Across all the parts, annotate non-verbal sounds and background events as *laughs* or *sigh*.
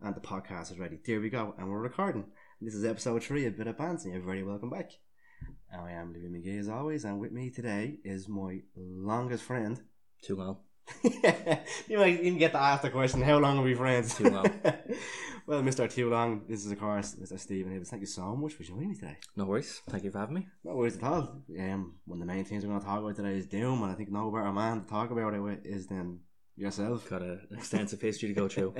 and the podcast is ready. There we go, and we're recording. This is episode three of Bit of Bands, and you're very welcome back. I am Louis McGee as always, and with me today is my longest friend. *laughs* Too long. you might even get to ask the question, how long are we friends? Too long. *laughs* well, Mr. Too Long, this is of course Mr. Stephen Hibbs. Thank you so much for joining me today. No worries. Thank you for having me. No worries at all. Um, one of the main things we're going to talk about today is Doom, and I think no better man to talk about it with is than yourself. Got a- an extensive history to *laughs* go through.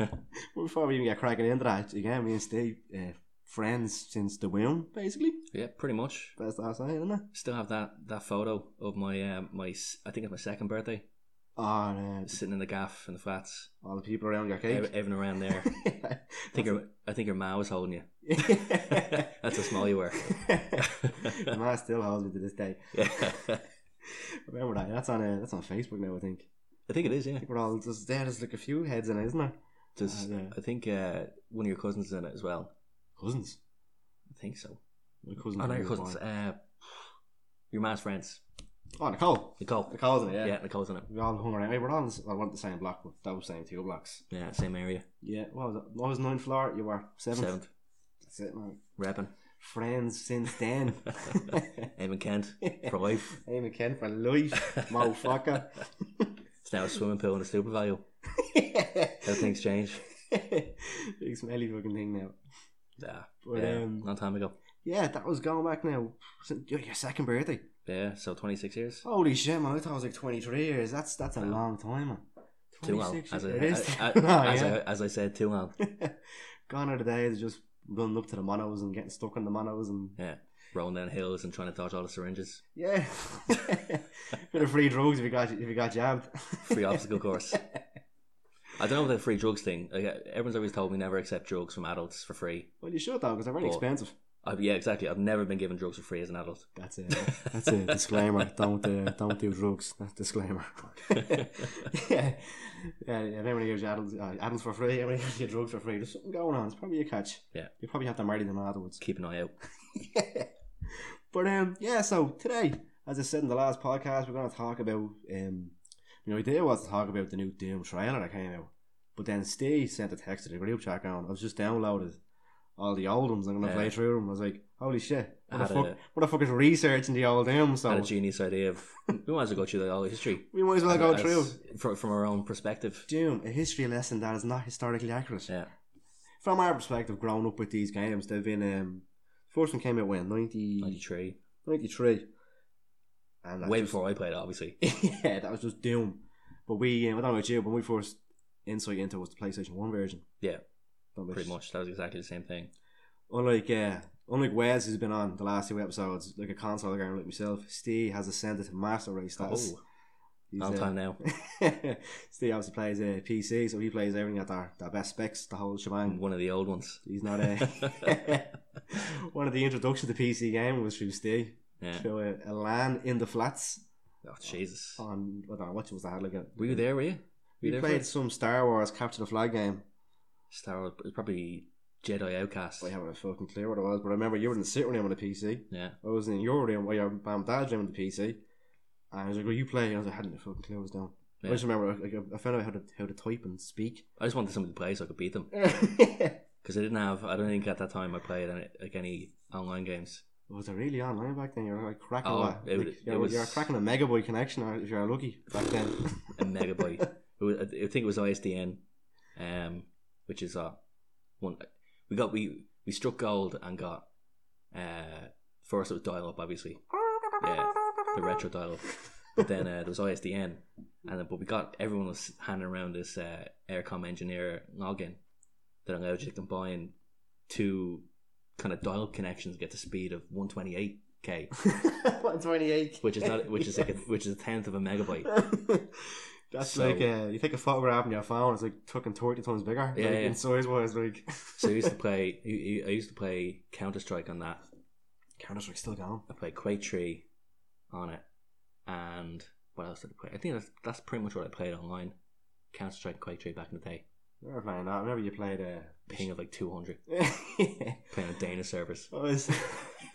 Well, Before we even get cracking into that, again, me and Steve, uh, friends since the womb, basically. yeah, pretty much. That's what I'm saying, isn't it? Still have that that photo of my um, my s- I think it's my second birthday Oh, sitting in the gaff in the flats. uh, all the people around your Ev- cake. Everyone *laughs* around there. I think your I think your ma was holding you. *laughs* That's how *laughs* small you were. Mine still holds me to this day. *laughs* Yeah. Remember that? That's on uh, that's on Facebook now. I think. I think it is. I Yeah. think we're all just there. There's like a few heads in it, isn't there? Does Uh, yeah. I think uh, one of your cousins is in it as well. Cousins. I think so. My cousin. Oh, not your cousins. Uh, your ma's friends. Oh, Nicole. Nicole. Nicole's in it. Yeah. Yeah, Nicole's in it. We all hung around. Hey, we're all on this, well, weren't the same block, but that was the same two blocks. Yeah, same area. Yeah. What was it? I was ninth floor. You were seventh. Seventh. That's it, man. Repping. Friends since then. *laughs* Eamon Kent. *laughs* For life. Aim Ken for life, motherfucker. It's now *laughs* a swimming pool and a super value. Everything's changed. Big smelly fucking thing now. Yeah. But yeah. um, long time ago. yeah, that was going back now. since Your your second birthday. Yeah, so 26 years. Holy shit, man! I thought it was like twenty three years. That's that's a Wow. long time, man. Too long. 26 As I, years. as, *laughs* I- Oh, as, yeah. I, as I said, too long. *laughs* Gone are the days of just running up to the monos and getting stuck in the monos and Rolling down hills and trying to dodge all the syringes. yeah, *laughs* bit of free drugs if you got if you got jabbed. Free *laughs* obstacle course. I don't know about the free drugs thing. Like, uh, everyone's always told me never accept drugs from adults for free. Well, you should though, because they're very But- expensive. i yeah, exactly. I've never been given drugs for free as an adult. That's it. *laughs* That's *laughs* a disclaimer. Don't uh, don't do drugs. That's disclaimer. yeah, yeah. If anyone gives you adults, uh, adults for free, everyone gives you drugs for free. There's something going on. It's probably a catch. Yeah. you probably have to marry them afterwards. Keep an eye out. *laughs* but um, yeah. So today, as I said in the last podcast, we're going to talk about um, the idea was to talk about the new Doom trailer that came out. But then Steve sent a text to the group chat on. I was just downloaded all the old ones. I'm going to Yeah. play through them. I was like, holy shit. I What the, had fuck, a- what the fuck is researching the old Doom? So Had a genius idea of we might as well go through the whole history. We might as well go As- through. From, from our own perspective. Doom, a history lesson that is not historically accurate. Yeah. From our perspective, growing up with these games, they've been. Um, first one came out when? 90, 93. 93. And that's Way just- before I played it, obviously. *laughs* yeah, that was just Doom. But we, um, I don't know about you, when we first insight into it was the PlayStation 1 version. Yeah. That was- Pretty much. That was exactly the same thing. Unlike, uh, unlike Wes, who's been on the last two episodes, like a console game like myself, Steve has ascended to Master Race status. Oh, He's, long uh, time now. *laughs* Steve obviously plays a PC, so he plays everything at their, their best specs, the whole shebang. One of the *laughs* old ones. He's not a. One of the introductions to the PC game was through Steve, *laughs* Yeah. through a, a LAN in the flats Oh Jesus. on I don't know what was that like. A, Were you there? Were you? Were We you there for played it? some Star Wars Capture the Flag game. Star Wars. It was probably Jedi Outcast. I haven't a fucking clue what it was, but I remember you were in the sitting room on the PC. Yeah. I was in your room, or your mum and dad's room on the PC. And I was like, "Will you play?" I was like, "I hadn't a fucking clue what was down." Yeah. I just remember like, I found out how to how to type and *laughs* speak. I just wanted somebody to play so I could beat them was because I didn't have. I don't think at that time I played any, like any online games. it really online back then? You're like cracking Oh, a, like, it was- you're, it was- you're cracking a megabyte connection or if you're lucky back then. *laughs* A megabyte. it was, I think it was ISDN, um, which is uh, one. We got we we struck gold and got. Uh, first it was dial up, obviously. Yeah, the retro dial up. But then uh, there was ISDN, and then, but we got everyone was handing around this uh, Aircom engineer login that allowed you to combine two kind of dial connections to get the speed of 128k, *laughs* What, 28? which is not *laughs* which is like a, which is a tenth of a megabyte. That's So- like uh, you take a photograph on your phone. It's like fucking thirty times bigger. Yeah, like, yeah. In size wise, like *laughs* So I used to play I I used to play Counter Strike on that. Counter Strike's still going. I played Quake 3 on it, and what else did I play? I think that's that's pretty much what I played online. Counter Strike, Quake 3 back in the day, I remember playing that. I remember you played. Uh, ping of like 200, *laughs* yeah. playing on *laughs* Dana servers. I was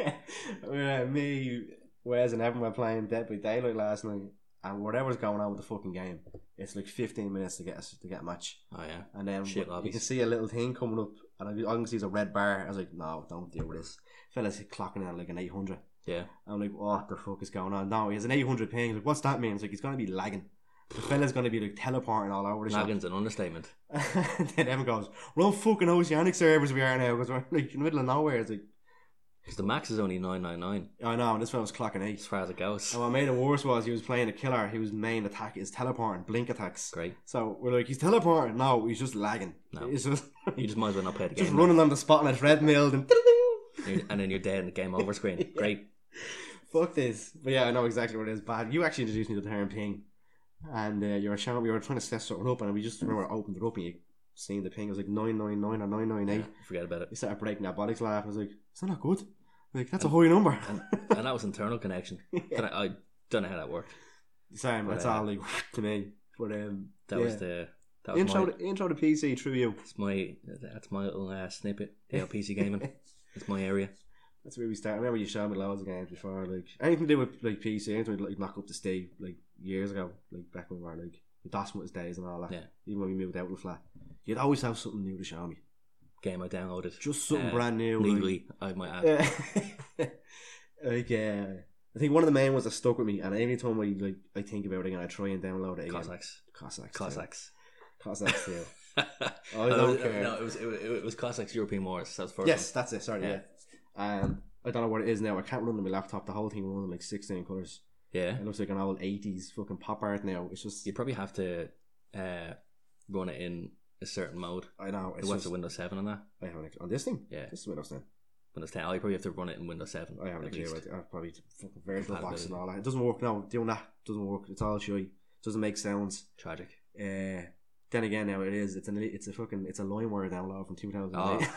*laughs* uh, me, Wes, and Evan were playing Dead by Daylight last night, and whatever's going on with the fucking game, it's like 15 minutes to get us to get a match, Oh yeah. and then Shit you lobbies. can see a little thing coming up, and I, I can see it's a red bar. I was like, no, don't deal with this. Fella's clocking at like an 800. Yeah. I'm like, what the fuck is going on? No, he has an 800 ping. Like, what's that mean? It's like he's gonna be lagging. The fella's gonna be like teleporting all over the shop. Lagan's an understatement. and *laughs* then Evan goes, "We're on fucking oceanic servers we are now because we're like in the middle of nowhere." It's like, Because the max is only 999 I know. And this fella's clocking eight. as far as it goes. And what made it worse was he was playing a killer. His main attack is teleporting, blink attacks. Great. So we're like, he's teleporting. No, he's just lagging. No. He's just, You just might as well not play the just game. running on the spot and it's red milled and. You're- and then you're dead in the game over screen. Great. *laughs* Fuck this. But yeah, I know exactly what it is. Bad. You actually introduced me to the term ping. And uh, you were showing we were trying to set something up and we just remember I opened it up and you seen the ping. It was like 999 or 998. Yeah, forget about You it. started breaking that bollocks laugh. I was like, is that not good? Like, that's a high *laughs* number. And, and that was internal *laughs* connection. But I, I don't know how that worked. Same, But, that's uh, all like *laughs* to me. But um, That yeah. was the that was intro my, to, intro to PC through you. that's my that's my little uh, snippet. Yeah, *laughs* PC gaming. It's my area. That's where we start. I remember you showed me loads of games before, like anything to do with like PC, anything to, like knock up the Steve, like years ago, like back when we were like the Dosmuts days and all that. Yeah. Even when we moved out in the flat, you'd always have something new to show me, Game I downloaded. just something Uh, brand new. *laughs* Legally, I might add. Like, uh, like uh, I think one of the main ones that stuck with me, and every time I like I think about it again, I try and download it again. Cossacks. Cossacks, Cossacks. too. Cossacks, *laughs* too. I No, don't it- care. No, it was, it was it was Cossacks European Wars. That was the first. Yes, that's it. Sorry, yeah. Yeah. Um, I don't know what it is now. I can't run on my laptop. The whole thing runs in like sixteen colors. One. Yeah. It looks like an old eighties fucking pop art now. It's just You probably have to uh, run it in a certain mode. I know. It It's was just, the Windows Seven on that. I haven't on this thing. Yeah. This is Windows ten. Windows Ten. I probably have to run it in Windows Seven. I haven't a at clue. least. I have uh, probably the fucking variable Compatibility. box and all that. It doesn't work. No, doing that doesn't work. It's all showy. Doesn't make sounds. Tragic. Uh, then again, now it is. It's an. It's a fucking. It's a LimeWire download from two thousand eight. Oh.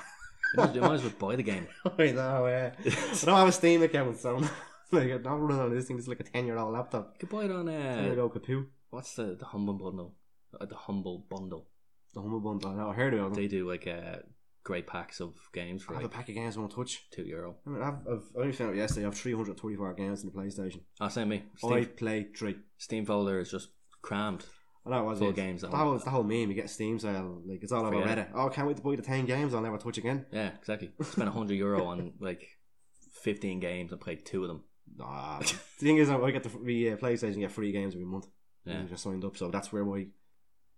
You might, as- you might as well buy the game. *laughs* I know. Uh, I don't have a Steam account, so *laughs* I'm like I'm not running on this thing. This is like a ten year old laptop. You could buy it on There you uh, go, kapoo. what's the the humble bundle? Uh, the humble bundle. The humble bundle. I know. I heard about them. They do like uh, great packs of games for I have a like pack of games I won't touch. two euro. I mean, I've, I've I only found out yesterday. I have 324 games in the PlayStation. Oh, same me. Steam, I played three. Steam folder is just crammed. I know it was Full it. games, The I whole, want. it's the whole meme. You get a Steam sale, like it's all over Reddit. Forget Oh, can't wait to buy the 10 games I'll never touch *laughs* again. Yeah, exactly. Spent hundred euro on like fifteen games and played two of them. Nah. Ah, the thing is, I get the free, uh, PlayStation get free games every month. Yeah. I just signed up, so that's where my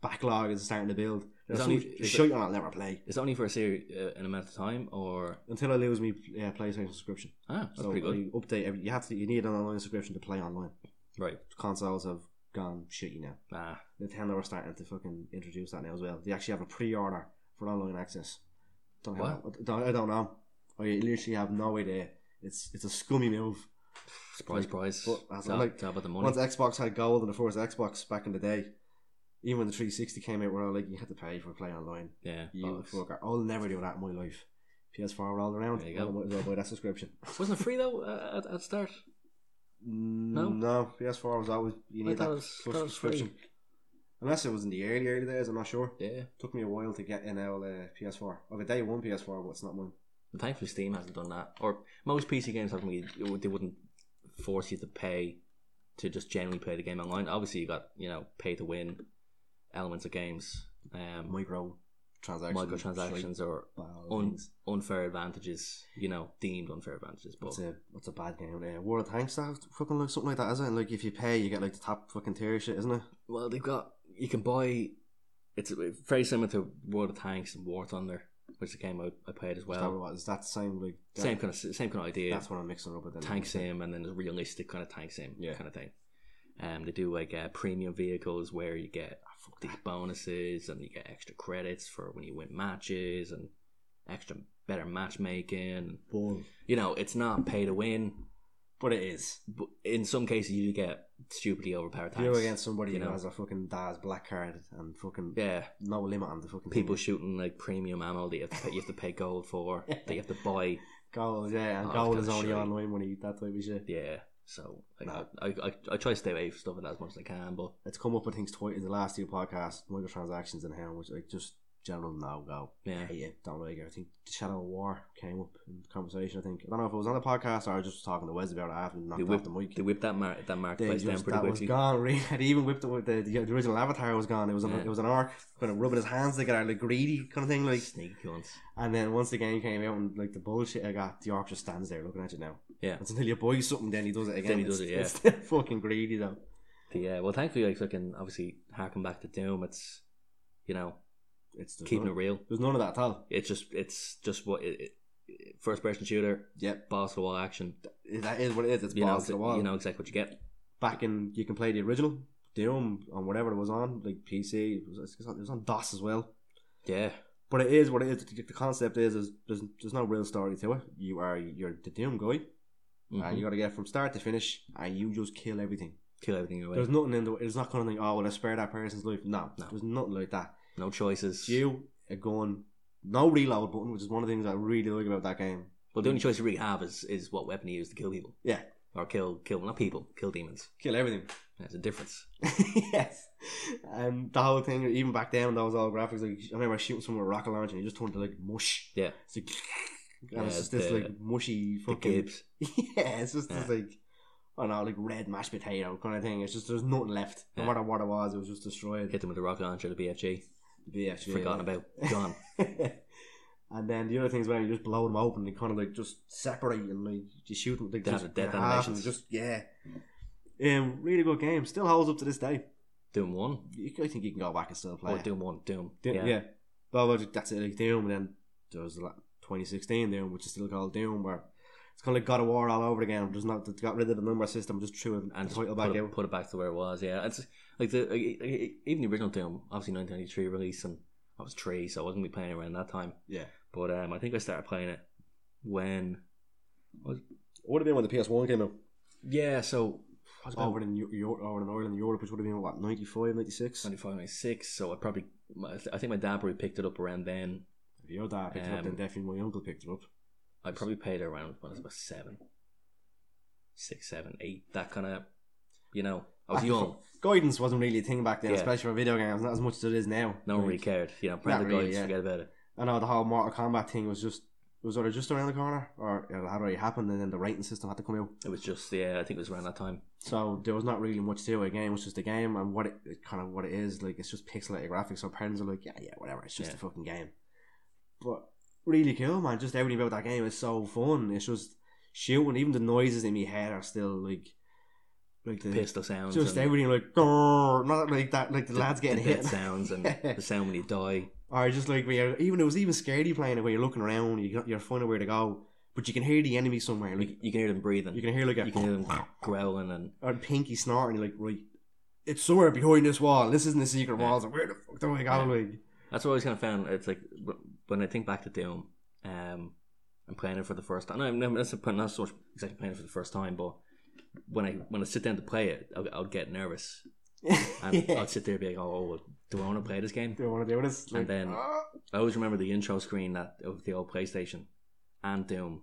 backlog is starting to build. There's It's only only- it's- shit I'll never play It's only for a series, uh, an amount of time, or until I lose my uh, PlayStation subscription. ah, that's so pretty good. I update every. You have to. You need an online subscription to play online. Right. Consoles have gone shitty now. Ah, Nintendo are starting to fucking introduce that now as well. They actually have a pre-order for online access. Don't have, I don't- I don't know. I literally have no idea. It's it's a scummy move. surprise, surprise. But as I'm Dab, like- dab at the money. Once Xbox had gold in the first Xbox back in the day, even when the 360 came out, we're all like, you had to pay for playing online. yeah. You bollocks. fucker! I'll never do that in my life. PS4 rolled around. There you I go. might as well buy that subscription. *laughs* Wasn't it free though uh, at, at start? No, Mm, no. PS4 was always you I need thought that it was- first thought it was free. subscription. Unless it was in the early early days, I'm not sure. Yeah. Took me a while to get an old uh, PS4. I have a day one PS4, but it's not mine. And thankfully, Steam hasn't done that. Or most PC games haven't. really- They wouldn't force you to pay to just generally play the game online. Obviously, you got you know pay to win elements of games, um, Micro transactions. microtransactions, or un- Things. unfair advantages. You know, deemed unfair advantages. But What's a what's a bad game? Uh, War of Tanks, that fucking like something like that, isn't it? Like if you pay, you get like the top fucking tier shit, isn't it? well, they've got you can buy. It's very similar to World of Tanks and War Thunder, which is a game I, I played Is as that, well. what, is that the same like that- Same kind of same kind of idea. That's what I'm mixing up with. Then. tank sim and then a realistic kind of tank sim Yeah. kind of thing. Um, they do like uh, premium vehicles where you get Ah, these bonuses and you get extra credits for when you win matches and extra better matchmaking. Bull. You know, it's not pay to win, But it is. but in some cases you do get stupidly overpowered If you're tanks. against somebody you who know. has a fucking Daz black card and fucking yeah, no limit on the fucking people shooting like premium ammo that you have to pay, you have to pay gold *laughs* for that you have to buy. goals, yeah, and Oh, goal is that's only shite. online when you eat that type of shit. Yeah, so like, No. I, I I try to stay away from stuff like that as much as I can, but It's come up with things twice in the last two podcasts, microtransactions and how much like just general no go. Yeah. Hate it. Don't like it. I think the Shadow of War came up in the conversation. I think I don't know if it was on the podcast or I was just talking to Wes about it after and knocked They off whipped, the mic. they whipped that, mar- that They marketplace down just- pretty that was quickly. gone. *laughs* Really, I'd even whipped it with the, the original avatar was gone. It was an, Yeah. it was an orc kind of rubbing his hands together, like greedy kind of thing. Like, Sneaky cunts. and then once the game came out and like the bullshit I got, the orc just stands there looking at you now. Yeah. It's until you buy something, then he does it again. he does It's- it, yeah. It's *laughs* still fucking greedy though. Yeah, well, thankfully, like, fucking, obviously, harking back to Doom, it's, you know, It's there's keeping it none, real. there's none of that at all. It's just, it's just what, it, it, first person shooter, Yep, boss to the wall action. that is what it is. It's You know, balls to the wall. you know exactly what you get. back in you can play the original Doom on whatever it was on, like PC. It was, it was on DOS as well. Yeah, But it is what it is. The the concept is, is there's, there's no real story to it. You are you're the Doom guy, Mhm. and you got to get from start to finish, and you just kill everything. kill everything away. There's nothing in the. It's not kind of like oh well, I spare that person's life. No, No. there's nothing like that. No choices. You a gun, no reload button, which is one of the things I really like about that game. Well, the only choice you really have is, is what weapon you use to kill people. Hmm. Yeah. Or kill, kill not people, kill demons. Kill everything. There's a difference. *laughs* yes. And the whole thing, even back then, when that was all graphics. Like I remember shooting someone with a rocket launcher, and you just turned to like mush. Yeah. It's like, *laughs* and Yeah, it's just this the- like mushy The fucking. Gibbs. *laughs* yeah, it's just this Yeah. like. I don't know, like red mashed potato kind of thing. It's just there's nothing left. No Yeah. matter what it was, it was just destroyed. Hit them with a rocket launcher, the BFG. Yeah, Forgotten *laughs* about. Gone. and then the other things when you just blow them open, they kind of like just separate and like you shoot them like They have just death in half and animations. Just yeah, um, really good game. Still holds up to this day. Doom 1. You- I think you can go back and still play. Oh, it. Doom 1. Doom. Doom, yeah. yeah. Well, well, that's it. Like Doom, and then there was like 2016 Doom, which is still called Doom, where it's kind of like God of War all over again. There's not they got rid of the number system, just threw it And and just the title put, back it, out. put it back to where it was. Yeah. It's like the like, e- e- even the original Doom, obviously 1993 release, and I was three, so I wasn't gonna be playing it around that time. Yeah. But um, I think I started playing it when. Would have been when the PS One came out. Yeah, so. Oh. Over in Eu- Eu- over in Ireland, Europe, which would have been what 95, 96. 95, 96, so I probably. my- I think my dad probably picked it up around then. If your dad picked it up, then Um, definitely my uncle picked it up. I probably paid her around when I was about seven, six, seven, eight. That kind of, you know, I was Back young. Guidance wasn't really a thing back then, Yeah. especially for video games, not as much as it is now. No one Like, really cared. You know, parental really, guides, yeah. forget about it. I know the whole Mortal Kombat thing was just was sort of just around the corner, or it had already happened, and then the rating system had to come out. It was just, yeah, I think it was around that time. So there was not really much to it. Again, it was just a game and what it, it kind of what it is. Like it's just pixelated graphics. So parents are like, yeah, yeah, whatever. It's just Yeah. a fucking game. But really cool, man. Just everything about that game is so fun. It's just shooting. Even the noises in my head are still like, like the Pistol sounds, just and everything like, "Grrr," not like that. Like the, the- lads getting the death hit. *laughs* sounds, and the sound when you die. Or just like when you're, even it was even scary playing it where you're looking around, you got- you're finding where to go, but you can hear the enemy somewhere. Like You, you can hear them breathing. you can hear like a you can *laughs* hear them growling, and or Pinky snorting, you're like, right, it's somewhere behind this wall. This isn't the secret Yeah. wall. So where the fuck do I go? Yeah. Like, that's what I always kind of found. It's like when I think back to Doom, um, I'm playing it for the first time. No, I'm not, not so much exactly playing it for the first time, but when I when I sit down to play it, I'll, I'll get nervous. And *laughs* yeah. I'd sit there and be like, oh, do I want to play this game? do I want to do this? And then- "Ah." I always remember the intro screen that of the old PlayStation and Doom,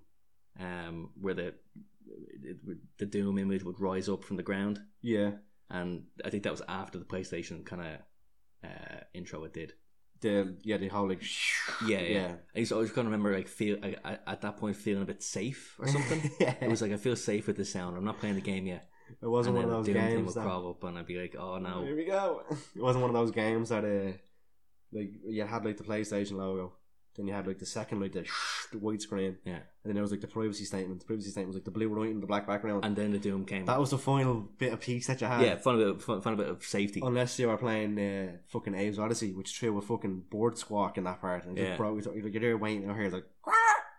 um, where the it, would- the Doom image would rise up from the ground, yeah, and I think that was after the PlayStation kind of uh, intro it did. the yeah the whole like *laughs* Yeah, yeah. yeah I used to always kind of remember like feel I, I, at that point feeling a bit safe *laughs* or something. *laughs* yeah. it was like I feel safe with this sound. I'm not playing the game yet. it wasn't and one then of those the Doom thing games would that crop up, and I'd be like, oh no, here we go. *laughs* It wasn't one of those games that uh like you had like the PlayStation logo. Then you had like the second like the, *laughs* the white screen, Yeah. and then there was like the privacy statement. The privacy statement was like the blue light and the black background. and then the Doom came. that was the final bit of peace that you had. yeah, fun a bit, fun, fun a bit of safety. Unless you were playing uh, fucking Abe's Odyssey, which threw a fucking board squawk in that part, and it Yeah. just broke. You're like, you're there waiting over here, like,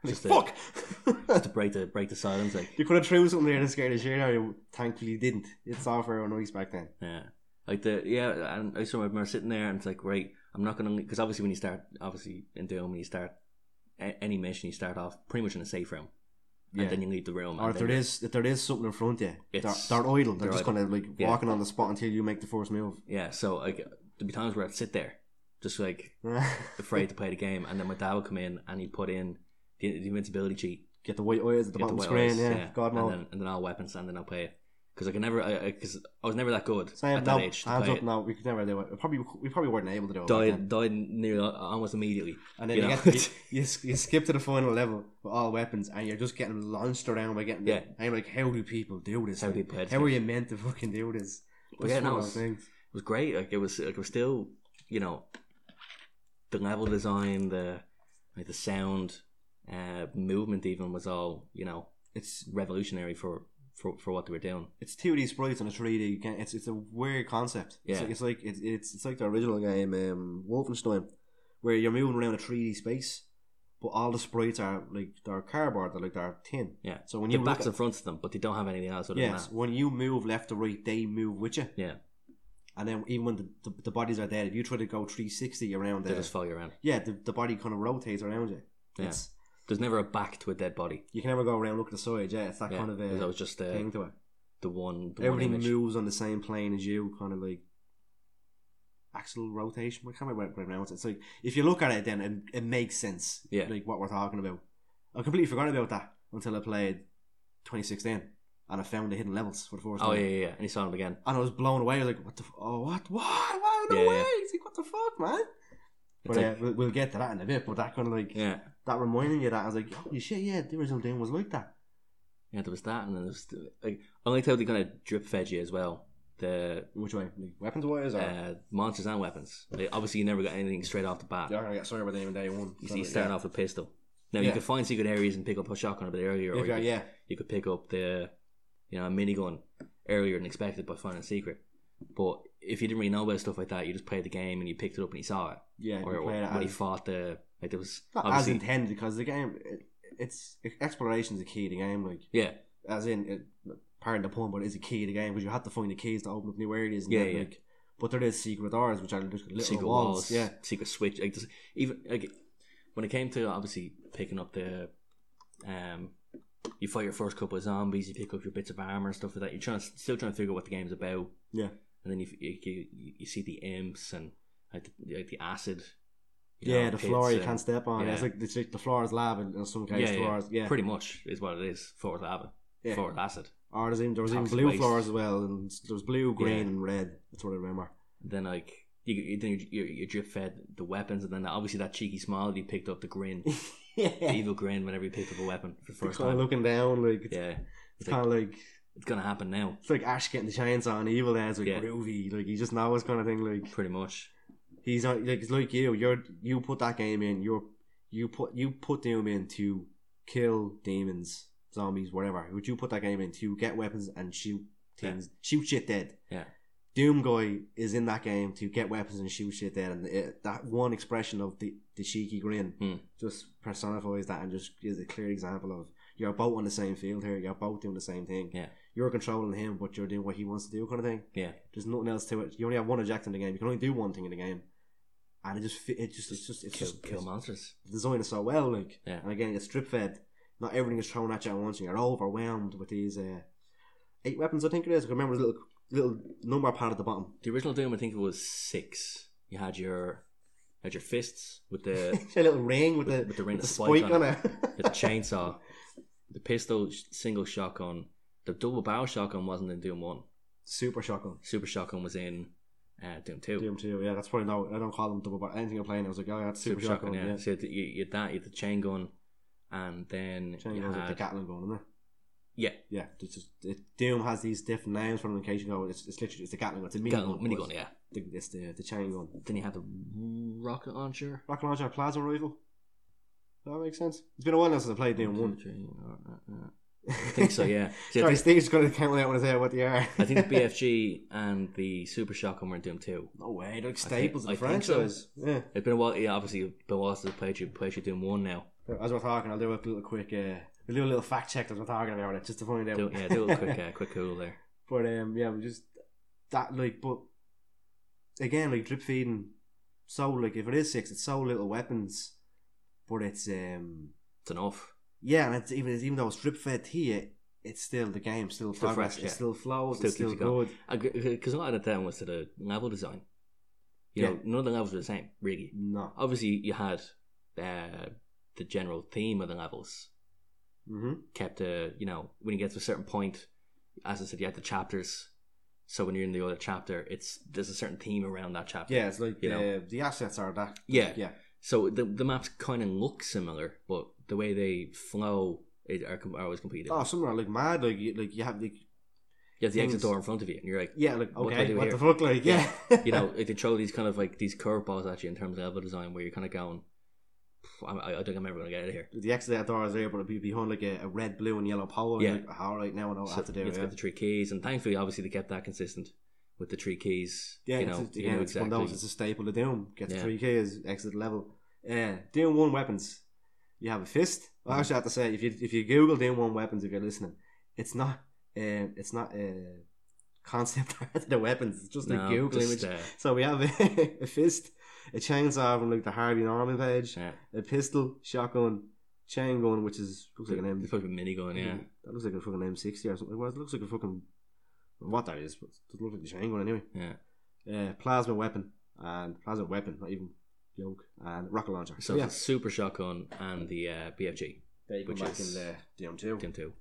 like Just a- fuck. *laughs* to break the break the silence, like you could have threw something there to scare the shit out of you. Thankfully, you didn't. It's all for noise back then. Yeah. Like the yeah, and I just remember sitting there and it's like, right, I'm not gonna because obviously when you start, obviously in Doom when you start a- any mission, you start off pretty much in a safe room, Yeah. and then you leave the room. or and if then there is, if there is something in front of you, they're, It's- they're idle. They're, they're just idle. kind of like Yeah. walking on the spot until you make the first move. *laughs* yeah. So like there'd be times where I'd sit there, just like afraid to play the game, and then my dad would come in and he'd put in the, the invincibility cheat, Get the white eyes at the get bottom the screen. white eyes, yeah, God and mode. then and then all weapons, and then I'll play it. because I can never I because I, was never that good Same, at no, that age. To hands play up, it. no, we could never do it. We probably, we probably weren't able to do it. back Died then. died nearly almost immediately. And then you you, know. get to, you, you, s- you skip to the final level with all weapons, and you're just getting launched around by getting. Yeah. I'm like, how do people do this? How do Like, people edit How it? are you meant to fucking do this? But yeah, It's one no, of it those was, it things. was great. Like it was like it was still you know the level design, the like the sound, uh, movement even was all you know It's revolutionary for for, for what they were doing. it's 2D sprites on a 3D. game. It's it's a weird concept. Yeah. It's like it's like it's, it's it's like the original game, um, Wolfenstein, where you're moving around a 3D space, but all the sprites are like they're cardboard, they're like they're tin. Yeah. So when Your you look backs at- and fronts of them, but they don't have anything else other yes, than when you move left to right, they move with you. Yeah. And then even when the, the, the bodies are dead, if you try to go 360 around that. They there, just follow you around. yeah, the, the body kind of rotates around you. Yeah. It's, There's never a back to a dead body. you can never go around look at the side. Yeah, it's that yeah. kind of It was uh, always just uh, thing to it. the one. The Everything one image. moves on the same plane as you, kind of like axial rotation. I can't remember what I pronounced it. It's like if you look at it, then it, it makes sense. Yeah. like what we're talking about. I completely forgot about that until I played 2016 and I found the hidden levels for the first Oh time. yeah, yeah, yeah. And he saw him again. And I was blown away. I was like, "What the? F- oh, what? What? Wow, no Yeah, yeah. way!" It's like, "What the fuck, man?" But It's uh, like- we'll, we'll get to that in a bit. But that kind of like yeah, that reminding you of that I was like, "Holy shit, yeah, the original game was like that." yeah. There was that, and then there was the- like I liked how they kind of drip fed you as well. The Which way? Like, weapons wise, or uh, monsters and weapons. Like, obviously, you never got anything straight off the bat. you're gonna get sorry about them in day one. You So, see, you yeah. starting off with a pistol. Now you Yeah. could find secret areas and pick up a shotgun a bit earlier, or You've you, got- could, yeah, you could pick up the you know a minigun earlier than expected by finding a secret. But if you didn't really know about stuff like that, you just played the game and you picked it up and you saw it, yeah. you or, or play it when you as- fought the like there was not as obviously intended because the game, it, it's exploration is a key to the game. Like yeah as in, it, pardon the pun, but it's a key to the game because you have to find the keys to open up new areas. And Yeah, that, yeah. Like, but there is secret doors which are just little secret walls. walls, Yeah, secret switch. Like just, even like when it came to obviously picking up the, um, you fight your first couple of zombies, you pick up your bits of armor and stuff like that. You're trying still trying to figure out what the game's about. Yeah. and then you you, you, you see the imps and like the, like the acid. you yeah. know, the pits floor you and- can't step on. yeah. It's like the, the floor is lava in some Yeah, cases. yeah. floors, yeah. Pretty much is what it is. Forward lava, Yeah. forward acid. Or there's even, there was even Toxic blue waste. floors as well, and there was blue, green, Yeah. and red. That's what I remember. *laughs* Then like. You, you, then you, you, you drip fed the weapons, and then obviously that cheeky smile that he picked up the grin, the *laughs* yeah, evil grin whenever he picked up a weapon for the first first kind of time. looking down, like it's, yeah, it's kind of like it's gonna happen now, it's like Ash getting the chainsaw on Evil Dead's like Yeah. groovy, like he just knows kind of thing. Like pretty much. He's on like it's like you. You're you put that game in. You're you put you put them in to kill demons, zombies, whatever. Would you put that game in to get weapons and shoot things, shoot shit dead? Yeah. Doom guy is in that game to get weapons and shoot shit dead, and it, that one expression of the the cheeky grin Hmm. just personifies that, and just is a clear example of you're both on the same field here. You're both doing the same thing. Yeah. You're controlling him, but you're doing what he wants to do, kind of thing. Yeah. There's nothing else to it. You only have one object in the game. You can only do one thing in the game, and it just fit. It just it's just it's Kill, just kill monsters. the design is so well. Like Yeah. and again, it's strip fed. Not everything is thrown at you at once, and you're overwhelmed with these uh, eight weapons. I think it is. I can remember the little little number pad at the bottom. The original Doom, I think it was six. You had your had your fists *laughs* with the a little ring with, the, with the ring with of the spike on it, it. *laughs* with the chainsaw, the pistol, sh- single shotgun, the double barrel shotgun wasn't in Doom One. Super shotgun. Super shotgun was in uh, Doom Two. Doom two. Yeah, that's probably no. I don't call them double bar. Anything I'm playing, I was like, oh, that's super, shotgun. yeah. So you, you had that, you had the chain gun, and then Chain you guns with had the Gatling gun, isn't it? Yeah. Yeah. It's just, it, Doom has these different names for them in case you go. It's, it's literally it's the Gatling gun. It's a mini gun, gun. minigun. Yeah. The, it's the, the chain gun. Then you had the rocket launcher. Rocket launcher, plasma rifle. Does that make sense? It's been a while now since I played Doom One, one. two, three, uh, uh, uh. I think so. Yeah. So *laughs* you had Sorry, the- Steve's going to count out when I say what they are. I think the BFG and the Super Shotgun were in Doom 2. *laughs* no way, they're like staples I of the think so. franchise. Yeah. It's been a while, yeah, obviously, it's been a while since I played you, played you Doom 1 now. As we're talking, I'll do a little quick, uh, we'll do a little fact check as we're talking about it, just to find out. Do, yeah, do *laughs* a quick, uh, quick Google there. But um, yeah, we just that like, but again, like drip feeding. So like, if it is six, it's so little weapons, but it's um, It's enough. yeah, and it's even even though it's drip fed here, it's still the game, still, Still progress, fresh, it yeah. still flows, Still it's still keeps you going. good. Because a lot of that down was to the level design. You know, Yeah. none of the levels were the same, really. No, Obviously, you had uh, the general theme of the levels. mm-hmm. Kept, uh, you know, when you get to a certain point, as I said, you had the chapters. So when you're in the other chapter, it's there's a certain theme around that chapter. Yeah, it's like You the, know. the assets are that. Yeah. Yeah. So the the maps kind of look similar, but the way they flow it, are, com- are always completely Oh, different. some are like mad. Like you, like you have like you have the exit things- door in front of you, and you're like, yeah, like What do I okay, do what, here? the fuck, like yeah, Yeah. you know, like, they throw these kind of like these curveballs at you in terms of level design, where you're kind of going, "Pff, I'm- I, I think I'm ever going to get out of here. *laughs* the exit door is there, but it'd be behind like a, a red, blue, and yellow pole. and Yeah. you're Like, all right, now Oh, I know what I have to do. it's Yeah. got the three keys, and thankfully, obviously, they kept that consistent with the three keys. Yeah, you it's, know, it's, you again, know it's one of those. It's a staple of Doom. Get the Yeah. three Ks, exit level. Uh, Doom one weapons. You have a fist. Mm-hmm. I actually have to say, if you if you Google Doom one weapons, if you're listening, it's not um, it's not uh, concept *laughs* art of the weapons. It's just a No, Google just, image. uh, So we have *laughs* a, a fist, a chainsaw from like the Harvey Norman page, yeah. a pistol, shotgun, chain gun, which is looks like an M. It's supposed to be minigun, yeah. That looks like a fucking M60 or something. Well, it looks like a fucking what that is, but it doesn't look like the chain gun anyway. Yeah. Uh, plasma weapon and plasma weapon, not even joke, and rocket launcher. So So yeah, it's a super shotgun and the uh, BFG, there you go which back is- in uh, Doom Two. Doom 2.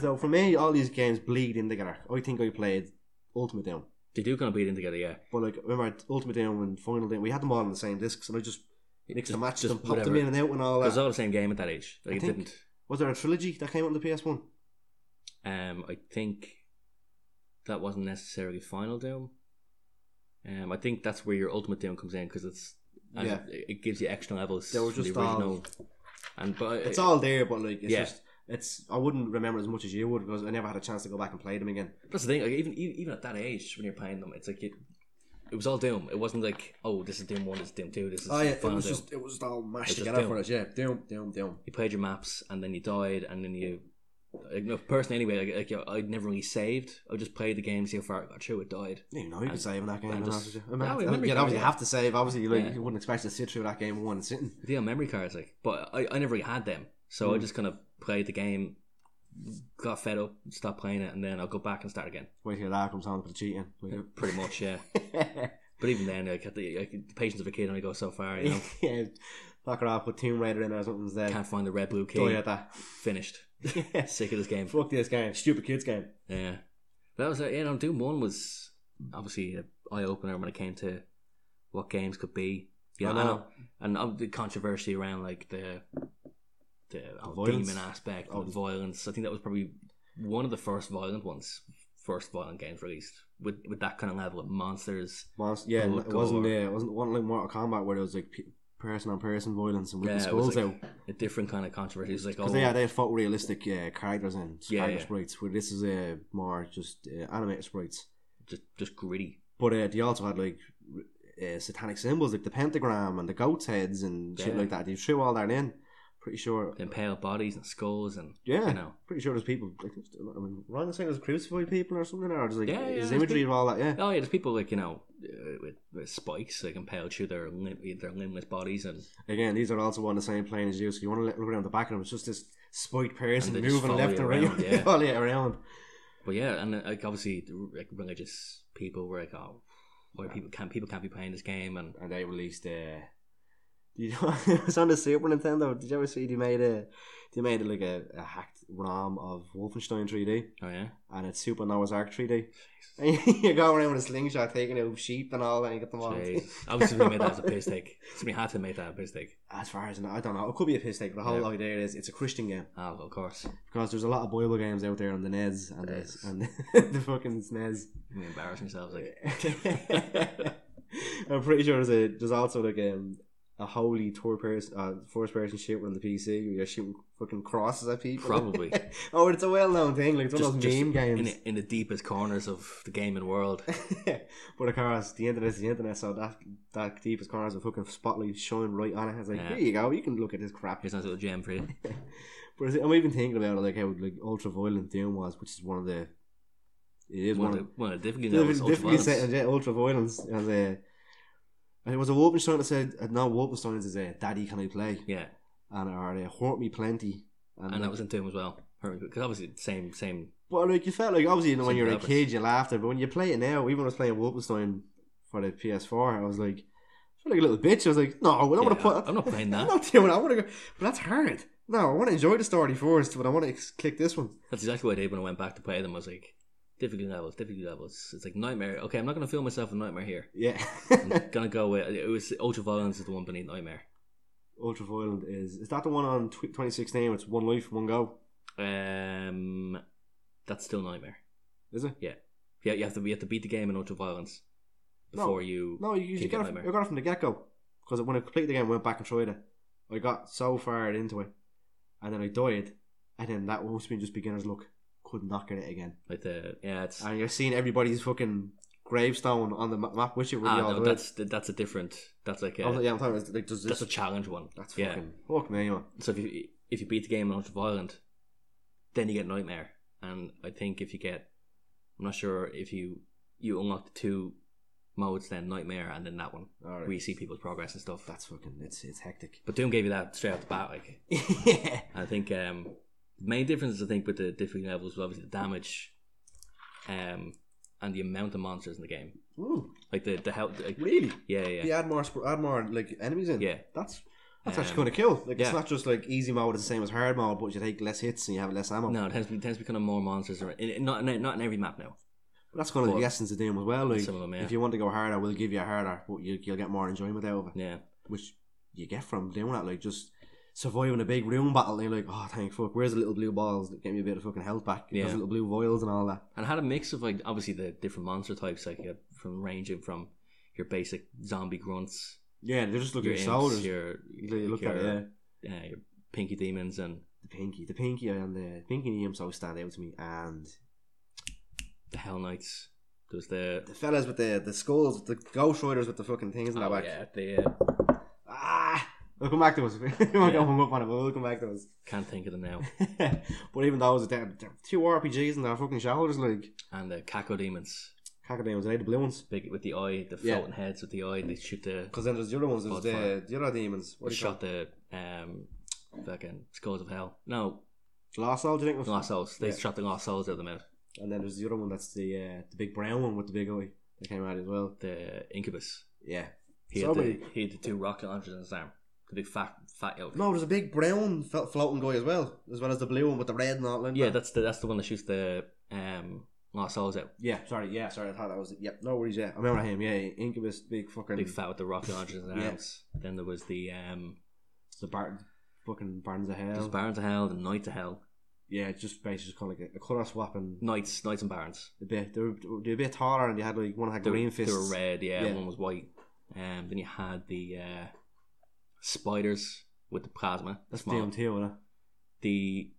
So for me, all these games bleed in together. I think I played Ultimate Doom, They do kind of bleed in together, yeah. but like remember Ultimate Doom and Final Doom, we had them all on the same discs, and I just mixed and matched them, popped them in and out, and all It was that. all the same game at that age. Like, I it think- didn't. Was there a trilogy that came out on the PS One? Um, I think that wasn't necessarily Final Doom. Um, I think that's where your Ultimate Doom comes in because it's and Yeah. it, it gives you extra levels. They were from just the all- original. And but uh, It's all there, but like it's Yeah. just it's. I wouldn't remember as much as you would because I never had a chance to go back and play them again. That's the thing. Like, even e- even at that age, when you're playing them, it's like it, it was all Doom. It wasn't like oh, this is Doom One, this is Doom Two, this is Oh yeah, it Final was Doom. just it was all mashed It's just together Doom. for us. Yeah, Doom, Doom, Doom. You played your maps, and then you died, and then you. Like, no, personally, anyway, like, like you know, I'd never really saved. I just played the game, see how far it got. True, it died. You know, you can And- save in that game. and and just- after- I No, mean, I I remember yeah, you- obviously you yeah. have to save. Obviously, like Yeah. you wouldn't expect to sit through that game in one sitting. Yeah, memory cards, like, but I, I never really had them, so I Mm. just kind of played the game, got fed up, stopped playing it, and then I'll go back and start again. Wait till that comes on for the cheating. *laughs* Like, Pretty much, yeah. but even then, like, at the, like, the patience of a kid only goes so far. *laughs* You *laughs* know, yeah, knock it off. Put Tomb Raider in or something. Instead, can't find the red blue key. go at that. Finished. *laughs* Yeah. Sick of this game. Fuck this game. Stupid kids game. Yeah, that was it. You know, Doom One was obviously an eye opener when it came to what games could be. You I know, know. and, and of the controversy around like the the whole violence. demon aspect Oh, of the- violence. I think that was probably one of the first violent ones, first violent games released with with that kind of level of monsters. Monst- yeah, Blood it wasn't. gore. Yeah, it wasn't. wasn't like Mortal Kombat where there was like pe- person on person violence and ripping Yeah, it was skulls like out. a different kind of controversy. It was like, oh, Because they had they had photorealistic uh, characters and Yeah, character yeah. sprites, where this is uh, more just uh, animated sprites. just just gritty. But uh, they also had like r- uh, satanic symbols like the pentagram and the goat's heads and shit Yeah. like that. They threw all that in. Pretty sure. Impaled bodies and skulls and Yeah, you know. pretty sure there's people. Like, I mean, wrong to say there's crucified people or something, or just like Yeah, yeah, there's there's imagery people- of all that. Yeah, Oh yeah, there's people like you know uh, with, with spikes like impaled through their lim- their limbless bodies and again, these are also on the same plane as you, so you want to look around the back of them. It's just this spiked person And they just moving left and follow right, you around, yeah. follow *laughs* you around. But yeah, and uh, like obviously, the r- like religious people were like, "Oh, why people can't people can't be playing this game?" And And they released. Uh, you know, *laughs* it was on the Super Nintendo. Did you ever see they made a they made like a, a hacked ROM of Wolfenstein 3D? oh yeah, and it's Super Noah's Ark 3D. And *laughs* you go around with a slingshot taking out sheep and all, and you get them all. Jeez. obviously we made that as a piss take. Somebody had to make that a piss take. *laughs* As far as I know, I don't know, it could be a piss take, but the whole Yeah. idea is it's a Christian game Oh, of course, because there's a lot of Bible games out there on the NES and the, Yes. and *laughs* the fucking E SNES. we embarrass ourselves. Like, *laughs* I'm pretty sure there's a there's also like um, a holy third person, uh, first person shooter on the PC where you're shooting fucking crosses at people. Probably. *laughs* oh, it's a well known thing. Like it's one of Just- those meme just in games. the, in the deepest corners of the gaming world, *laughs* but of course, the internet's the internet, so that that deepest corner is a fucking spotlight shine right on it. It's like, Yeah. here you go, you can look at this crap. here's a nice little gem for you. *laughs* But is it- I'm even thinking about it, like how like ultra violent Doom was, which is one of the it is One one, of the, one of the difficulties of levels the of difficulty ultraviolence. set yeah, ultra violence as a. And it was a Wolfenstein that said, uh, "No, Wolfenstein is a daddy can I play?" Yeah, and or uh, hurt me plenty. And, uh, and that was in Doom as well. Because obviously, same same. But like you felt like obviously you know, when Some you were a rappers. kid you laughed at, it, but when you play it now, even when I was playing Wolfenstein for the PS4, I was like, I felt like a little bitch. I was like, no, I don't want Yeah, to put. I'm not playing *laughs* that. I'm not doing. That. I want to go, but that's hard. No, I want to enjoy the story first, but I want to ex- click this one. That's exactly what I did when I went back to play them. I was like, difficulty levels, difficulty levels. It's like nightmare. Okay, I'm not gonna film myself a nightmare here. Yeah. *laughs* I'm gonna go with it was ultra violence is the one beneath nightmare. Ultra Violent is is that the one on tw- 2016? It's one life, one go. Um, that's still nightmare. Is it? Yeah, you have to you have to beat the game in ultra violence No. before you. No, you, you Kick got it it. From, nightmare. I got it from the get go because when I completed the game, I went back and tried it. I got so far into it, and then I died, and then that must have been just beginner's luck. Could not get it again. Like the yeah, it's And you're seeing everybody's fucking gravestone on the ma- map, which you really ah all no, do. that's that's a different. That's like a, I'm, yeah, I'm talking. It's, like, does that's this? a challenge one. That's yeah. fucking fuck me, man. So if you if you beat the game in ultra violent, then you get nightmare. And I think if you get, I'm not sure if you you unlock the two modes, then nightmare and then that one. All right, where you see people's progress and stuff. that's fucking. It's it's hectic. *laughs* But Doom gave you that straight off the bat. Like yeah. I think um, the main difference I think with the difficulty levels was obviously the damage, um, and the amount of monsters in the game. Ooh, Like the the health. Like, really? yeah, yeah, They yeah. add more, sp- add more like enemies in. Yeah. that's that's Um, actually kind of cool. Like yeah. it's not just like easy mode is the same as hard mode, but you take less hits and you have less ammo. No, it tends to be, tends to be kind of more monsters. Or, in, in- not in, not in every map now. But that's kind of But- the essence of Doom as well. Like Some of them, yeah. if you want to go harder, we'll give you a harder, but you, you'll get more enjoyment out of it, Yeah, which you get from doing that. Like just surviving a big room battle, and you're like, oh thank fuck, where's the little blue balls that get me a bit of fucking health back? Yeah. Those little blue vials and all that. and it had a mix of like obviously the different monster types. Like you had from ranging from your basic zombie grunts, Yeah, they just look at your your imps, shoulders. your They look at it, your, yeah. uh, your pinky demons, and The pinky, the pinky, and the pinky and the imps always stand out to me, and the hell knights. There was the the fellas with the the skulls, the ghost riders with the fucking things in their oh, back. yeah, the uh, Ah, we'll come back to us. *laughs* we won't get hung up on it, but we'll come back to us. can't think of them now. *laughs* but even those, they're, they're two RPGs and their fucking shoulders, like and the Kako demons, cacodemons, they the blue ones. big with the eye, the Yeah. floating heads with the eye. They shoot the Because then there's the other ones. There's the, Bloodfire. the other demons. What do you call? shot the um fucking skulls of hell. No, Lost Soul, do you think? it was? the lost souls. They Yeah. shot the lost souls out of the mouth. And then there's the other one that's the uh, the big brown one with the big eye that came out as well. The incubus. Yeah. He So had, the, many. he had the two rocket launchers in his arm. The big fat fat yolk. No, there's a big brown flo- floating guy as well, as well as the blue one with the red and all. in yeah, it. that's the that's the one that shoots the um lost souls out. yeah. Sorry, yeah, sorry. I thought that was yep. No worries. Yeah, I remember him. Yeah, Incubus, big fucking Big fat with the rocket launchers in his Yeah. arms. Then there was the um the Barton, fucking Barons of Hell. there's barons of hell, the knight of hell, yeah, it's just basically kind of like a, a color swap and knights knights and barons. a bit. They were, they were a bit taller and they had like one had They were, green they fists. were red, yeah, Yeah. One was white. Um, then you had the uh, spiders with the plasma. That's small. DMT, wasn't it? The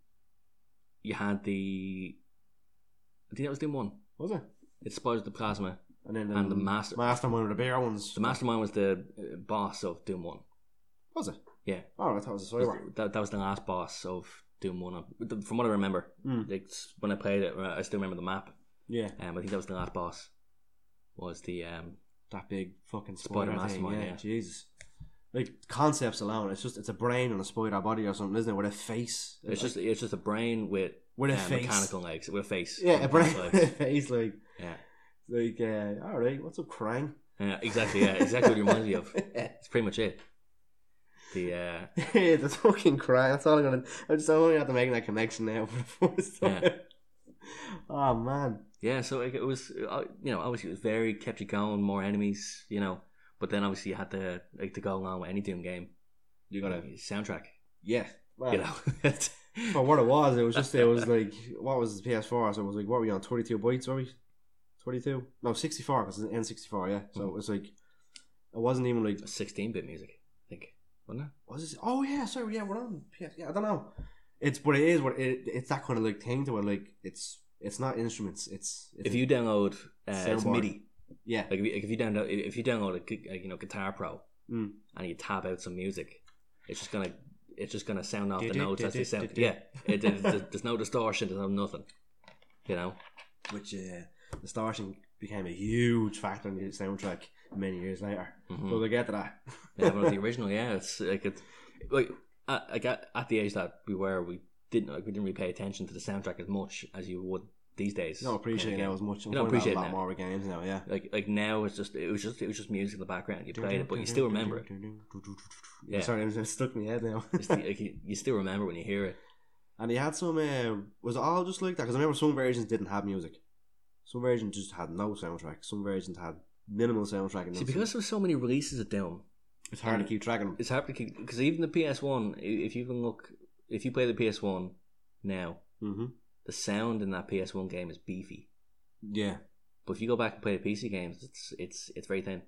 you had the I think that was Doom One. Was it? It spiders with the plasma. And then um, And the master- mastermind with the bear ones. The mastermind was the uh, boss of Doom One. was it? Yeah. Oh, I thought it was a Was- cyber. That, that was the last boss of Doom One. uh, From what I remember, Mm. like s- when I played it, uh, I still remember the map. Yeah, Um, I think that was the last boss. Was the um, that big fucking Spider spider, mastermind, thing. Yeah, yeah. Jesus. Like concepts alone, it's just it's a brain on a spider body or something, isn't it? With a face. it's just it's just a brain with with a uh, face. mechanical legs with a face. Yeah, a brain *laughs* Mechanical with a legs. face. Like Yeah. like uh, all right, what's up, Krang? Yeah, exactly. Yeah, exactly what it *laughs* reminds me of. It's pretty much it. The uh, yeah, *laughs* the fucking Krang. That's all I'm gonna. I just only have to make that connection now *laughs* for the first time. Yeah. Oh man, yeah, so like, it was uh, you know obviously it was very kept you going, more enemies, you know. But then obviously you had to like to go along with any Doom game. you gotta soundtrack, yeah. Man. you know. *laughs* For what it was, it was just it was like what was the PS4? So it was like what were we on? Twenty two bytes, were we? Twenty two? No, sixty four because it's an N sixty four. Yeah, so it was like it wasn't even like Sixteen bit music, I think, wasn't it? was this? Oh yeah, sorry, yeah, we're on PS. Yeah, I don't know. It's but it is what it, it's that kind of like thing to it. Like it's it's not instruments. It's, it's If you download, uh, it's Soundboard. MIDI. yeah Like if you, if you download if you download a, gu- uh, you know Guitar Pro Mm. and you tab out some music, it's just gonna it's just gonna sound off the Do-do, notes as they do-do, sound. do-do. Yeah, it, it- it- there's no distortion, there's no nothing. You know, which uh, the starting became a huge factor in the soundtrack many years later. Mhm. But we'll get to that. yeah, but the original, yeah, it's like it's like at, like at, at the age that we were, we didn't like we didn't really pay attention to the soundtrack as much as you would these days. You don't appreciate Yeah. now as much. I'm You don't finding out appreciate a lot now. more with games now. Yeah. Like like now it's just it was just it was just music in the background. You played it, but you still remember *laughs* it. Yeah. Yeah. Sorry, it stuck in my head now. *laughs* It's the- like, you, you still remember when you hear it. um, and he had some. Uh, was it all just like that? Because I remember some versions didn't have music. Some versions just had no soundtrack. Some versions had minimal soundtrack. And no See, because sound- there was so many releases of Doom, it's hard to keep track of them. it's hard to keep because even the PS One, if you can look, if you play the PS One now, hmm the sound in that PS One game is beefy. Yeah. But if you go back and play the PC games, it's it's it's very thin.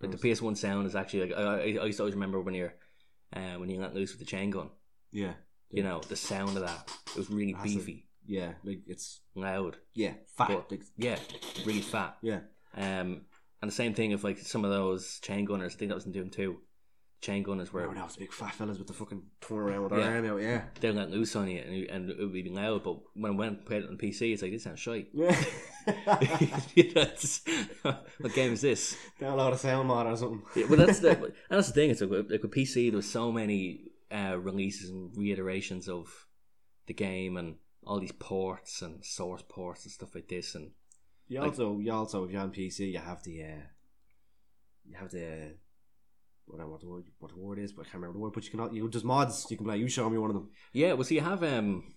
Like the Mm. PS One sound is actually like I, I I used to always remember when you're uh, when you let loose with the chain gun. Yeah. You know the sound of that it was really Massive. beefy, Yeah. Like it's loud, yeah fat. But- like, yeah, really fat. yeah. Um, and the same thing if like some of those chain gunners, I think that was in Doom Two, chain gunners were Remember those big fat fellas with the fucking turn around with their Yeah. arm out. Yeah. they let loose on you and, you- and it would be loud. But when I went and played it on PC, it's like this sounds *laughs* shite. *laughs* Yeah. You know, it's- *laughs* what game is this? Download a sound mod or something. *laughs* Yeah, well, that's the and that's the thing. It's like, with- like with PC, there was so many uh, releases and reiterations of the game and all these ports and source ports and stuff like this. And You Like- also, you also, if you're on PC, you have the, uh, you have the, what, what the word, what the word is, but I can't remember the word. But you can, al- you just mods. You can play. You show me one of them. yeah, well, see, you have um,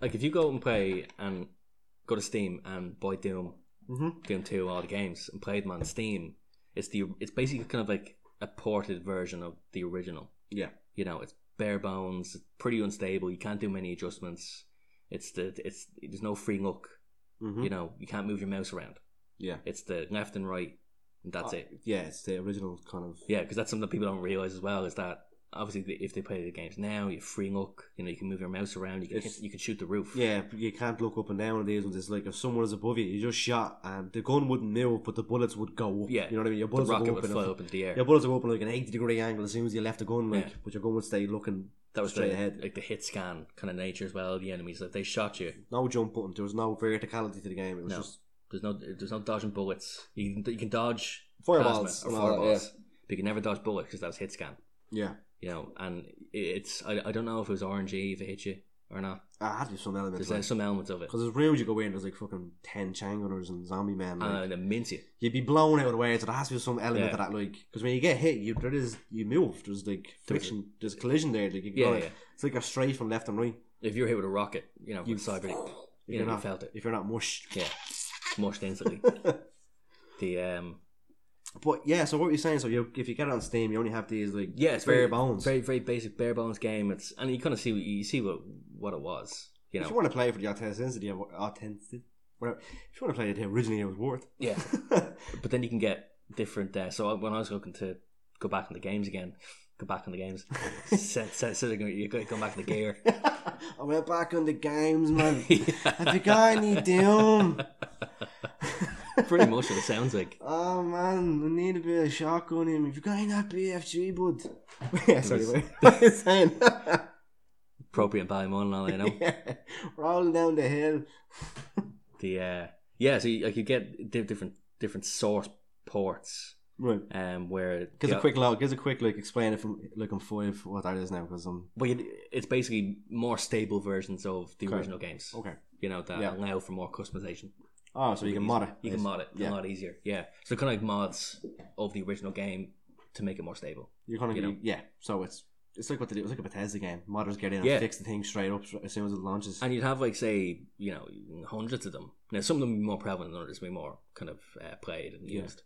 like if you go and play and go to Steam and buy Doom, Mm-hmm. Doom Two, all the games and play them on Steam, it's the it's basically kind of like a ported version of the original. Yeah. you know, it's bare bones, pretty unstable. You can't do many adjustments. It's the it's there's no free look. Mm-hmm. You know, you can't move your mouse around. yeah, It's the left and right, and that's Uh, it. Yeah, it's the original kind of. Yeah, because that's something that people don't realize as well is that obviously the- if they play the games now, you have free look. You know, you can move your mouse around. You can It's- hit, you can shoot the roof. Yeah, but you can't look up and down on these ones. It's like if someone is above you, you just shot, and the gun wouldn't move, but the bullets would go up. Yeah, you know what I mean. Your the bullets rocket would would go fly up. and up into the air. your bullets would go up in like an eighty degree angle as soon as you left the gun, like, Yeah. but your gun would stay looking That was straight the, ahead. like the hit scan kind of nature as well. The enemies, if they shot you, No jump button. There was no verticality to the game. It was No. just there's no there's no dodging bullets. You can, you can dodge fireballs. plasma or and all that, fireballs, but you can never dodge bullets because that was hit scan. Yeah. yeah. you know, and it's I, I don't know if it was RNG if it hit you or not. Ah, it had to be some element. There's uh, Because some elements of it, there's rooms you go in, there's like fucking 10 changoners and zombie men. Like, and it mints you. you'd be blown out of the way, so there has to be some element Uh, Yeah. of that. Like, because when you get hit, you there is you move. There's like friction, there's collision there. Like, you Yeah, go, yeah. It's like a strafe from left and right. If you're hit with a rocket, you know, You- with cyber, If you you're know, you not, *laughs* felt it. if you're not mushed. Yeah, mushed *laughs* instantly. the um, But yeah, so what were you saying? So you, if you get it on Steam, you only have these like yeah, it's bare very bones. very very basic bare bones game. It's and you kind of see what you see what what it was. You If know, you want to play for the authenticity of authenticity, whatever. If you want to play it originally, it was worth. yeah. But then you can get different. Uh, so I- when I was looking to go back in the games again, go back in the *laughs* games, set set set you go back in the gear. *laughs* I went back on the games, *laughs* man. *laughs* Have you Yeah. got any Doom? *laughs* Pretty much what it sounds like. Oh man, I need a bit of shotgun him. If you got any that BFG, *laughs* bud. yeah, sorry, was- wait. what was I *laughs* saying? *laughs* appropriate in Ballymun and all that, you know. yeah, rolling down the hill. the uh, yeah, so you, like you get di- different different source ports, Right. um, where Gives yeah, a quick look. Gives a quick like. Explain it from like I'm five. What that is now because I'm well, you, it's basically more stable versions of the Okay. original games. okay. You know that Yeah. allow for more customization. Oh, so you can mod it. You can mod it Yeah. a lot easier. Yeah, so kind of like mods of the original game to make it more stable. You're kind of you know. yeah. So it's it's like what they do. It's like a Bethesda game. Modders get in and Yeah. fix the thing straight up as soon as it launches. And you'd have like say you know hundreds of them. Now some of them would be more prevalent than others, would be more kind of uh, played and Yeah. used.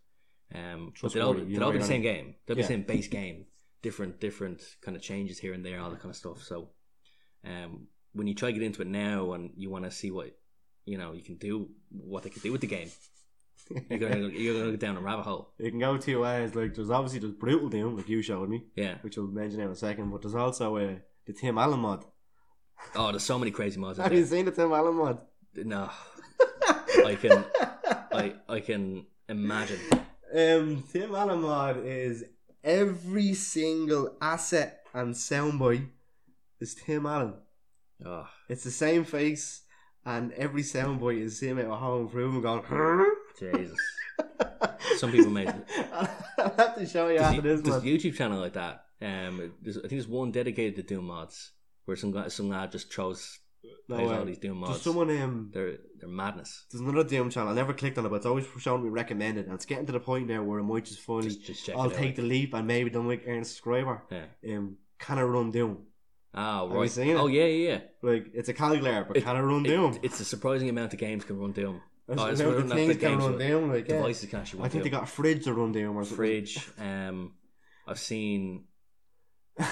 Um, but they'd all, Trustworthy, you they'd know all be the you're same game. They'd be Yeah. the same base game. Different different kind of changes here and there, all that kind of stuff. So um, when you try to get into it now and you want to see what you know you can do, what they can do with the game, you're *laughs* gonna you're gonna go down a rabbit hole. It can go two ways. Like there's obviously the brutal doom, like you showed me, Yeah. which we'll mention in a second. But there's also uh, the Tim Allen mod. *laughs* Oh, there's so many crazy mods. Out Have you there. seen the Tim Allen mod? *laughs* No, I can I I can imagine. um, Tim Allen mod is every single asset and soundbite is Tim Allen. Oh, It's the same face, and every soundbite is him at a home improvement going. "Huh?" Jesus. Some *laughs* people made it. I'll have to show you There's after a- this there's one. a YouTube channel like that. Um, there's, I think there's one dedicated to Doom mods, where some guy, some lad just throws No plays way. all these Doom There's mods. someone um, They're they're madness. There's another Doom channel. I never clicked on it, but it's always showing me recommended, and it's getting to the point now where I might just finally. Just, just check I'll it out. take the leap and maybe don't make earn a subscriber. yeah. Um, can I run Doom? Oh you right. seen it? Oh yeah, yeah. yeah. Like it's a calculator, but It- can I run It- Doom? it's a surprising amount of games can run Doom. As, Oh, it's now running the that things big can games run with down. Like, yeah. Devices can actually. I run think they down. got a fridge to run down or something. *laughs* fridge. Um, I've seen. Uh,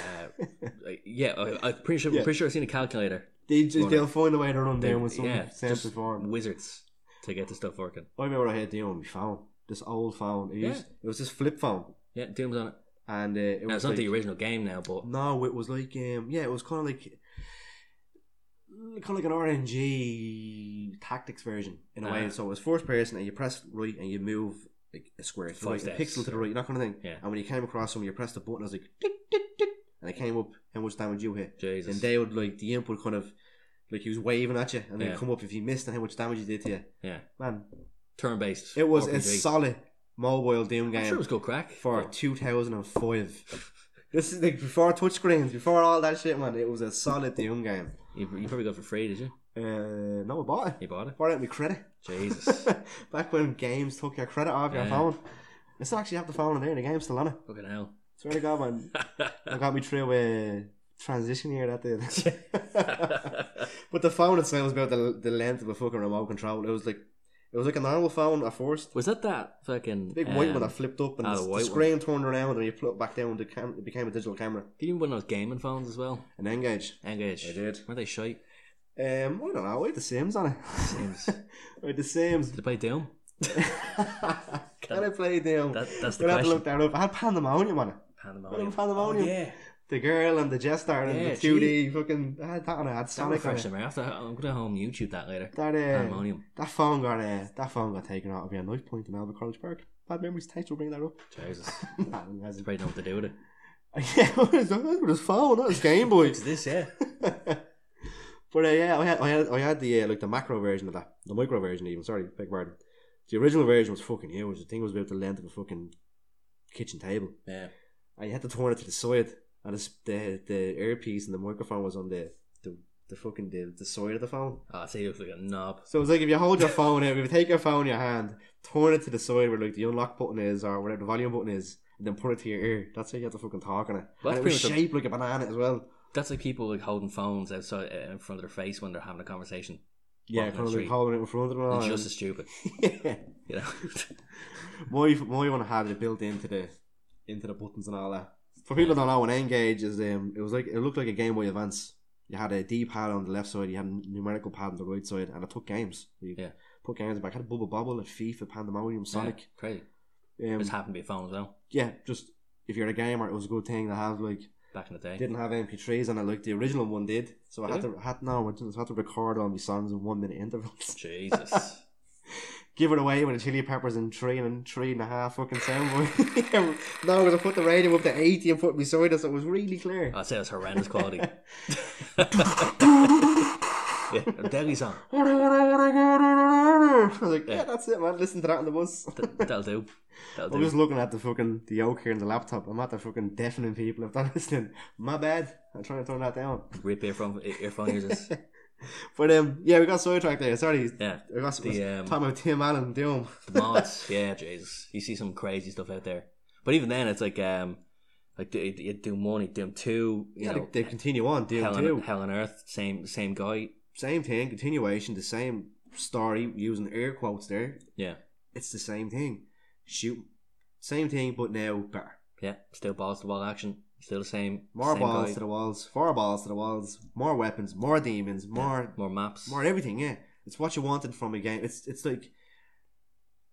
like, yeah, I, I'm pretty sure. Yeah. Pretty sure I've seen a calculator. They just, Runner. they'll find a way to run They- down with some yeah, sense just of form. Wizards to get the stuff working. I remember I had Doom on my phone. This old phone. It, Yeah. used, it was this flip phone. Yeah, Doom's on it. And uh, it Now, was it's not like- the original game now, but No, it was like um, yeah, it was kind of like kind of like an RNG tactics version in a way. Ah. So it was first person, and you press right and you move like a square, to the Five right, a steps. pixel to the right, that kind of thing. Yeah. And when you came across someone, you pressed the button. It was like tick, tick, tick, and it came up how much damage you hit, Jesus. and they would like the input kind of like he was waving at you, and then Yeah. come up if you missed and how much damage you did to you. yeah, Man, turn based. it was a solid mobile Doom game I'm sure it was good crack. for but- 2005. this is like before touchscreens, before all that shit, man. It was a solid Doom game. you, you probably got it for free, did you? Uh, no, I bought it. You bought it. Bought it with my credit. *laughs* Jesus. Back when games took your credit off your Yeah. phone. I still actually have the phone in there, the game's still on it. Fucking hell. *laughs* Swear to God, man. I got me through a transition year that did. *laughs* but the phone itself was about the, the length of a fucking remote control. It was like it was like a normal phone at first, was that that fucking Big white um, one that flipped up and ah, the, the the white one. screen turned around and you put it back down. The cam- it became a digital camera. Did you even win those gaming phones as well? An Engage. Engage. I did. Were they shite? Um, I don't know. I had the Sims on it. *laughs* Sims. Did I had the *laughs* Sims. *laughs* they play Doom? Can I play them? That, that's the We'll have to question. look that up. I had Pandemonium on it. Pandemonium. Pandemonium. Oh, yeah. The girl and the Jester and Yeah, the 2D fucking. I had that on it. I had That Sonic on refreshed it. them. I have to, I'm going to home YouTube that later. That, uh, Pandemonium. that phone got uh, that phone got taken out of me at knife point in Albert College Park. Bad memories. Thanks for bringing that up. *laughs* Jesus. Nah, it You hasn't. probably know what to do with it. *laughs* yeah, it was it was his phone, not his Game Boy. *laughs* this, yeah. but uh, yeah, I had, I had I had the uh, like the macro version of that, the micro version even. Sorry, big pardon. The original version was fucking huge. The thing was about the length of a fucking kitchen table, Yeah. and you had to turn it to the side. And it's, the the earpiece and the microphone was on the the, the fucking the, the side of the phone. Oh, see, it looks like a knob. So it's like if you hold your phone out, if you take your phone in your hand, turn it to the side where like the unlock button is or whatever the volume button is, and then put it to your ear. That's how you have to fucking talk on it. Well, and that's it was pretty much a- shaped like a banana as well. That's like people like holding phones outside uh, in front of their face when they're having a conversation. Yeah, Walking kind of the like street. holding it in front of them. and all It's that. just as stupid, yeah. *laughs* you know. My my one had it built into the into the buttons and all that. For people that don't know, an N-Gage is um, it was like it looked like a Game Boy Advance. You had a D pad on the left side, you had a numerical pad on the right side, and it took games. You Yeah. put games back. I had Bubble Bobble, and FIFA, Pandemonium, Sonic. Yeah, *laughs* crazy. Yeah. It Um, just happened to be a phone as well yeah, just if you're a gamer, it was a good thing to have. Like back in the day. didn't have MP3s on it, like the original one did. So I had Did to had no, I didn't, so I had to record all my songs in one minute intervals. *laughs* Jesus. give it away with the chili peppers and three and three and a half fucking soundboard. *laughs* no, because I put the radio up to eighty and put it beside us. It was really clear. *laughs* I'd say it's horrendous quality. yeah, a deadly song. I was like, yeah, Yeah. that's it, man. Listen to that on the bus. Th- That'll do. I That'll was do. looking at the fucking the yoke here in the laptop. I'm at the fucking deafening people if they're *laughs* listening. My bad. I'm trying to turn that down. Rip earphone, *laughs* earphone users. But um, yeah, we got sidetracked there. Sorry, Yeah. we got The, um, talking about Tim Allen Doom. The mods. Yeah, Jesus. You see some crazy stuff out there. But even then, it's like, um, like you you do one, you do two, you Yeah, know, they, they continue on. Doom Hell, too. on, Hell on Earth, same same guy. same thing, continuation, the same story, using air quotes there. Yeah. It's the same thing. Shoot, same thing, but now better. Yeah, still balls to the wall action. Still the same. More same balls guy. to the walls, four balls to the walls, more weapons, more demons, more, More maps. more everything. Yeah, it's what you wanted from a game. It's it's like,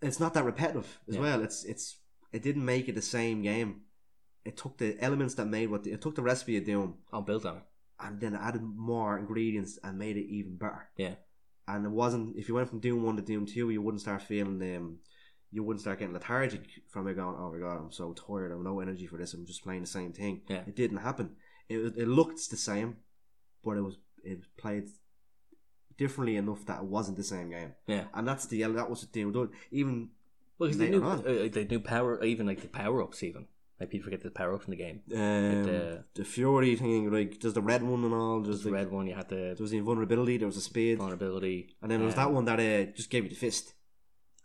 it's not that repetitive as Yeah. well. It's it's it didn't make it the same game. It took the elements that made what the, it took the recipe of Doom I'll build on it. and then added more ingredients and made it even better. Yeah. And it wasn't if you went from Doom one to Doom two, you wouldn't start feeling um, you wouldn't start getting lethargic from it going, oh my god, I'm so tired, I'm no energy for this, I'm just playing the same thing. Yeah. It didn't happen. It was- it looked the same, but it was it played differently enough that it wasn't the same game. Yeah. And that's the that was the Doom done. Even Well, because they Later knew, on. uh, they knew power, even like the power ups, even like people forget the power ups in the game. um, uh, the Fury thing, like there's the red one and all, there's There's the the, red Oh, one. You had the there was the invulnerability, there was the speed, vulnerability, and then there was um, that one that uh, just gave you the fist.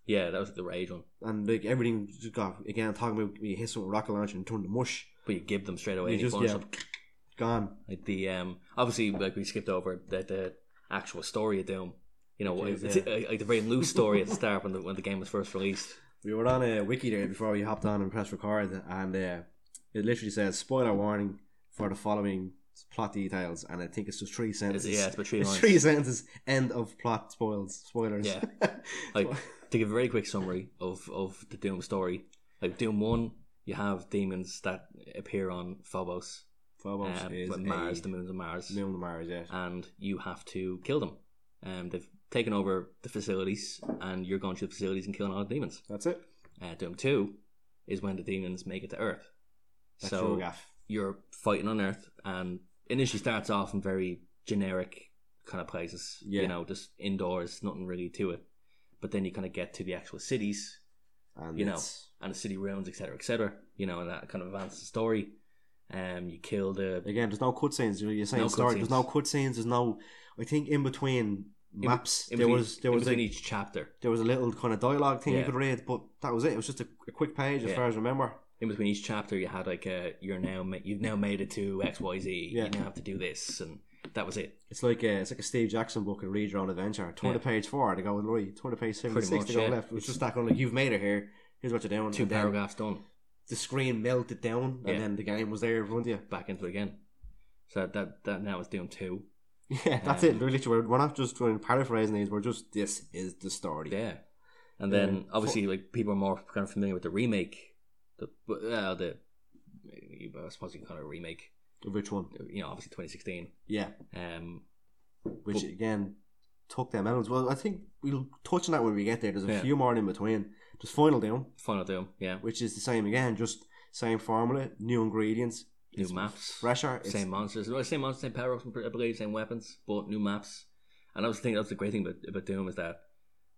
Yeah, that was the rage one. and like everything just got again talking about we hit someone with a rocket launcher and turn to mush. But you give them straight away. You Oh, and you just punish yeah, them. gone. Like the um, obviously like we skipped over the, the actual story of Doom, You know, Jeez, it's uh, like a very loose story at the start when the when the game was first released. We were on a wiki there before we hopped on and pressed record, and uh, it literally says spoiler warning for the following plot details, and I think *laughs* it's just three It's, sentences. yeah, it's about three It's lines. three sentences. End of plot spoils. Spoilers. *laughs* Yeah. Like- to give a very quick summary of, of the Doom story, like Doom 1, you have demons that appear on Phobos, Phobos um, is but Mars, Mars. the Uh, moons of Mars, moon of Mars. Yeah. and you have to kill them. Um, they've taken over the facilities, and you're going to the facilities and killing all the demons. That's it. Uh, Doom 2 is when the demons make it to Earth. That's so your gaff. you're fighting on Earth, and initially starts off in very generic kind of places. Yeah. You know, just indoors, nothing really to it. But then you kind of get to the actual cities And you know. it's- and the city ruins, etc., etc. You know, and that kind of advances the story. Um, you kill the again, there's no cutscenes. You're you're saying No story. cutscenes. There's no cutscenes. There's no. I think in between maps in there between- was there in was between like, each chapter, there was a little kind of dialogue thing you Yeah. could read, but that was it. It was just a, a quick page as Yeah. far as I remember. in between each chapter, you had like a you're now ma- you've now made it to X Y Z. Yeah. You now have to do this, and that was it. It's like a, it's like a Steve Jackson book and read your own adventure. Turn Yeah. to page four to go right. Turn to page seven Pretty six much, to go yeah. left. It was just that kind of like you've made it here. Here's what you're doing. Two and then paragraphs done, The screen melted down, and Yeah. then the game was there in front of you. back into it again. So that that now is Doom two. *laughs* Yeah, that's Um, it. We're Literally, we're, we're not just doing paraphrasing these. We're just this is the story. Yeah, and then Yeah. obviously like people are more kind of familiar with the remake, the uh, the I suppose you can call it a remake. Which one? You know, obviously twenty sixteen. Yeah, Um, which But- again took them elements. Well, I think we'll touch on that when we get there. There's a Yeah. few more in between. There's Final Doom, Final Doom, yeah. which is the same again, just same formula, new ingredients, New it's maps. fresher. It's, same monsters, no, same monsters, same power ups, I believe, same weapons, but new maps. And I was thinking that's the great thing about, about Doom is that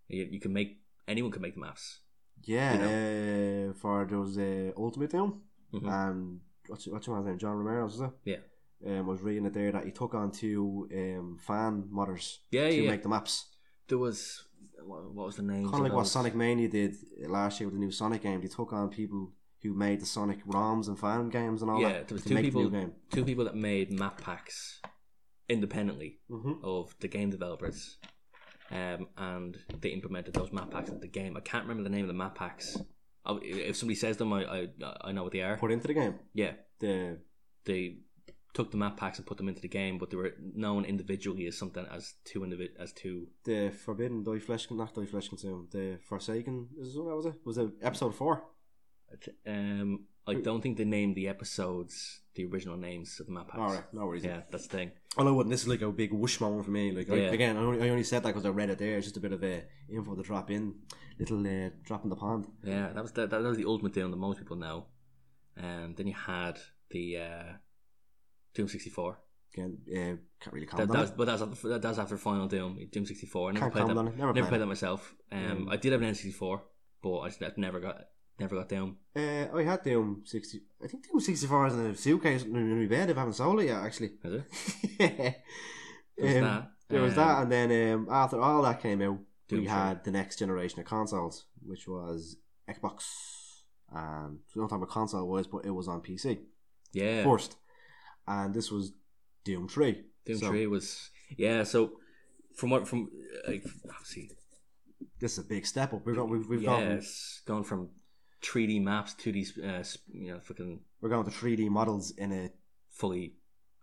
you, you can make anyone can make the maps. Yeah, uh, for those uh, Ultimate Doom Mhm. and what's what's your man's name? John Romero, was it? Yeah. Um, I was reading it there that he took on two um, fan modders yeah, to yeah. make the maps. there was what, what was the name? Kind of like what Sonic Mania did last year with the new Sonic game. They took on people who made the Sonic ROMs and fan games and all Yeah, that there was to two make the people- new game. Two people that made map packs independently Mm-hmm. of the game developers, um, and they implemented those map packs into the game. I can't remember the name of the map packs. Oh, I, if somebody says them, I, I I know what they are. Put into the game. Yeah, The they took the map packs and put them into the game, but they were known individually as something as two individ- as two. the Forbidden Die Flesh not Die Flesh Consume, the Forsaken er is that was it? Was it episode four? Um, I Hmm. don't think they named the episodes the original names of the map packs. Alright, no worries. Yeah, that's the thing. Although wouldn't this is like a big whoosh moment for me. Like I, Yeah. again, I only, I only said that because I read it there. It's just a bit of a info to drop in, little uh, drop in the pond. Yeah, that was the, that, that was the ultimate deal that most people know. And then you had the uh, Doom sixty four. Again, uh, can't really That, comment that on was, it. but that's after, that, that's after Final Doom, Doom sixty four. I never Can't played comment that. on it. Never, Never played played that myself. Um, Mm. I did have an N sixty four, but I just I never got never got Doom. that. Uh, I had Doom sixty. I think Doom sixty four is in a suitcase in my bed. If I haven't sold it yet, actually. *laughs* Is it? yeah. There was Um, that. There was Um, that, and then um, after all that came out, Doom we Patrol. had the next generation of consoles, which was Xbox, and we don't talk about console was, but it was on PC yeah. first, and this was Doom Three. Doom So- Three was yeah. So from what from like obviously This is a big step up. We've got we've, we've yeah, gone it's gone from three D maps to these uh, sp- you know fucking we're going to three D models in a fully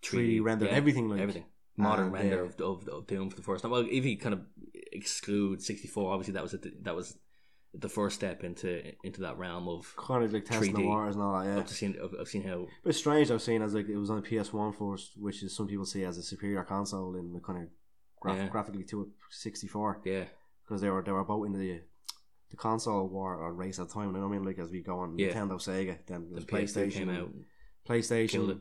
3D rendered yeah, everything like everything modern And, render uh, of, of, of Doom for the first time. Well, if you kind of exclude sixty four, obviously that was a, that was the first step into into that realm of kind of like testing the 3D. waters and all that. Yeah, of seeing of, of seeing how but strange I've seen as like it was on PS One first, which is some people see as a superior console in the kind of graph- Yeah. graphically to a sixty four. yeah because they were they were both in the the console war or race at the time. You know what I mean? Like as we go on Yeah. Nintendo, Sega, then it the was PlayStation PlayStation, came out, killed it. PlayStation,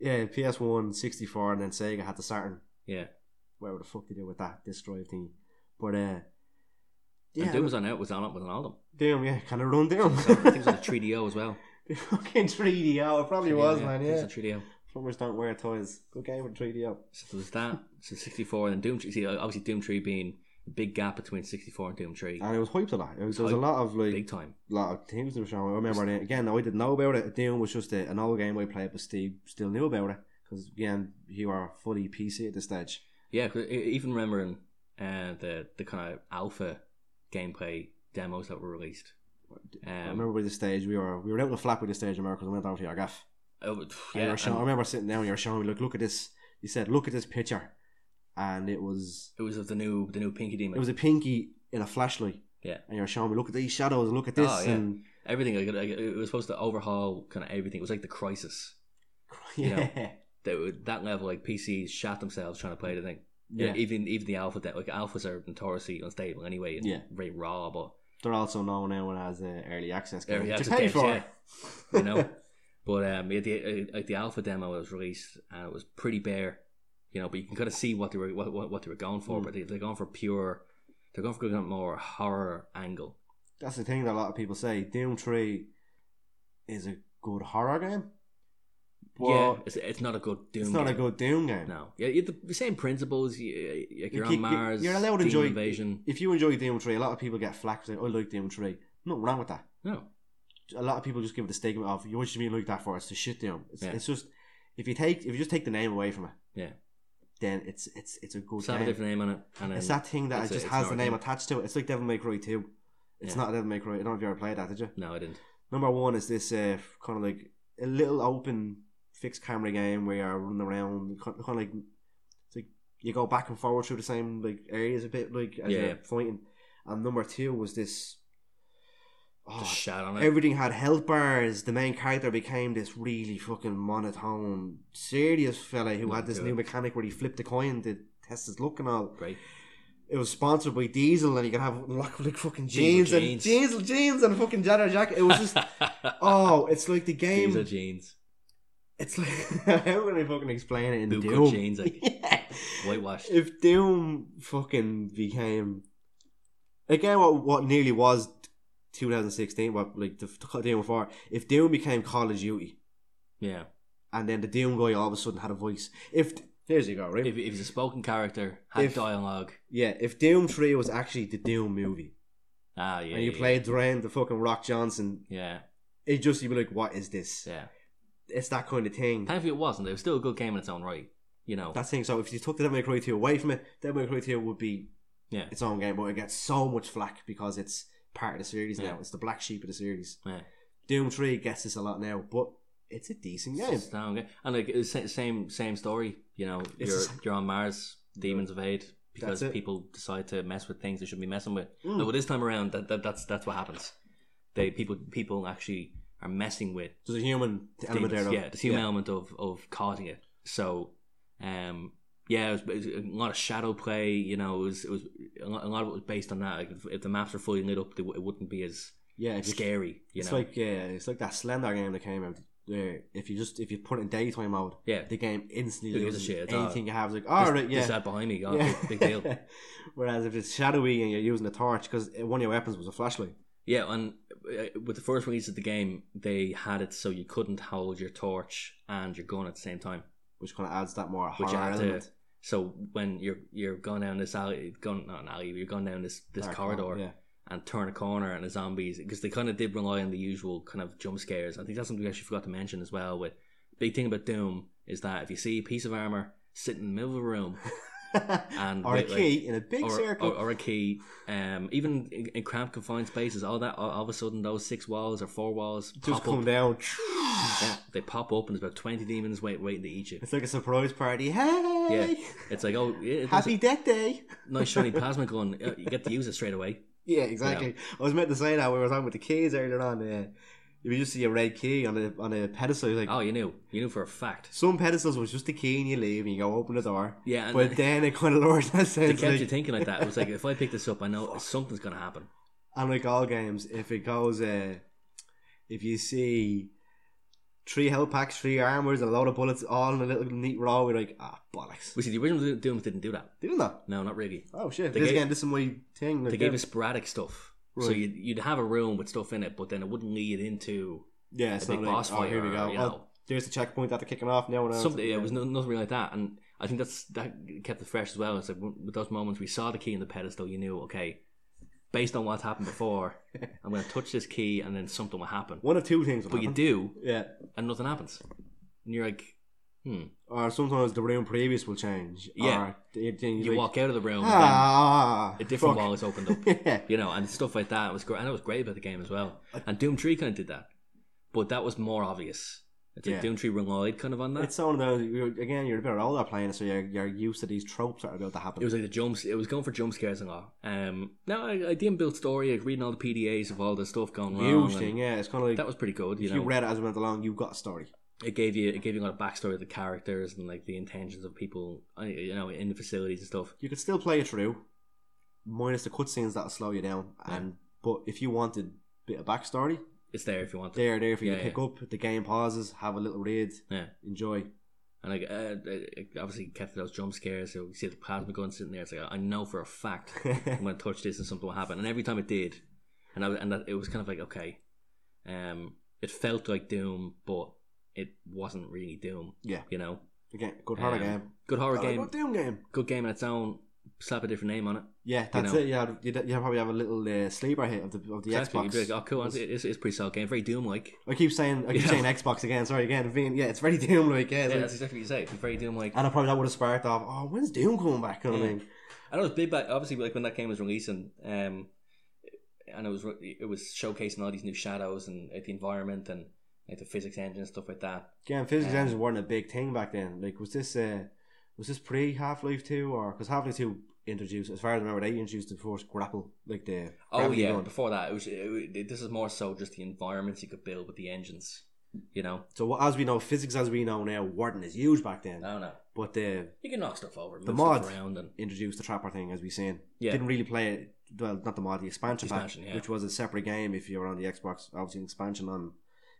yeah, PS One, sixty four, and then Sega had the Saturn. Yeah, Whatever the fuck they do with that disc drive thing, but uh, and yeah, Doom was on out was on it with an album. Doom, yeah, kind of run down. So I think it was on the three DO as well. Fucking 3DO, it *laughs* probably was, man. it was Yeah, a three DO. plumbers don't wear toys. Good game for 3DO. So there was that. So 64 and then Doom Tree. See, obviously Doom Tree being a big gap between 64 and Doom Tree. And it was hyped a lot. It was, there was a Hype. lot of like Big time. lot of teams they were showing. I remember it. again. I didn't know about it. Doom was just a, an old game I played, but Steve still knew about it because again, you are fully PC at this stage. Yeah, 'cause I I e, even remembering uh, the the kind of alpha gameplay demos that were released. I Um, remember with the stage we were we were out in the flat with the stage in America. 'cause I went down to your gaff. I would- And you oh, yeah, were showing, I and remember sitting down. You were showing me like, look at this. You said, look at this picture, and it was it was of the new the new Pinky Demon. it was a pinky in a flashlight. Yeah. And you were showing me, look at these shadows, and look at this, Oh, yeah. and *laughs* everything. Like, like, it was supposed to overhaul kind of everything. It was like the Crisis. You know, yeah, That would- that level, like PCs shot themselves trying to play the thing. You know, yeah. even even the alpha that like alphas are notoriously unstable anyway and Yeah. very raw, but They're also known now as uh, early access games. Early to access pay games, for. yeah. you *laughs* know. but um, yeah, the uh, like the alpha demo was released and it was pretty bare, you know. But you can kind of see what they were what, what, what they were going for. Mm. But they, they're going for pure, they're going for a more horror angle. That's the thing that a lot of people say. Doom Three is a good horror game. But yeah, it's, it's not a good Doom. it's not a game. good Doom game. No, yeah, you the same principles. You, like you're You- on you- Mars. you're allowed to demon enjoy- invasion. If you enjoy Doom Three, a lot of people get flack for saying, "Oh, "I like Doom 3. Nothing wrong with that. No, a lot of people just give it the stigma of you what you mean like that for it's a shit doom. It's, Yeah. it's just if you take if you just take the name away from it, Yeah. then it's it's it's a good just have a game. different name on it. And then, It's that thing that It's a- just it's has not the a name game. attached to it. It's like Devil May Cry Two. It's Yeah. not Devil May Cry. I don't know if you ever played that, did you? No, I didn't. Number one is this uh, kind of like a little open fixed camera game where you're running around, kind of like it's like you go back and forward through the same like areas a bit, like as Yeah, you're yeah. fighting. And number two was this. Oh, Just shot on it. Everything had health bars. The main character became this really fucking monotone, serious fella who had Not this good. new mechanic where he flipped the coin to test his luck and all. *laughs* Great. It was sponsored by Diesel, and he could have like, like fucking Diesel jeans and jeans. Diesel jeans and fucking Janitor Jack. It was *laughs* just oh, it's like the game. These are jeans. *laughs* It's like *laughs* how can I fucking explain it in Bootcut Doom? *laughs* jeans, like. Yeah. Whitewashed. If Doom fucking became again what what nearly was 2016, what like the f- Doom Four. If Doom became Call of Duty, Yeah. and then the Doom guy all of a sudden had a voice. If there's you go right, If, if he's a spoken character, had If- dialogue. yeah. If Doom Three was actually the Doom movie, Ah, yeah. and you yeah, played Dwayne the fucking Rock Johnson, Yeah, it just you'd be like, what is this? yeah. It's that kind of thing. Thankfully, it wasn't. It was still a good game in its own right. You know. That thing. So if you took the Devil May Cry 2 away from it, Devil May Cry 2 would be Yeah. its own game, but it gets so much flack because it's part of the series Yeah. now. It's the black sheep of the series. Yeah. Doom 3 gets this a lot now, but it's a decent It's game. just a game. And like it's sa- same same story. You know, It's you're the same- you're on Mars. Demons evade because That's it. people decide to mess with things they shouldn't be messing with. Mm. No, but this time around, that, that that's that's what happens. They people people actually are messing with There's a human element there, demons. though. Yeah, the human element of of causing it. So, um, yeah, it was, it was a lot of shadow play. You know, it was it was a lot, a lot of it was based on that. Like if, if the maps were fully lit up, they, w- it wouldn't be as Yeah, it's, scary. You it's know, like yeah, it's like that Slender game that came out. Where if you just if you put it in daytime mode, yeah. the game instantly Who gives a loses shit? It's all- anything you have. It's like, all Is- right, yeah, is that behind me? Oh, yeah. big, *laughs* big deal. Whereas if it's shadowy and you're using a torch, because one of your weapons was a flashlight. Yeah, and uh, with the first release of the game, they had it so you couldn't hold your torch and your gun at the same time. which kind of adds that more Which horror adds a element. So when you're you're going down this alley, going not an alley, but you're going down this this Dark corridor horror, yeah. and turn a corner and the zombies because they kind of did rely on the usual kind of jump scares. I think that's something we actually forgot to mention as well. With big thing about Doom is that if you see a piece of armor sitting in the middle of a room *laughs* and or a with, like, key in a big or, circle. or, or a key. Um, even in, in cramped confined spaces, all that all, all of a sudden those six walls or four walls just pop come up. down. Yeah, they pop up, and there's about twenty demons wait, waiting to eat you. It's like a surprise party. Hey, It's like oh, yeah, there's happy death day. a nice shiny plasma gun. Uh, You get to use it straight away. Yeah, exactly. I was meant to say that when we were talking about the keys earlier on. Uh, if you just see a red key on a on a pedestal, you're like Oh, you knew, you knew for a fact. some pedestals was just a key and you leave and you go open the door. Yeah, *laughs* and But then it kind of lowers *laughs* that they sense. kept you Like, thinking like that. It was like if I pick this up, I know something's gonna happen. and like all games, if it goes, uh, if you see three health packs, three armors, and a load of bullets all in a little neat row, we're like, ah, bollocks. We see the original Doom didn't do that. Doing that. No, not really. Oh shit! They this gave- again, this is my thing. like, They gave us sporadic stuff. So Right. you'd, you'd have a room with stuff in it, but then it wouldn't lead into yeah, it's a big not like, boss oh, fight. here we or, go. You Oh, know, there's the checkpoint after kicking off. Now and something. Yeah, it was no, nothing really like that, and I think that's that kept it fresh as well. It's like w- with those moments we saw the key in the pedestal, you knew okay, based on what's *laughs* happened before, I'm going to touch this key and then something will happen. one of two things. Will But you happen. do, yeah, and nothing happens, and you're like, Hmm. Or sometimes the room previous will change. Yeah. Or the thing You like, walk out of the room, Ah, and then *laughs* a different fuck. wall is opened up. *laughs* yeah. you know, and stuff like that. It was great, and it was great about the game as well. And Doom Three kind of did that, but that was more obvious. It's like Yeah. Doom Three relied kind of on that. It's one of those. You're, again, you're a bit older playing, it, so you're, you're used to these tropes that are about to happen. it was like the jumps. It was going for jump scares and all. Um, now I, I didn't build story. Like reading all the PDAs of all the stuff going a wrong. huge and thing. Yeah, it's kind of like That was pretty good. You if know, you read it as we went along, you've got a story. it gave you it gave you a lot of backstory of the characters and like the intentions of people. uh, You know, in the facilities and stuff. You could still play it through, minus the cutscenes that'll slow you down. Yeah. And but if you wanted a bit of backstory, It's there if you want. to. they're there for you Yeah, to pick up. The game pauses, have a little read, Yeah. *laughs* enjoy. *laughs* And like, uh, it- it obviously kept those jump scares. So you see the plasma gun sitting there. It's like I know for a fact I'm going to touch this and something will happen. And every time it did, and I, was- and that, it was kind of like okay, um, it felt like Doom, but it wasn't really Doom. Yeah. you know, Again, good horror Um, game. good horror Oh, game, good Doom game. good game on its own. Slap a different name on it. Yeah, that's know. it. You had, you'd, you'd probably have a little uh, sleeper hit of the of the Exactly. You'd be Xbox. like, oh, cool. It's, it's, it's a pretty solid game. Very Doom like. I keep saying I keep Yeah. saying Xbox again. Sorry again. Being, yeah, it's very *laughs* Doom like. Yeah, it's Yeah, like- that's exactly what you say. It's very Doom like. and I probably that would have sparked off. Oh, when's Doom coming back? You know what I Mm. mean? I know it was big back obviously like when that game was releasing, um, and it was re- it was showcasing all these new shadows and like, the environment and like the physics engine and stuff like that. Again, physics Yeah. engines weren't a big thing back then. Like, was this uh, was this pre Half Life Two or because Half Life Two introduced, as far as I remember, they introduced the first grapple, like the Oh gravity yeah, gun. before that it was it, it- this is more so just the environments you could build with the engines, you know. So what- as we know, physics as we know now, Warden is huge back I then. don't know. But they You can knock stuff over, move The stuff mod. around, and introduced the trapper thing, as we seen. yeah, Didn't really play it. Well, not the mod, the expansion, Expansion, pack, yeah. which was a separate game if you were on the Xbox. Obviously, an expansion on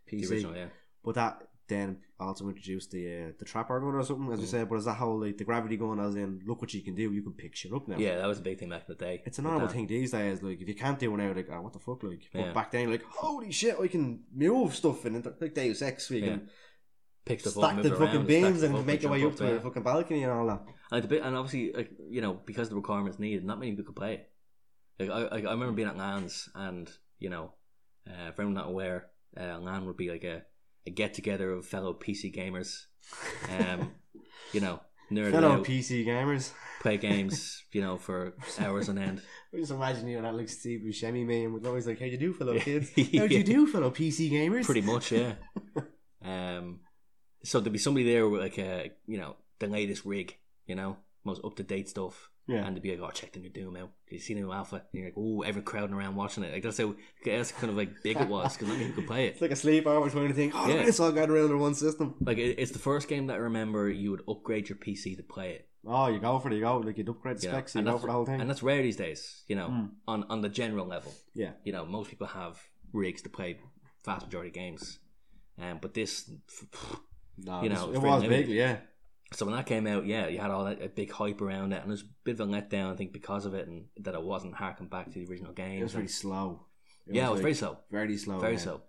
the PC. original, yeah, But that then also introduced the uh, the trapper gun or something, as we Mm. said. But as that whole like the gravity gun, as in look what you can do, you can pick shit up now. yeah, that was a big thing back in the day. It's a But normal that- thing these days. Like if you can't do it now, like oh, what the fuck, like. But Yeah. back then, you're like holy shit, I can move stuff and it- like Deus Ex, we Yeah. can Pick stuff up, stack move the it around, fucking stack beams stuff and up, make your way jump up to the yeah. fucking balcony and all that. And, the bit, and obviously, like, you know, because the requirements needed, not many people could play. Like I, I, I remember being at Lands, and you know, uh, for anyone not aware, uh, Lan would be like a, a get together of fellow PC gamers. *laughs* Um, you know, nerd Fellow out, PC gamers, *laughs* play games, you know, for hours on end. I just imagine you and that like Steve Buscemi man with always like, "How you do, fellow *laughs* Yeah. kids? How would you do, fellow PC gamers?" Pretty *laughs* much, yeah. Um, so there'd be somebody there with like a, you know, the latest rig, you know, most up to date stuff. yeah. and they'd be like, "Oh, check the new Doom out. Did you see the new Alpha?" And you're like, "Oh, everyone crowding around watching it." Like that's how that's kind of like *laughs* big it was because not many people play It's it. like a sleepover kind of thing. Oh, Yeah. look, it's all got around under one system. Like it, it's the first game that I remember you would upgrade your PC to play it, Oh, you go for it. You go like you upgrade the Yeah, specs. and you go that's- for the whole thing. and that's rare these days. You know, Hmm. on on the general level. Yeah. you know, most people have rigs to play vast majority of games, um, but this. No, you this- know, it it's very was limited. big. Yeah, So when that came out, yeah, you had all that a big hype around it, and it was a bit of a letdown, I think, because of it, and that it wasn't harking back to the original it was games. very and- slow. yeah, it was like, very slow. very slow. Very Oh, yeah. so.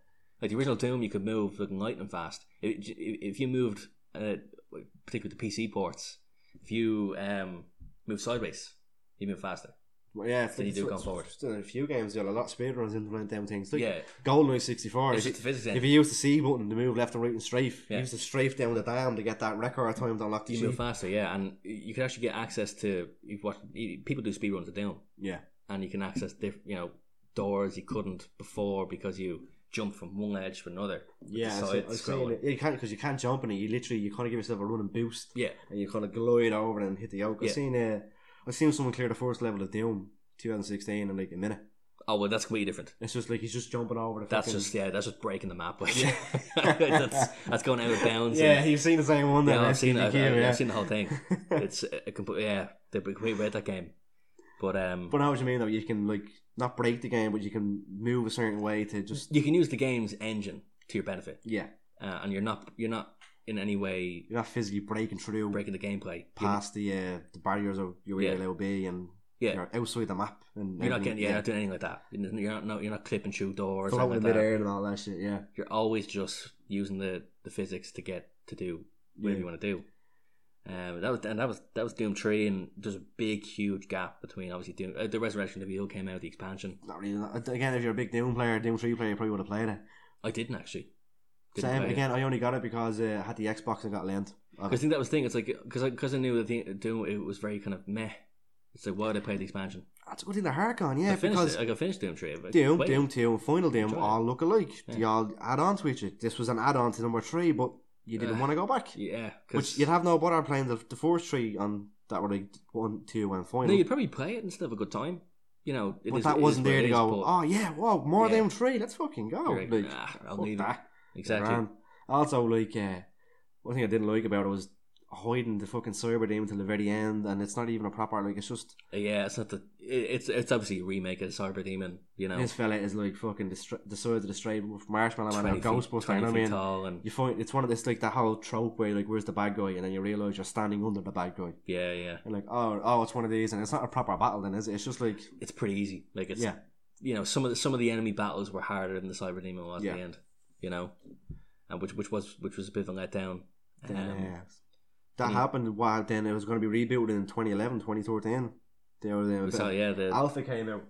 Like the original Doom, you could move looking lightning fast. If, if you moved, uh, particularly the PC ports, if you um, move sideways, you move faster. Well, yeah, it's Then like you do it's- go forward. it's Still in a few games, you have a lot of speedruns implement them things. Like yeah, Goldeneye sixty four. it's If, just the you- physics. if If you use the C button to move left and right and strafe, Yeah. you use the strafe down the dam to get that record time to unlock the you move sheep. faster, yeah, and you can actually get access to you watch you- people do speedruns of Doom, Yeah, and you can access diff, you know doors you couldn't before because you jump from one edge to another. yeah. I've the side seen- I've seen scrolling. it. You can't because you can't jump in it. You literally you kind of give yourself a running boost Yeah, and you kind of glide over and hit the yoke. I've Yeah. seen uh, I've seen someone clear the first level of Doom 2016 in like a minute. oh well, that's completely different. It's just like he's just jumping over the. That's fucking- just yeah, that's just breaking the map. *laughs* Like Yeah. that's that's going out of *laughs* bounds. and- Yeah, you've seen the same one. Yeah, that I've seen it. I've, SDDQ, I've- yeah. I've seen the whole thing. *laughs* It's a complete yeah. They complete read that game, but um, But I know what you mean though. You can like not break the game, but you can move a certain way to just you can use the game's engine to your benefit, yeah. uh, and you're not you're not in any way You're not physically breaking through breaking the gameplay. You're, past the uh, the barriers of your Yeah. ALOB and Yeah. you're outside the map and you're not everything, getting yeah, you're not doing anything like that. You're not- you're not no, you're not clipping through doors. floating anything in Like that. midair and all that shit. Yeah, You're always just using the, the physics to get to do whatever yeah. you want to do. Um, that was and that was that was Doom Three, and there's a big huge gap between obviously Doom, uh, the Resurrection of Evil came out, the expansion. Not really. not- Again, if you're a big Doom player, Doom Three player, you probably would have played it. I didn't actually. Didn't Same play it. again. I only got it because uh, I had the Xbox and got lent. 'Cause I think that was the thing. It's like because because I, knew that the, doing it was very kind of meh. It's like why would I play the expansion? That's a good thing to hark on, yeah, I finished because it. I got finished Doom Three. but- Doom, wait. Doom 2, and Final Doom uh, Enjoy it. all look alike. They Yeah. all add on to each other. This was an add on to number 3, but you didn't Uh, want to go back. Yeah, 'cause- Which you'd have no bother playing the, the first three on that were like 1, 2, and Final. no, you'd probably play it and still have a good time. You know, it but is- it that is wasn't what there it to is, go, but oh yeah, whoa, more Yeah. Doom 3, let's fucking go. you're like, Like, "Nah, I'll fuck need it. that. Exactly. Grand. Also, like, uh, one thing I didn't like about it was hiding the fucking cyber demon till the very end, and it's not even a proper like. It's just Yeah, it's not the. it- It's it's obviously a remake of Cyber Demon. You know, this fella is like fucking the, str- the size of the straight with marshmallow man 20 and feet- Ghostbuster. 20 You know what I mean? feet tall and You find it's one of this like the whole trope where like, where's the bad guy, and then you realize you're standing under the bad guy. yeah, yeah. You're like, oh, oh, it's one of these, and it's not a proper battle, then is it? It's just like, It's pretty easy. Like it's yeah, you know some of the some of the enemy battles were harder than the cyber demon was Yeah. at the end you know and which which was which was a bit of a letdown then, um, uh, that yeah. happened. While then it was going to be rebuilt in 2011, 2013. They were there. we saw yeah the Alpha came out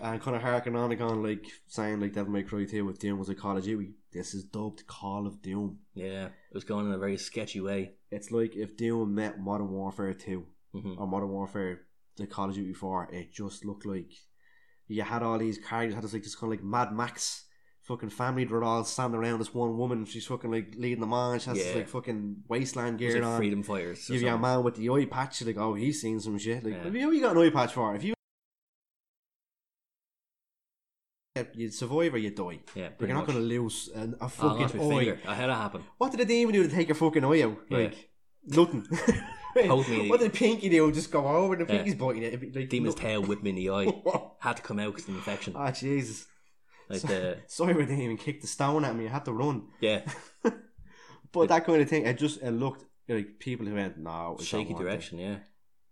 and kind of harking on and going like saying like Devil May Cry 2 with Doom was a Call of Duty. This is dubbed Call of Doom. yeah it was going in a very sketchy way It's like if Doom met Modern Warfare 2 hmm or Modern Warfare the Call of Duty 4, it just looked like you had all these characters had this like this kind of like Mad Max fucking family that were all standing around this one woman she's fucking like leading them on she has this Yeah. like fucking wasteland it was gear like on freedom fighters or Give you a something. man with the eye patch, like, oh, he's seen some shit. Like, Yeah. have you, you got an eye patch for? If you. You survive or you die. Like, yeah you're pretty not much. going to lose an, a Oh, I lost fucking my eye. finger. I had *laughs* it happen What did the demon do to take your fucking eye out? Yeah. Like, nothing. *laughs* Poke me. what did Pinky do? Just go over and the Yeah. Pinky's biting it. It'd be Like, demon's no- *laughs* tail whipped me in the eye Ah, had to come out because of the infection Jesus. like the Sorry, we didn't even kick the stone at me. I had to run. *laughs* yeah But that kind of thing, it just it looked like people who went, no, we don't shaky want this." direction yeah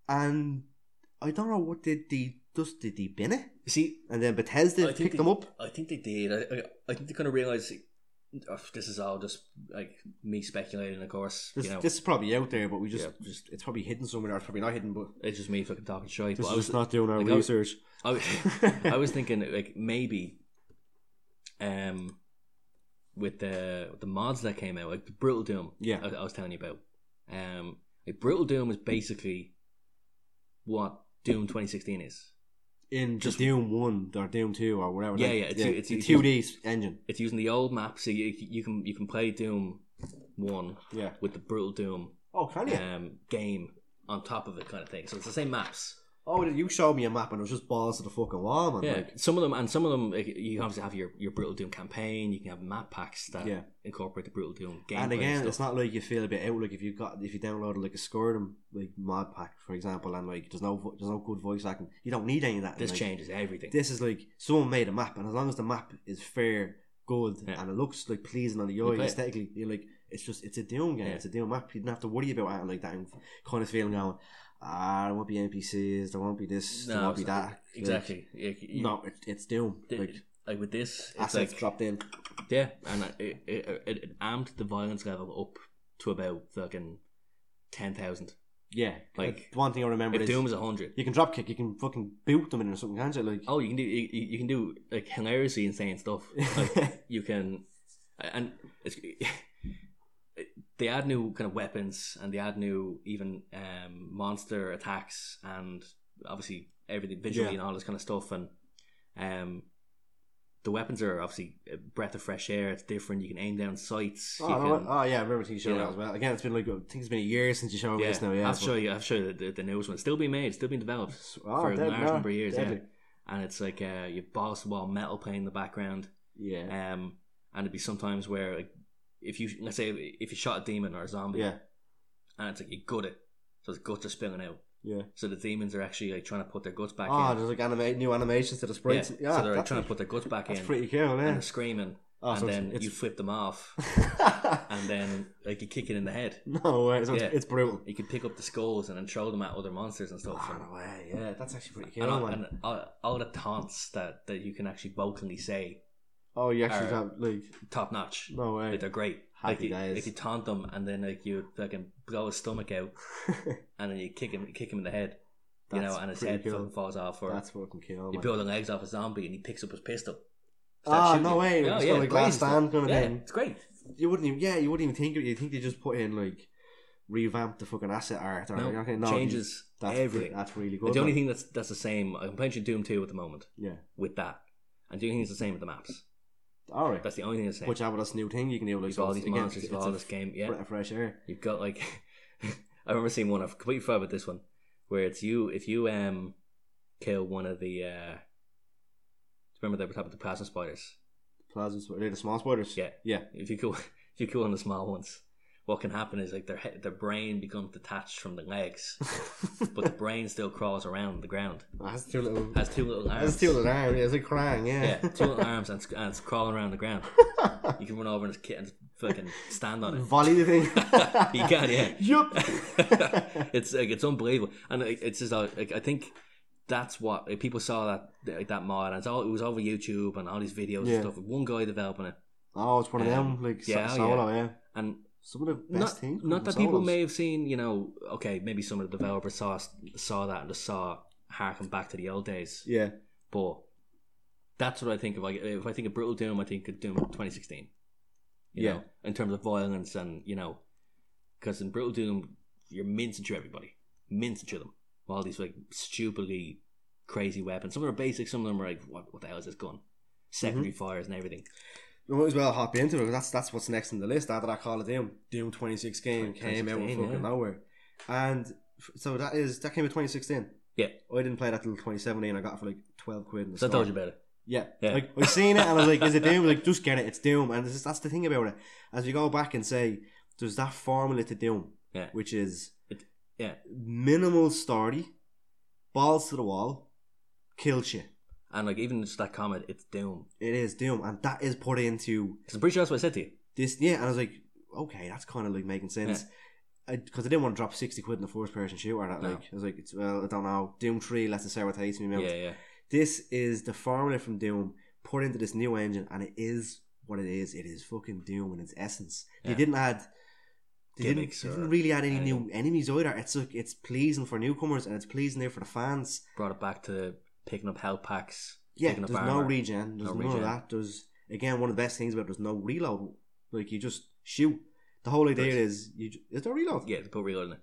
and I don't know what did the just did they bin it, you see and then Bethesda I think picked they- them up. I think they did. I, I, I think they kind of realized "Ugh, oh, this is all just like me speculating, of course. This, you know, this is probably out there, but we just, Yeah. just it's probably hidden somewhere. Or it's probably not hidden, but it's just me fucking talking shite. this But I is was, just not doing our like, I was- research. I, was- *laughs* I was thinking like maybe, um, with the with the mods that came out, like the Brutal Doom, yeah, I, I was telling you about, um, like Brutal Doom is basically what Doom 2016 is. in just just- Doom One or Doom Two or whatever. Yeah, like, yeah, it's- it's- the it's- two D engine. It's using the old map, so you, you can you can play Doom one Yeah. with the Brutal Doom Oh, can you? um, game on top of it, kind of thing. So it's the same maps. Oh, you showed me a map and it was just balls to the fucking wall, man. Yeah, Oh, Like, some of them, and some of them, like, you obviously have your, your brutal doom campaign. You can have map packs that yeah. incorporate the brutal doom game. And again, it's not like you feel a bit out. Like if you got if you downloaded like a Scourdom like mod pack, for example, and like there's no vo- there's no good voice acting, you don't need any of that. This like, changes everything. this is like someone made a map, and as long as the map is fair, good, Yeah. and it looks like pleasing on the You eye play it. aesthetically, you're like, it's just it's a Doom game, Yeah. it's a Doom map. You don't have to worry about anything like that. And kind of feeling going, ah, there won't be NPCs, there won't be this, there No, won't be it's that. not- Like, exactly. Like, you- no, it, it's Doom. the- like like with this, it's assets like dropped in. yeah, and it, it, it, it amped the violence level up to about fucking ten thousand. Yeah, Like, one thing I remember If is Doom is hundred, you can drop kick, you can fucking boot them in or something, can't you? *laughs* Like, oh, you can do you, you you can do like hilariously insane *laughs* stuff. Like, you can and it's *laughs* they add new kind of weapons and they add new even um, monster attacks and obviously everything visually Yeah. and all this kind of stuff and um the weapons are obviously a breath of fresh air it's different you can aim down sights oh, you no, can, oh, yeah, I remember you showed you know. that as well. Again, it's been like I think it's been a year since you showed me this now. Yeah, I'll but- show you I'll show you the, the newest one still being made still being developed Oh, for a dead- large no, number of years, yeah. deadly. and it's like uh, your boss wall metal playing in the background yeah, um, and it'd be sometimes where like if you let's say if you shot a demon or a zombie yeah, and it's like you gut it, so its guts are spilling out. yeah. So the demons are actually like trying to put their guts back Oh, in. there's like anima- new animations to the Yeah. sprites. Yeah, so they're like, that's, trying to put their guts back that's in pretty cool. and Yeah. they're screaming, Oh, and so then it's, you flip them off, *laughs* and then like you kick it in the head. no way. So it's, Yeah. it's brutal. You can pick up the skulls and then throw them at other monsters and stuff. Oh, and, no way. Yeah, that's actually pretty cool. and all, man. and all, all the taunts that, that you can actually vocally say, oh, you actually are- got like top notch. no way. *laughs* Like, they're great. Happy like, you, days. like you taunt them and then like you fucking blow his stomach out and then you kick him, kick him in the head, you know, That's and his pretty head cool. fucking falls off. Or That's fucking cool. You Man. blow the legs off a zombie and he picks up his pistol. Starts Oh shooting no you. way! Oh, it's yeah, got like last crazy stuff. stand kind of Yeah, thing. it's great. You wouldn't even yeah, you wouldn't even think of it. You think they just put in like revamp the fucking asset art. Or, No, like, okay, no, changes that's, everything. That's really good. It's the only like. thing that's that's the same. I'm playing Doom Two at the moment Yeah. with that, and the only thing that's the same with the maps. All right. That's the only thing that's the same. Which I have this new thing you can do. Like, you've got all it's- these again, monsters, it's you've got a all this game. Yeah, breath of fresh air. You've got like *laughs* I remember seeing one. I've completely forgot about this one, where it's you if you um kill one of the uh remember they were talking about the plasma spiders. Plasma sp- they're the small *laughs* spiders. Yeah. Yeah. If you kill *laughs* if you kill one of the small ones, what can happen is like their head, their brain becomes detached from the legs, but the brain still crawls around the ground. *laughs* that's too little. Has two little arms. That's too little iron. It's like crying. Yeah, Yeah. two little arms and, it's- and it's crawling around the ground. *laughs* You can run over and just, ki- and just fucking stand on it. Volley the thing. *laughs* You can, yeah. *laughs* Yup. it's like it's unbelievable, and it- it's just uh, like I think that's what like, people saw that like that mod, and it's all it was over YouTube and all these videos Yeah. and stuff. With one guy developing it, *laughs* oh, it's one of them. Um, Like yeah, yeah, oh, solo. Yeah. and Some of the best not things. not come that from people solos. may have seen, you know, okay, maybe some of the developers saw saw that and just saw harken back to the old days, Yeah. but that's what I think of. Like if I think of Brutal Doom, I think of Doom 2016. You Yeah. know, in terms of violence and you know, because in Brutal Doom you're mincing through everybody, mincing through them. with All these like stupidly crazy weapons. Some of them are basic. Some of them are like, what, what the hell is this gun? Secondary fires and everything. We might as well hop into it. 'cause That's that's what's next in the list. After that Call of Doom, Doom 26 game came out of 2016, fucking yeah. nowhere, and f- so that is that came out 2016. Yeah. I didn't play that till 2017. I got it for like 12 quid. In the So I store. told you about it. Yeah. Yeah. Like I seen it and I was like, is it Doom? I was like, just get it, it's Doom. And this is, that's the thing about it. As you go back and say, there's that formula to Doom, Yeah. which is It- yeah. minimal story, balls to the wall, kill shit. And like even just that comment, it's Doom. It is Doom, and that is put into 'Cause I'm pretty sure that's what I said to you. this. Yeah, and I was like, okay, that's kind of like making sense. Because I, didn't want to drop sixty quid in a first person shooter. That No. like I was like, it's, well, I don't know. Doom three, let's see what hates me. mount. Yeah, yeah. This is the formula from Doom put into this new engine, and it is what it is. It is fucking Doom in its essence. They Yeah. didn't add. They didn't, Gimmicks they or didn't really add any new anything. enemies either. It's like it's pleasing for newcomers and it's pleasing there for the fans. Brought it back to picking up health packs. Yeah, picking there's up no armor. regen. There's No none of regen. that. There's again one of the best things about it, there's no reload. Like you just shoot. The whole idea There's- is you ju- is there reload? Yeah, they put reload in it.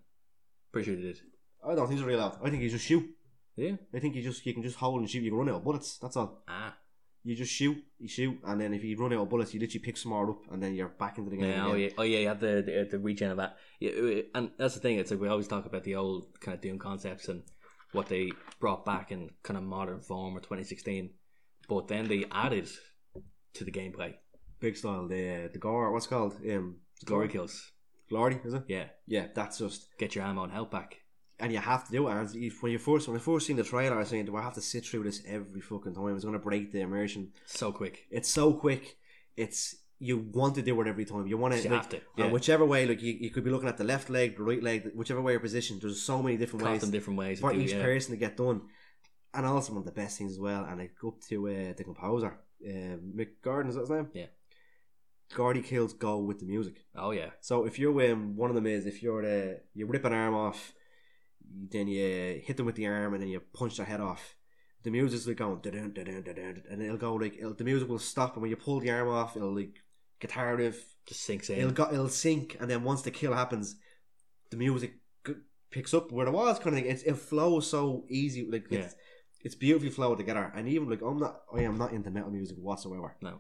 Pretty sure they did. I don't think there's a reload. I think you just shoot. Yeah. I think you just you can just hold and shoot. You can run out of bullets. That's all. Ah. You just shoot, you shoot, and then if you run out of bullets, you literally pick some more up, and then you're back into the game. Yeah, again. oh yeah, oh yeah, you have the the, the regen of that, yeah, uh, and that's the thing. It's like we always talk about the old kind of Doom concepts and what they brought back in kind of modern form or 2016, but then they added to the gameplay Big style, the the gore. What's it called? Um, glory kills. Glory, is it? Yeah, Yeah, that's just, get your ammo and health back. and you have to do it. And it's- if- when you first when I first seen the trailer, I was saying, do I have to sit through this every fucking time? It's gonna break the immersion. So quick, It's so quick. It's you want to do it every time. You want Just to, you like, have to. and Yeah. whichever way, like you, you could be looking at the left leg, the right leg, whichever way you're positioned. There's so many different Caught ways them different ways. to for do, each yeah. person to get done. And also one of the best things as well, and I go up to uh, the composer, uh, Mick Gordon, is that his name? Yeah. Gordy kills go with the music. Oh yeah, So if you're um, one of them is if you're uh, you rip an arm off, then you hit them with the arm and then you punch their head off. The music's like going da-dun, da-dun, da-dun, and it'll go like it'll, the music will stop and when you pull the arm off, it'll like guitar riff, just sinks it'll in. go, it'll sink, and then once the kill happens, the music g- picks up where it was kind of thing. It's, it flows so easy, like Yeah. it's, it's beautifully flowed together. And even like I'm not, I am not into metal music whatsoever. No.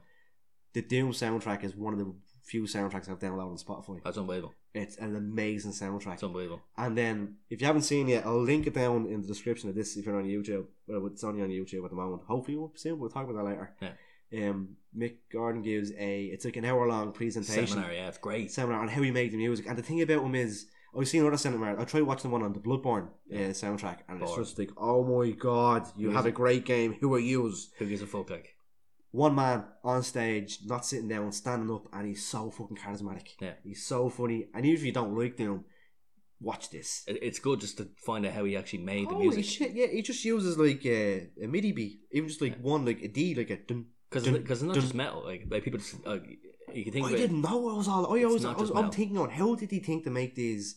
the Doom soundtrack is one of the few soundtracks I've downloaded on Spotify. That's unbelievable. It's an amazing soundtrack. It's unbelievable. And then, if you haven't seen it, I'll link it down in the description of this if you're on YouTube. Well, it's only on YouTube at the moment. Hopefully, we'll soon. We'll talk about that later. Um, Mick Gordon gives a it's like an hour long presentation Seminar, oh yeah, it's great. seminar on how he made the music. And the thing about him is, I've seen other seminars. I tried watching one on the Bloodborne Yeah. uh, soundtrack, and it's Bored. just like, oh my god, you have a great game. Who are you? Who gives a fuck? Like, One man on stage, not sitting down, standing up, and he's so fucking charismatic. Yeah. He's so funny. And even if you don't like them, watch this. it, it's good just to find out how he actually made the Holy music. shit! Yeah, he just uses like a, a MIDI beat, even just like Yeah. one like a D, like a. Dun. Because Dun- it's not dun- Oh, just metal. Like, like people just uh, you can think I about it. didn't know I was all. I It's always, I not was, just I'm metal. thinking on how did he think to make these,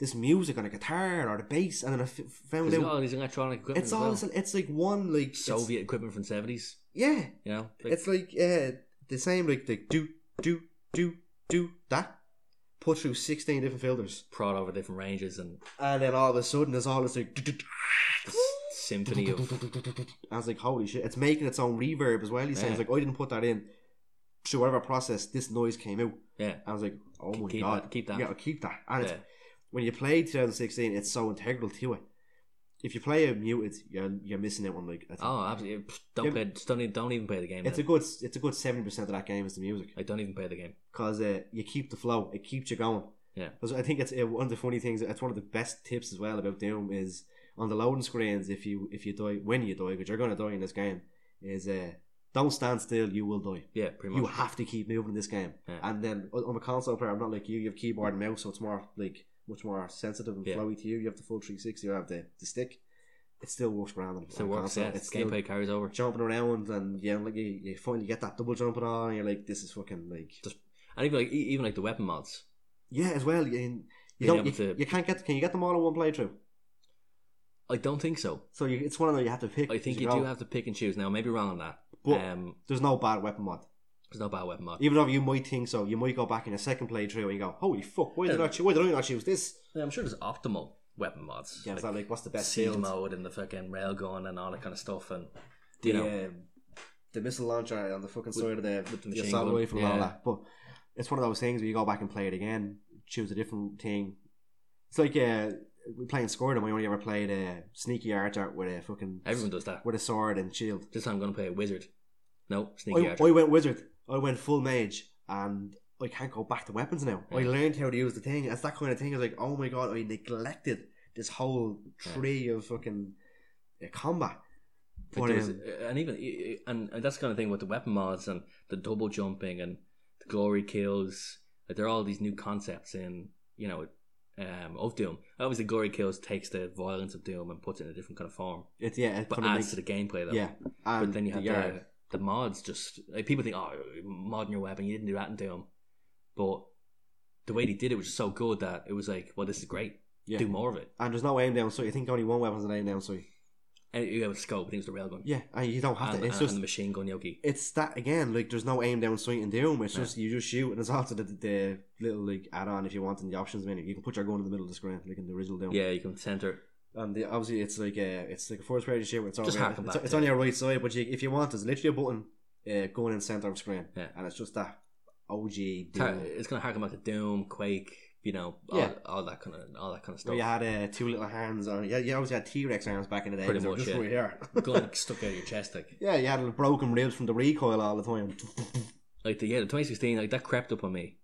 this music on a guitar or the bass, and then I f- found oh, There's out all these electronic equipment. it's as all well. this- it's like one like it's- Soviet equipment from seventies. yeah, You know, Like, it's like uh, the same like the do do do do that. put through 16 different filters. prod over different ranges and And then all of a sudden, there's all this like. the s- symphony of I was like, holy shit, it's making its own reverb as well. He says, Yeah. like, I didn't put that in. Through whatever process, this noise came out. yeah I was like, oh my keep god. that- keep that. Yeah, keep that. And yeah it's, when you play 2016, it's so integral to it. If you play it muted, you're, you're missing out on like. I think- oh absolutely Pfft, don't Yeah. play just don't even, don't even play the game It's a then. good, it's a good seventy percent of that game is the music like don't even play the game because uh, you keep the flow, it keeps you going. Yeah. 'Cause I think it's uh, one of the funny things. It's one of the best tips as well about Doom is on the loading screens. If you if you die when you die, because you're gonna die in this game, is uh, don't stand still. You will die. yeah pretty much You have to keep moving in this game. Yeah. And then oh, I'm a console player. I'm not like you. You have keyboard and mouse, so it's more like much more sensitive and Yeah. flowy to you. You have the full 360. You have the, the stick. It still works grand. on- so on it works console. yeah It's still gameplay carries over jumping around, and yeah, like you, you finally get that double jumping on. And you're like, this is fucking like and even like e- even like the weapon mods yeah, as well. You, you Being don't. able You, to- you can't get. Can you get them all in one playthrough? I don't think so So you, it's one of them you have to pick. I as think you go. do have to pick and choose now maybe wrong on that But um there's no bad weapon mod. there's no bad weapon mod Even though you might think so, you might go back in a second playthrough and you go, "Holy fuck! Why did I Yeah. not? choo- Why did I not choose this?" Yeah, I'm sure there's optimal weapon mods. Yeah, it's like like, like what's the best siege build? mode and the fucking railgun and all that kind of stuff, and the you know, um, the missile launcher on the fucking With- side of the, with the, the machine assault gun, rifle and all yeah. that. But it's one of those things where you go back and play it again, choose a different thing. It's like uh, playing Scoredom. I only ever played uh, sneaky archer with a fucking everyone does that. with a sword and shield. This time I'm gonna play a wizard. No, sneaky I, archer. I went wizard. I went full mage, and I can't go back to weapons now. I Yeah. learned how to use the thing. It's that kind of thing. It's like, oh my god, I neglected this whole tree of fucking uh, combat. Like, But, there was- um, and even and, and that's the kind of thing with the weapon mods and the double jumping and the glory kills. Like there are all these new concepts in you know um, of Doom. Obviously, glory kills takes the violence of Doom and puts it in a different kind of form, It's yeah, it but kinda adds to the gameplay though. yeah. And but then you the have yard. the, the mods just like people think oh modding your weapon you didn't do that in Doom but the way they did it was just so good that it was like well this is great Yeah. do more of it and there's no aim down sight. I think only one weapon's an aim down sight. and you have a scope I think it was the railgun Yeah, and you don't have and, to. It's and just the machine gun yogi it's that again. Like there's no aim down sight in Doom. It's Yeah. just you just shoot, and it's *laughs* also the, the little like add-on if you want in the options menu. You can put your gun in the middle of the screen, like in the original Doom. yeah you can center And the, obviously, it's like a it's like a first person shooter. It's, Just over, harken it's, back it's to- on your right side, but you, if you want, there's literally a button uh, going in center of the screen, Yeah. and it's just that OG Doom. tar- it's gonna harken back to Doom Quake you know all, Yeah. all that kind of all that kind of Where you stuff had uh, two little hands on. Yeah, you always had T Rex arms back in the day. Pretty 'cause they were much, just yeah. right here. gun stuck out of your chest like Yeah, you had little broken ribs from the recoil all the *laughs* time. like the, yeah the 2016 like that crept up on me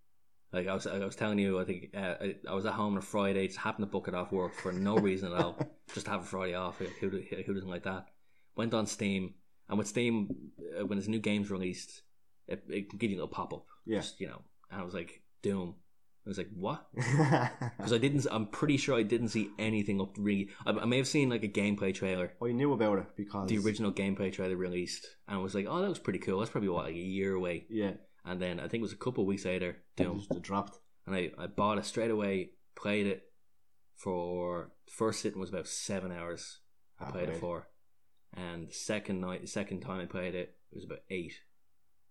like I was, I was telling you, I think uh, I, I was at home on a Friday, just happened to book it off work for no reason at all, just to have a Friday off. like, Who, do- who doesn't like that? Went on Steam, and with Steam, uh, when there's new games released, it, it can give you a little pop up. Yeah. Just, you know, and I was like, Doom. I was like, what? I Because I didn't. I'm pretty sure I didn't see anything up. Really, I, I may have seen like a gameplay trailer, knew about it because the original gameplay trailer released, and I was like, oh, that was pretty cool. That's probably what like a year away. Yeah, And then I think it was a couple of weeks later, Doom just dropped. and I, I bought it straight away, played it for first sitting was about seven hours. I played it Halfway. for, and the second night, the second time I played it, it was about eight,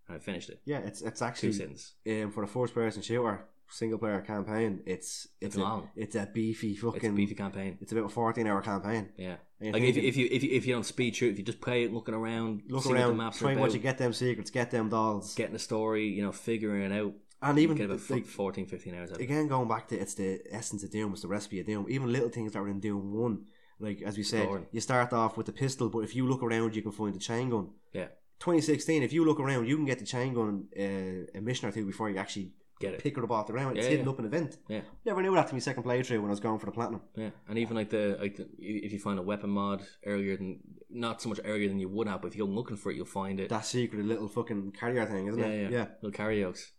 and I finished it Yeah, it's it's two actually sittings. um, for a first person shooter single player campaign. It's it's, It's a, long. It's a beefy fucking. It's a beefy campaign. It's about a fourteen hour campaign. Yeah, And you're like if, thinking, if you if you if you don't speed through, it, if you just play it, looking around, look seeing what around, the maps are try and watch about, you get them secrets, get them dolls, getting the story, you know, figuring it out. and You even get about f- like, 14, 15 hours. Out. of it. again going back to it's the essence of Doom, it's the recipe of Doom. Even little things that were in Doom One, like as we said, Exploring. you start off with the pistol, but if you look around, you can find the chain gun. Yeah. 2016, if you look around, you can get the chain gun uh, a mission or two before you actually Get it. pick it up off the ground. It's Yeah, hidden yeah. up in a vent. Yeah. Never knew that to my second playthrough when I was going for the platinum. Yeah, and even like the like the, if you find a weapon mod earlier than not so much earlier than you would have, but if you go looking for it, you'll find it. That secret little fucking carrier thing, isn't yeah, it? yeah, little karaokes,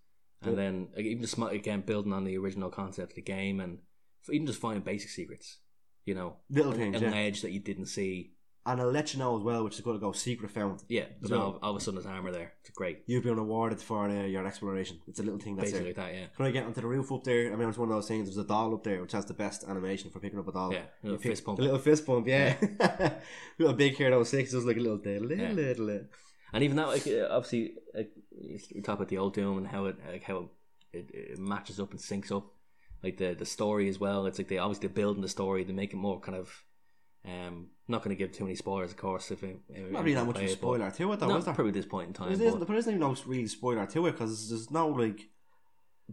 and Yeah. then like, even just mi- again building on the original concept of the game, and f- even just finding basic secrets, you know, Little an, things, an yeah. edge that you didn't see. And I'll let you know as well, which is going to go secret found. Yeah, but Yeah. now all, of a sudden there's armor there. It's great, You've been awarded for uh, your exploration. It's a little thing that's uh, basically there. like that. Yeah, Can I get onto the roof up there? I mean, it's one of those things. There's a doll up there, which has the best animation for picking up a doll. yeah, a You little pick- fist pump, A little fist pump, yeah. *laughs* little big hair, those six, just like a little diddle, Yeah. diddle, diddle. and even that like uh, obviously like, we talk about the old Doom and how it like, how it, it matches up and syncs up. like the the story as well. It's like they obviously they're building the story, they make it more kind of. Um, not going to give too many spoilers, of course. If it, if Not really that much of play a it, but- spoiler to it, though, Not is there? probably at this point in time. There isn't, but there isn't even no real spoiler to it because there's no like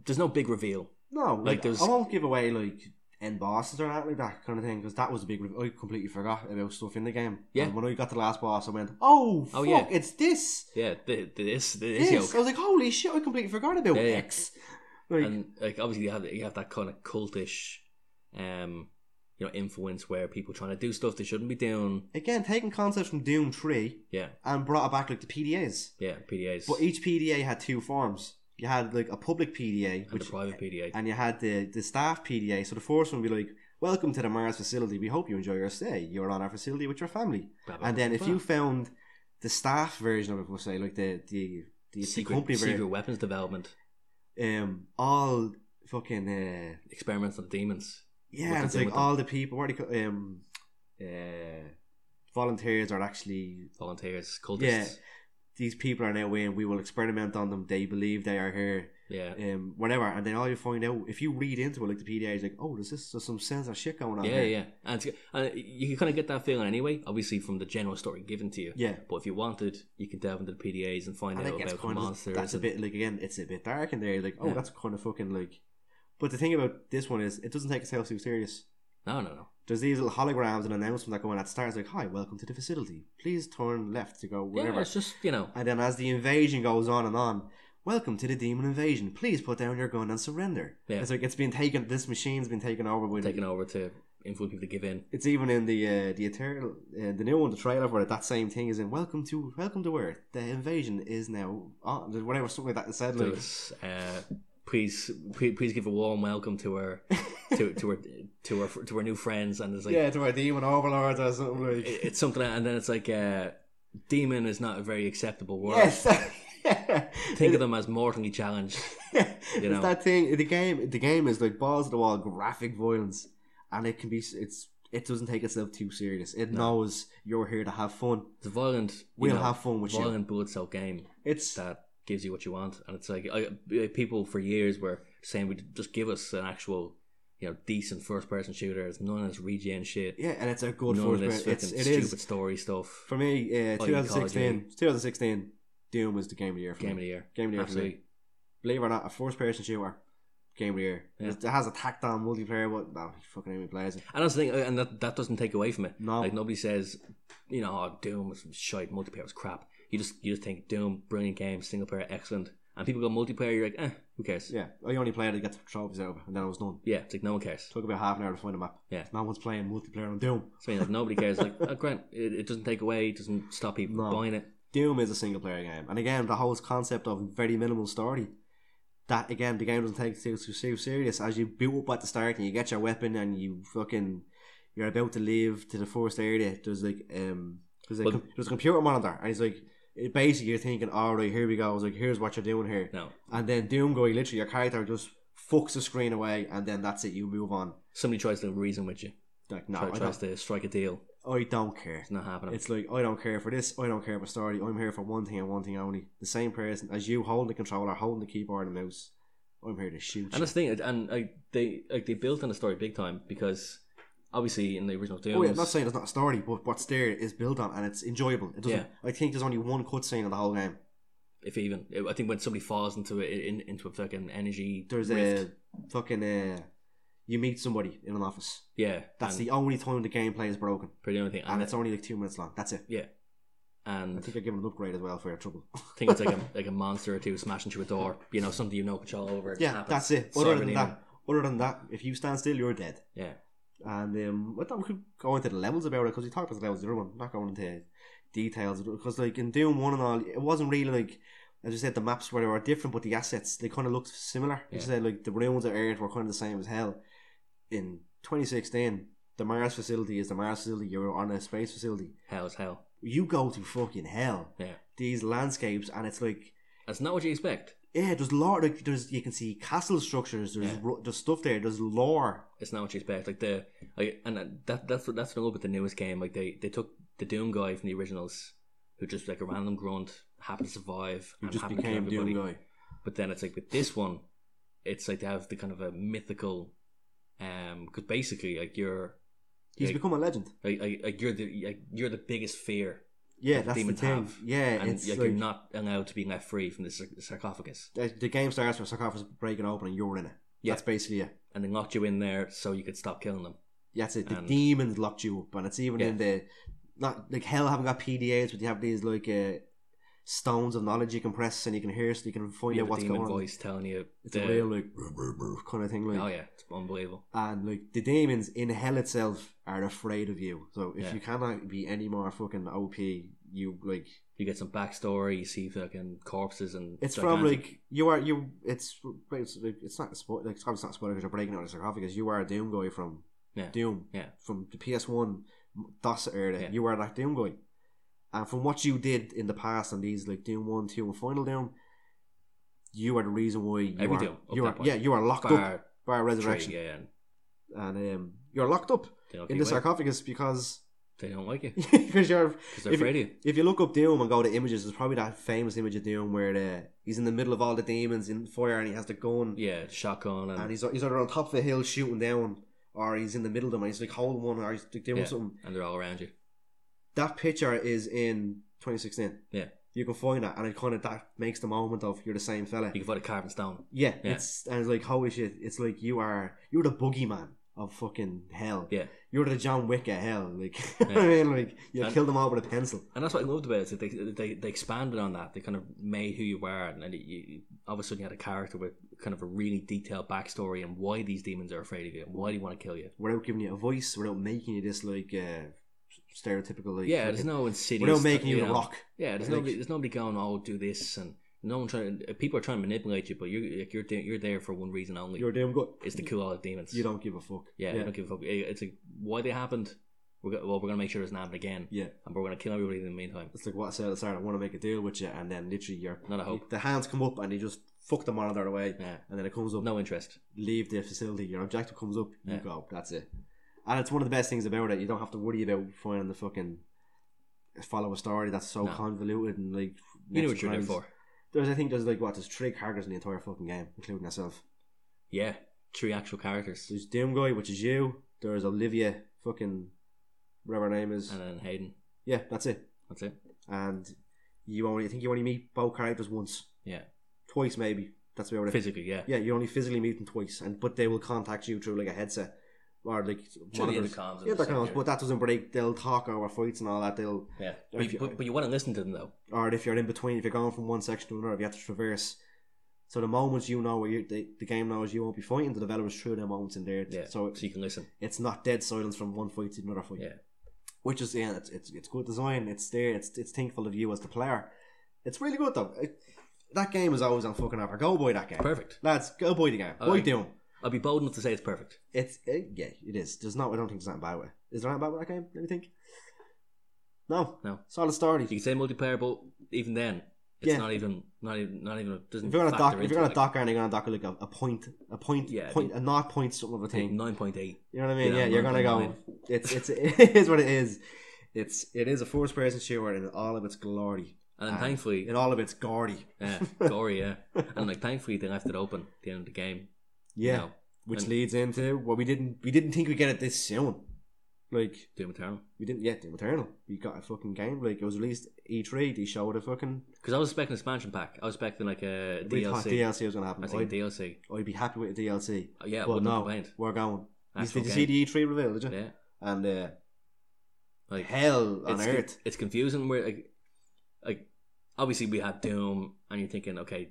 there's no big reveal. no like, there's- I won't give away like end bosses or anything like that kind of thing because that was a big re- I completely forgot about stuff in the game. Yeah. And when I got to the last boss, I went, "Oh, fuck, Oh, yeah. it's this." Yeah, th- th- this this This. yoke. I was like, "Holy shit!" I completely forgot about Yeah, yeah. X. Like, and like obviously you have you have that kind of cultish, um, you know, influence where people trying to do stuff they shouldn't be doing. again, taking concepts from Doom Three Yeah, and brought it back like the PDAs, yeah, PDAs but each PDA had two forms. You had like a public PDA, and the private PDA. and you had the, the staff PDA. So the first one would be like, Welcome to the Mars facility. We hope you enjoy your stay. You're on our facility with your family. Blah, blah, And then blah, if blah. you found the staff version of it, we'll say, like the the, the company secret, secret weapons development version, um, all fucking, uh, experiments on demons. What yeah, to it's do like with them. all the people, what do you call um, uh, volunteers are actually, Volunteers, yeah, cultists, these people are now in, we will experiment on them. They believe they are here. yeah, yeah, um, whatever, and then all you find out if you read into it, like the PDA is like, oh, there's this there's some sensor shit going on. yeah, here. yeah. And, it's, and you can kind of get that feeling anyway, obviously from the general story given to you. yeah. But if you wanted, you can delve into the PDAs and find And out it gets about the kind of monsters. that's a and- bit like again, it's a bit dark in there. Like, oh, Yeah. that's kind of fucking like. But the thing about this one is, it doesn't take itself too serious. No, no, no. There's these little holograms and announcements that go on at stars like, "Hi, welcome to the facility. Please turn left to go wherever." Yeah, it's just you know, And then as the invasion goes on and on, welcome to the demon invasion. Please put down your gun and surrender. Yeah. It's like it's been taken. This machine's been taken over by the taken over to influence people to give in. It's even in the uh, the eternal uh, the new one, the trailer for it. That same thing is in Welcome to Welcome to Earth. The invasion is now on. There's Whatever something like that it said So like it's, uh, please, please, please give a warm welcome to her, to to her, to her, to her new friends. And it's like, yeah, to our demon overlords or something it- like. it's something. And then it's like, uh, demon is not a very acceptable word. yes. *laughs* Yeah. Think of them as mortally challenged. *laughs* it's know. that thing. The game. The game is like balls to the wall, graphic violence, and it can be. It's it doesn't take itself too serious. It No. knows you're here to have fun. It's a violent. you We'll know, have fun with you. violent bullet cell game It's that gives you what you want, and it's like I, I- people for years were saying, "We just give us an actual." You know, decent first-person shooter. It's none of this regen shit. yeah, and it's a good none of first. this person. It's fucking it stupid is story stuff. for me. Uh, Call of 2016. 2016. Doom was the game of the year for me. Game of the year. Game of the year for me. Absolutely. Believe it or not, a first person shooter. Game of the year. Yeah. It has a tacked on multiplayer, but no, he fucking even plays it. And that's the thing, and that, that doesn't take away from it. No. Like nobody says, you know, oh, Doom was shite, multiplayer was crap. You just you just think Doom, brilliant game, single player excellent, and people go multiplayer. You're like, eh, who cares? yeah, I only played it to get the trophies over, and then I was done. Yeah, it's like no one cares. Took about half an hour to find a map. Yeah. No one's playing multiplayer on Doom. So you know, nobody cares. Like, oh, Grant, it, it doesn't take away, it doesn't stop people No. buying it. Doom is a single player game. And again, the whole concept of very minimal story. That again, the game doesn't take itself too, too serious. As you boot up at the start and you get your weapon and you fucking you're about to leave to the first area, there's like um there's a, But- com- there's a computer monitor and he's like it basically you're thinking, Alright, here we go, it's like here's what you're doing here. No, And then Doom going literally your character just fucks the screen away and then that's it, you move on. somebody tries to reason with you, Like no, try, I tries don't, to strike a deal. I don't care. It's not happening. It's like I don't care for this. I don't care for story. I'm here for one thing and one thing only. The same person as you holding the controller, holding the keyboard and mouse. I'm here to shoot. and You. that's the thing, and like they like they built on the story big time because obviously in the original Doom, Oh yeah, I'm not saying it's not a story, but what's there is built on and it's enjoyable. It doesn't. Yeah. I think there's only one cutscene in the whole game. if even I think when somebody falls into a, in, into a fucking energy There's rift, a fucking. Uh, you meet somebody in an office. yeah That's and the only time the gameplay is broken, pretty only thing and, it's only like two minutes long. That's it. I and I think you're given an upgrade as well for your trouble. think it's like a like a monster or two smashing through a door you know something you have no control over it yeah, happens. that's it. Cyber Other than demon. that, other than that, if you stand still, you're dead. yeah And um, I thought we could go into the levels about it because we talked about the levels. The other one, not going into details because like in Doom One and all, it wasn't really like as you said the maps where they were different, but the assets they kind of looked similar. You Yeah. said like the ruins of Earth were kind of the same as hell. In 2016, the Mars facility is the Mars facility. You're on a space facility. hell is hell You go to fucking hell. Yeah. These landscapes, and it's like that's not what you expect yeah, there's lore. Like there's you can see castle structures. There's Yeah. ro- there's stuff there. There's lore. it's not what you expect like the like, and that that's what that's what I love with the newest game like they they took the Doom guy from the originals who just like a random grunt happened to survive You and just happened to kill became everybody Doom guy. but then it's like with this one it's like they have the kind of a mythical Um, because basically, like you're, He's Like- become a legend. like, like, like you're the, like, you're the biggest fear, Yeah, Like that's the Demon thing. Tav. Yeah, and it's like, like, you're not allowed to be left free from the sar- sarcophagus. the, the game starts with sarcophagus breaking open and you're in it. Yeah. That's basically it. And they locked you in there so you could stop killing them. That's it. The And- demons locked you up, and it's even Yeah. in the not like hell. Haven't got PDAs, but you have these like uh, stones of knowledge you can press, and you can hear, so you can find You out have a what's going demon on. voice telling you. It's the- a real like *clears throat* kind of thing, like oh yeah, it's unbelievable. and like the demons in hell itself are afraid of you. So if Yeah. you cannot be any more fucking OP, you like You get some backstory. You see fucking corpses and it's from gigantic- like you are you. It's it's, like, it's not a spoil like it's obviously not spoiler because you're breaking out of the sarcophagus. You are a Doom guy from Yeah. Doom Yeah. from the PS One DOS era. Yeah. You are that Doom guy, and from what you did in the past on these like Doom One, Two, and Final Doom, you are the reason why you Every are Doom, up you that are point. yeah you are locked up fire by tree, resurrection, yeah, and and um, you're locked up they don't, in like the you. sarcophagus because they don't *laughs* like you because you're because they're If you- afraid of you. if you look up Doom and go to images, there's probably that famous image of Doom where the, he's in the middle of all the demons in fire and he has the gun Yeah, shotgun and and he's he's either on top of a hill shooting down or he's in the middle of them and he's like holding one or he's like doing Yeah. something. and they're all around you. That picture is in 2016. Yeah. you can find that and it kind of that makes the moment of you're the same fella. You can find a carving stone. yeah, Yeah. it's and it's like holy shit, it's like you are you're the boogeyman of fucking hell. Yeah. you're the John Wick of hell. Like *laughs* Yeah. I mean, like you And- kill them all with a pencil. And that's what I loved about it. Is that they, they they expanded on that. They kind of made who you were, and then you, you, all of a sudden you had a character with kind of a really detailed backstory and why these demons are afraid of you and why they want to kill you. without giving you a voice, without making you this like uh, stereotypical like Yeah, there's fucking- no insidious. without making you, know. a rock. Yeah, there's Like- nobody. There's nobody going. Oh, do this, and no one trying. People are trying to manipulate you, but you're like, you're there- you're there for one reason only. You're damn good. is to kill all the demons. You don't give a fuck. Yeah, I don't give a fuck. It- It's like why they happened. We're go- well, we're gonna make sure it doesn't happen again, Yeah. and we're gonna kill everybody in the meantime. It's like what I said at the start. I want to make a deal with you, and then literally you're Not a hope. the hands come up and you just fuck the monitor away, Yeah, and then it comes up. no interest. Leave the facility. Your objective comes up. You Yeah. go. That's it. And it's one of the best things about it. You don't have to worry about finding the fucking follow a story that's so No. convoluted and like You know next what you're there crimes. for. There's I think there's like what there's three characters in the entire fucking game, including myself. Yeah, three actual characters, There's Doom Guy, which is you. There's Olivia, fucking whatever her name is. and uh, then Hayden. yeah, that's it. That's it. And you only, I think you only meet both characters once. Yeah. Twice, maybe. That's about it. Physically, yeah. yeah, you only physically meet them twice, and but they will contact you through like a headset or like Sure, the monitors. intercoms. and Yeah, the that kind secondary. of, but that doesn't break. They'll talk over fights and all that. They'll, yeah, or but, if you- but, but you want to listen to them though. or if you're in between, if you're going from one section to another, if you have to traverse. So the moments you know where you the, the game knows you won't be fighting, the developers threw their moments in there. Yeah, So so you can listen. it's not dead silence from one fight to another fight. Yeah. Which is yeah, it's it's, it's good design. It's there. It's it's thankful of you as the player. It's really good though. It, that game is always on fucking offer. Go boy that game, Perfect. lads. Go boy the game. Boy Alright. Doom. I'll be bold enough to say it's perfect. It's it, yeah, it is. There's not. I don't think there's not bad way. Is there not bad way that game? Let me think. No, No. Solid story. You can say multiplayer, but even then, it's Yeah. not even, not even, not even. Doesn't If you're gonna factor dock, if into you're gonna it, dock, and you're gonna dock like a, a point, a point, Yeah, I point, a not point something of a like, thing. nine point eight. You know what I mean? Yeah, Yeah, you're gonna go. 9.9. *laughs* It's it's it is what it is. It's it is a first person shooter in all of its glory, And then Ah. *laughs* thankfully, in all of its gaudy. Yeah, gory, yeah. And like, thankfully, they left it open at the end of the game. you Yeah, know, which and- leads into what we didn't we didn't think we would get it this soon. Like Doom Eternal. we didn't get Doom Eternal. We got a fucking game. Like it was released E three. They showed a fucking Because I was expecting an expansion pack. I was expecting like a we thought DLC. DLC was gonna I happen. was thinking I'd, DLC. I'd be happy with the DLC, Oh, Uh, yeah, I but wouldn't have no, complained. we're going. You- Actual did you see game. the E three reveal? Did you? Yeah, And uh, like hell on it's, earth. It's confusing. Where like, like obviously we had Doom, and you're thinking, okay,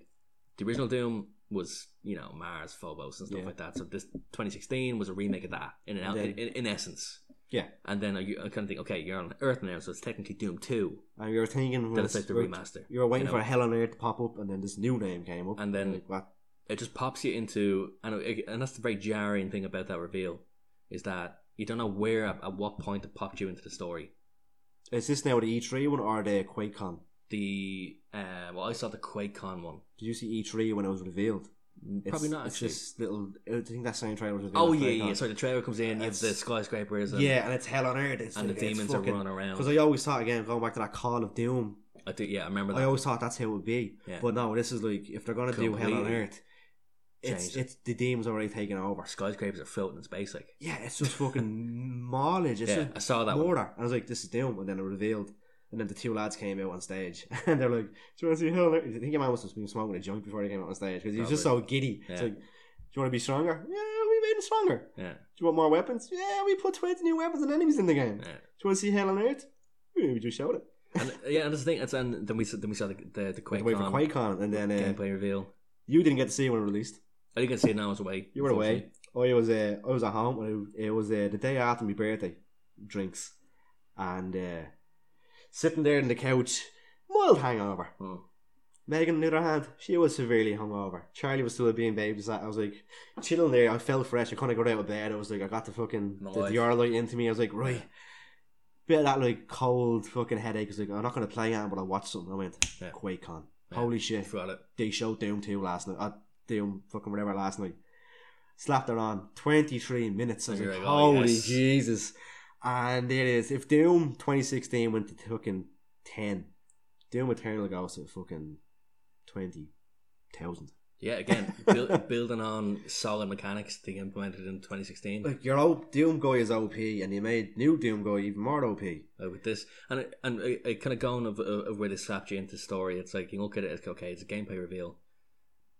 the original Doom was you know Mars, Phobos, and stuff Yeah. like that. So this 2016 was a remake of that in an, Then- in, in essence. Yeah. And then I, I kind of think, okay, you're on Earth now, so it's technically Doom Two. And you're thinking, Then it's like the right, remaster. You were waiting You know? for Hell on Earth to pop up, and then this new name came up, And then- You're like, what? it just pops you into and it- and that's the very jarring thing about that reveal is that you don't know where at, at what point it popped you into the story. Is this now the E3 one or the QuakeCon? The uh, well, I saw the QuakeCon one. Did you see E3 when it was revealed? It's, Probably not It's actually. this little. I think that same trailer was revealed. oh at yeah, QuakeCon. yeah. So the trailer comes in, you have It's- the skyscrapers, and, yeah, and it's Hell on Earth. It's and the like, demons it's are fucking, running around. Because I always thought again, going back to that Call of Doom, I do, yeah, I remember that. I always thought that's how it would be. Yeah. But no, this is like if they're gonna do Hell on Completely. Earth, It's, Changed. it's the demon's already taken over. Skyscrapers are floating in space, like. Yeah, it's just fucking *laughs* knowledge. It's Yeah, just I saw that one. murder. And I was like, this is Doom. And then it revealed. And then the two lads came out on stage. *laughs* And they're like, do you want to see how. I think your man must have been smoking a joint before he came out on stage. Because he was just so Probably. giddy. It's Yeah. like, do you want to be stronger? Yeah, we made him stronger. Yeah, Do you want more weapons? Yeah, we put 20 new weapons and enemies in the game. Do yeah. you want to see Hell on Earth? Yeah, we just showed it. And, yeah, and that's the thing. That's, and then we s- then we saw the the, the Wait Quake, for on QuakeCon. And then uh, gameplay reveal. you didn't get to see it when it released. I think I see it now. I was away. You were away. unfortunately. I was uh, I was at home. when It it was uh, the day after my birthday drinks, and uh, sitting there on the couch, mild hangover. Oh. Megan, on the other hand, she was severely hungover. Charlie was still being babysat. I was like chilling there. I felt fresh. I couldn't get out of bed. I was like, I got the fucking the, Nice. the light into me. I was like, right. Bit of that like cold fucking headache. I was like, I'm not gonna play it, but I watched something. I went, Yeah. QuakeCon. Yeah. Holy shit! I forgot it. they showed Doom 2 last night. Uh, Doom fucking whatever last night. Slapped it on 23 minutes. I was You're like, like, oh, holy yes." Jesus. And it is. If Doom 2016 went to fucking 10, Doom Eternal goes to fucking 20,000. Yeah, *laughs* again, build, building on solid mechanics they implemented in 2016 Like, your old Doom guy is OP, and you made new Doom guy even more OP. uh, with this, and it, and it, it kind of going of, of where they slapped you into the story. It's like you look at it, it's like, okay, it's a gameplay reveal,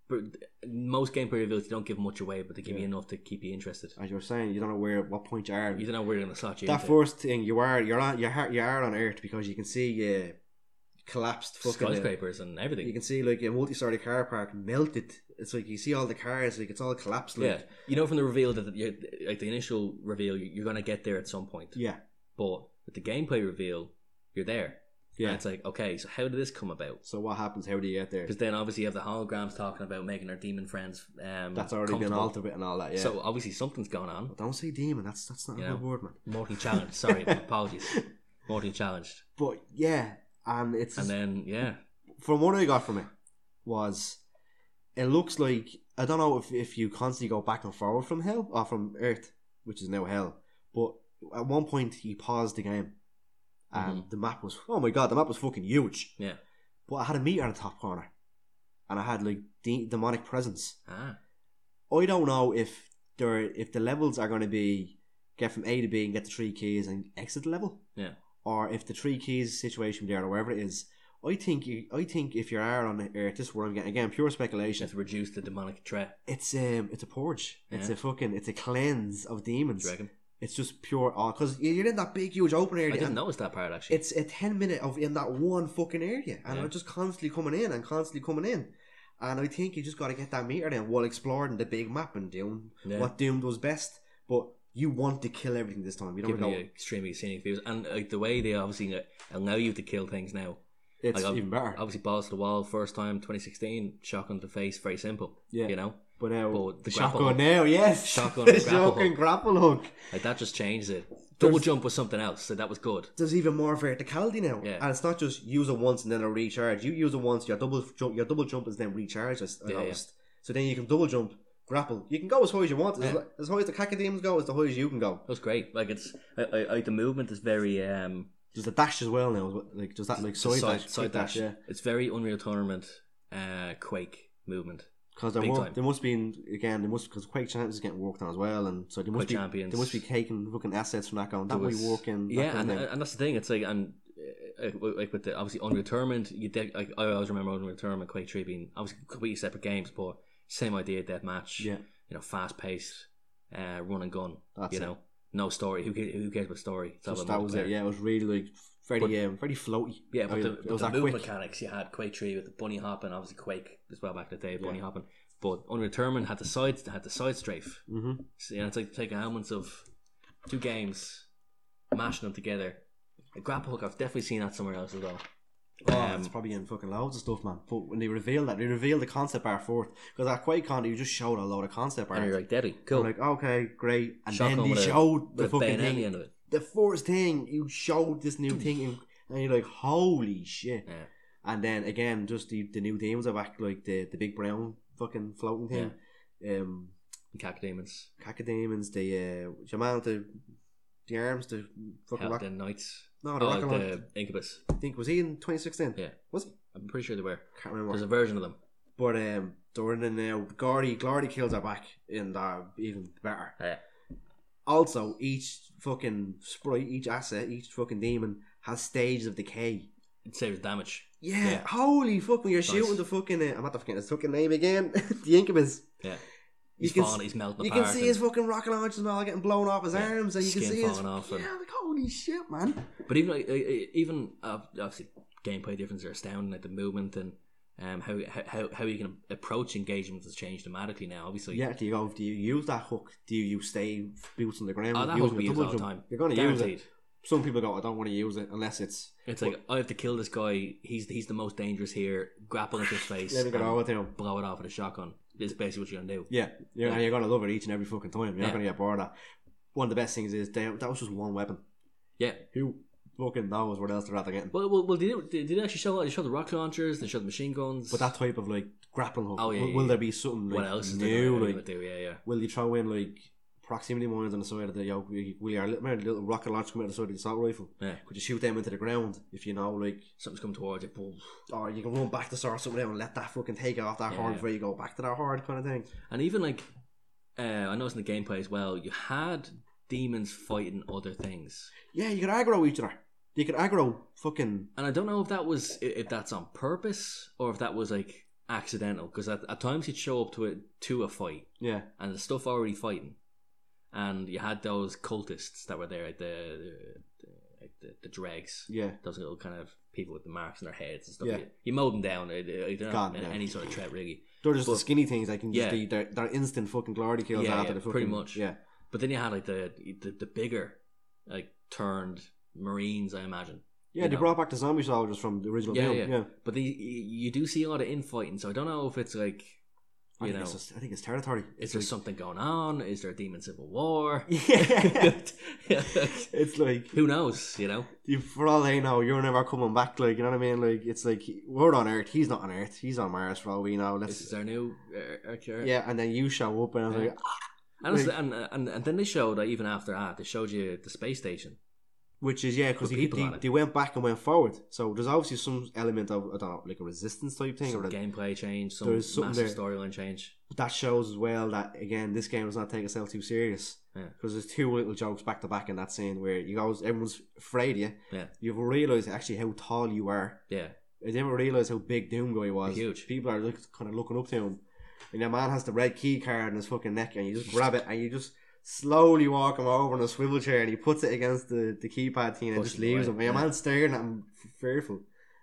but most gameplay reveals they don't give much away, but they give Yeah. you enough to keep you interested. As you were saying, you don't know where what point you are. You don't know where they're gonna slot you. that into. first thing, you are you're on, you're, you are on Earth because you can see uh, collapsed fucking. uh, skyscrapers and everything. You can see like a multi-story car park melted. It's like you see all the cars, like it's all collapsed. Like, yeah, you know from the reveal that you like the initial reveal, you- you're gonna get there at some point. yeah, But with the gameplay reveal, you're there. yeah. And it's like, okay, so how did this come about? so what happens? How do you get there? Because then obviously you have the holograms talking about making their demon friends. Um, That's already been comfortable. altered and all that. Yeah. So obviously something's going on. But don't say demon. That's that's not You a know. good word, man. Morty challenged. Sorry, apologies. *laughs* Morty challenged. But yeah, and it's And then yeah, from what I got from it was it looks like I don't know if if you constantly go back and forward from hell or from Earth, which is now hell. But at one point he paused the game, and the map was oh my god, the map was fucking huge. Yeah. but I had a meter on the top corner, and I had like de- demonic presence. ah, I don't know if there if the levels are going to be get from A to B and get the three keys and exit the level. Yeah. Or if the three keys situation there or wherever it is, I think you, I think if you are on Earth, this is where I'm getting again pure speculation. just reduce the demonic threat. It's um it's a purge. It's Yeah. a fucking it's a cleanse of demons. Do you reckon? It's just pure all because you're in that big huge open I area. didn't and notice that part actually. It's a ten minute of in that one fucking area, and Yeah. I'm just constantly coming in and constantly coming in. And I think you just got to get that meter in while exploring the big map and doing yeah. what Doom does best, but you want to kill everything this time. You don't Giving go. you extremely scenic views, and like the way they obviously uh, allow you to kill things now. It's like, I've- even better. Obviously, balls to the wall, first time, 2016, shotgun to the face, very simple. yeah, You know, but now but the, the shotgun grapple now, yes, *laughs* Shotgun the and grapple shotgun hook. grapple hook. like that just changed it. Double There's- jump was something else, so that was good. There's even more verticality now, Yeah. and it's not just use it once and then a recharge. You use it once, your double jump, your double jump is then recharge. I, s- I Yeah, yeah. noticed. So then you can double jump, grapple. You can go as high as you want. As, Yeah. li- as high as the cacodemons go, as the high as you can go. That was great. Like it's I, I, I, the movement is very um There's a dash as well now. as well, Like does that like the side, dash, side quick dash, dash. yeah. It's very Unreal Tournament uh Quake movement. Because there, Big mu- time. there must be again there must because Quake Champions is getting worked on as well, and so there must Quake be Champions. there must be taking fucking assets from that going that There way was- working that yeah, kind and, uh, of thing. and that's the thing. It's like and uh, uh, like with the obviously Unreal Tournament, you de- like, I always remember Unreal Tournament Quake Three being obviously completely separate games, but same idea, dead match. yeah you know, fast paced, uh, run and gun. that's you it. know, no story. Who cares, who cares about story? It's all Just about that was it multiplayer. yeah it was really like very But- um, very floaty Yeah, but I mean, the, it but was the that move quick. mechanics you had Quake Three with the bunny hop and obviously Quake as well back in the day, bunny Yeah. hopping. But Unreturn had the side had the side strafe. hmm So, you know, it's like taking elements of two games, mashing them together. The grapple hook, I've definitely seen that somewhere else as well. Oh, Um, it's probably in fucking loads of stuff, man. But when they revealed that, they revealed the concept art for it because at QuakeCon you just showed a load of concept art. And you're like, deadly, I'm cool. like, okay, great, and Shotgun then with they a- showed the With a fucking bayonet at the thing. end of it. The first thing you showed this new thing, and- and you're like, holy shit. Yeah. And then again, just the, the new demons are back, like the, the big brown fucking floating thing. Um, Cacodemons, Cacodemons, the uh, Jamal, the, the arms, the fucking rock. Hellden Knights, No, the oh, rock like and roll. the Incubus. I think was he in 2016? Yeah. Was he? I'm pretty sure they were. Can't remember. There's a version of them. But um, they're in it now. Gordy, Gordy kills are back in there even better. Yeah. Also, each fucking sprite, each asset, each fucking demon has stages of decay. It saves damage. Yeah, Yeah. holy fuck! When you're Nice. shooting the fucking, uh, I'm not the fucking his fucking name again. *laughs* the incubus. Yeah. You He's can falling, he's melting You apart. can see and- his fucking rocket launchers and all getting blown off his Yeah. arms, and you can Skin see his falling off yeah, and- like holy shit, man. But even like, uh, uh, even uh, obviously gameplay differences are astounding. Like the movement and um, how how how you can approach engagement has changed dramatically now. Obviously, Yeah, do you go? Do you use that hook? Do you stay boots on the ground? Oh, that Use hook it we to use double all the jump? time. You're gonna use guaranteed. it. Some people go, I don't want to use it unless it's It's like I have to kill this guy. He's he's the most dangerous here. Grapple at his face. let me get and over to him. blow it off with a shotgun. Is basically what you're gonna do. Yeah, you're, Yeah. and you're gonna love it each and every fucking time. You're Yeah. not gonna get bored of that. One of the best things is they, that was just one weapon. Yeah. Who fucking knows what else they're after getting? Well, well, well they, did, they did actually show they showed the rocket launchers. They showed the machine guns. But that type of like grappling hook. Oh, yeah, will, yeah, will yeah. there be something like, what else is new? there to like, do? Yeah, yeah. will you throw in like proximity mines on the side of the yoke? Will your little, remember the little rocket launch come out the side of the assault rifle? Yeah. Could you shoot them into the ground if you know like, Something's coming towards you. Boom. or you can run back to start something out and let that fucking take it off that Yeah. hard before you go back to that hard kind of thing. And even like, uh, I noticed in the gameplay as well, you had demons fighting other things. Yeah, you could aggro each other. You could aggro fucking And I don't know if that was i- if that's on purpose or if that was like accidental. Because at, at times you'd show up to a to a fight yeah. and the stuff already fighting, and you had those cultists that were there, like the the, like the, the dregs, Yeah. those little kind of people with the marks on their heads and stuff. Yeah. You, you mowed them down. They, they, they don't Gone, have yeah. any sort of threat really. They're just the But- skinny things that can just Yeah. be they're, they're instant fucking glory kills Yeah, after yeah, the fucking pretty much. Yeah. But then you had like the the, the bigger, like turned marines, I imagine. Yeah, You they know. brought back the zombie soldiers from the original Yeah, film. yeah. Yeah. But the, you do see a lot of infighting, so I don't know if it's like, I, you think know, it's just, I think it's territory. is It's there like- something going on? Is there a demon civil war? Yeah. it's like *laughs* Who knows? You know, you, for all they know, you're never coming back. Like you know what I mean? Like it's like we're on Earth, he's not on Earth, he's on Mars. For all we know, this let's is our new. Uh, okay. yeah. And then you show up, and I was Yeah. like, And, it's- and, and and then they showed uh, even after that they showed you the space station. which is yeah, because With they, people on they, it. they went back and went forward. So there's obviously some element of I don't know, like a resistance type thing, Some or a- gameplay change, some There's something massive storyline change. But that shows as well that again this game does not take itself too serious Yeah. because there's two little jokes back to back in that scene where you guys everyone's afraid of you Yeah. you realise actually how tall you are Yeah, I didn't realise how big Doomguy was Huge. people are look, kind of looking up to him and the man has the red key card in his fucking neck and you just grab it and you just slowly walk him over in a swivel chair and he puts it against the, the keypad thing and Push just him leaves away, him and your yeah. man's staring at him f- fearful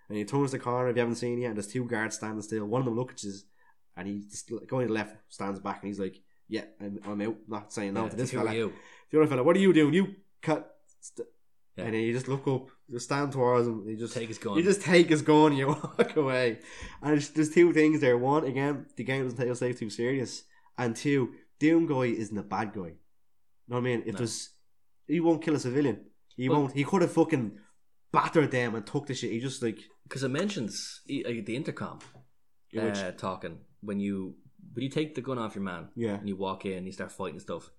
and he turns the corner if you haven't seen it yet and there's two guards standing still one of them looks at you and he just going to the left stands back and he's like yeah I'm, I'm out not saying no Yeah, to this who are fella you? the other fella what are you doing you cut st-" Yeah. and then you just look up you stand towards him and you just Take his gun. you just take his gun and you *laughs* walk away. And it's, there's two things there. One, again, the game doesn't take itself too serious. And two, Doom Guy isn't a bad guy. know what I mean? If No. there's he won't kill a civilian. He But- won't he could have fucking battered them and took the shit. He just like because it mentions uh, the intercom which- uh, talking when you when you take the gun off your man Yeah. and you walk in and you start fighting stuff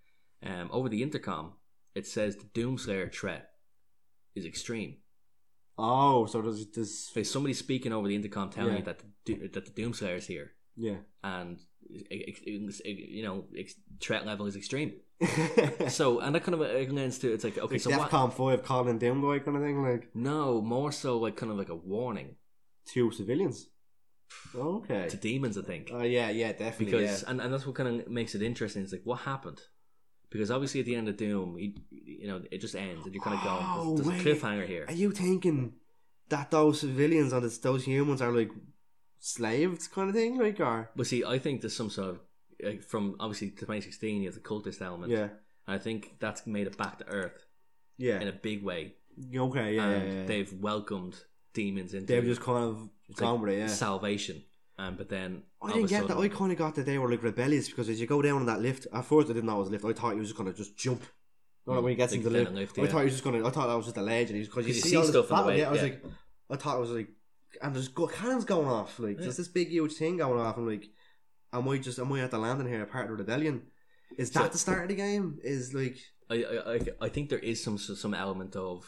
um, over the intercom it says the doomslayer threat is extreme Oh, so there's this there's somebody speaking over the intercom telling Yeah. you that the, Do- that the doomslayer is here Yeah. *laughs* and ex- ex- you know ex- threat level is extreme *laughs* so and that kind of uh, lends to it's like okay like so what DEFCON 5 calling Doom Guy kind of thing, like no more so like kind of like a warning two civilians. Okay. to demons i think Oh yeah, yeah, definitely. because yeah. and, and that's what kind of makes it interesting. It's like what happened because obviously at the end of Doom, you, you know, it just ends and you're kind of Oh, going, "There's, there's wait. a cliffhanger here." Are you thinking that those civilians and it's those humans are like slaves kind of thing? Like, or But see, I think there's some sort of like, from obviously 2016, you have the cultist element. yeah, and I think that's made it back to Earth in yeah, a big way, okay, yeah, and yeah, yeah. they've welcomed demons into they've just kind of it's gone like with it. Yeah, salvation. Um, but then I all didn't of a get that. sudden- I kind of got that they were like rebellious because as you go down on that lift, at first I didn't know it was a lift. I thought you was just gonna just jump. Not like when he gets Like into the down lift. a lift, I yeah. thought he was just gonna. I thought that was just a ledge, and he's because 'Cause you see see all this stuff on battle, the way, Yeah, I was yeah. like, I thought it was like, and there's go- cannons going off. Like Yeah. there's this big huge thing going off. I'm like, am I just am I at the landing here, a part of the rebellion? Is that So- the start of the game? Is like I, I, I- I think there is some some element of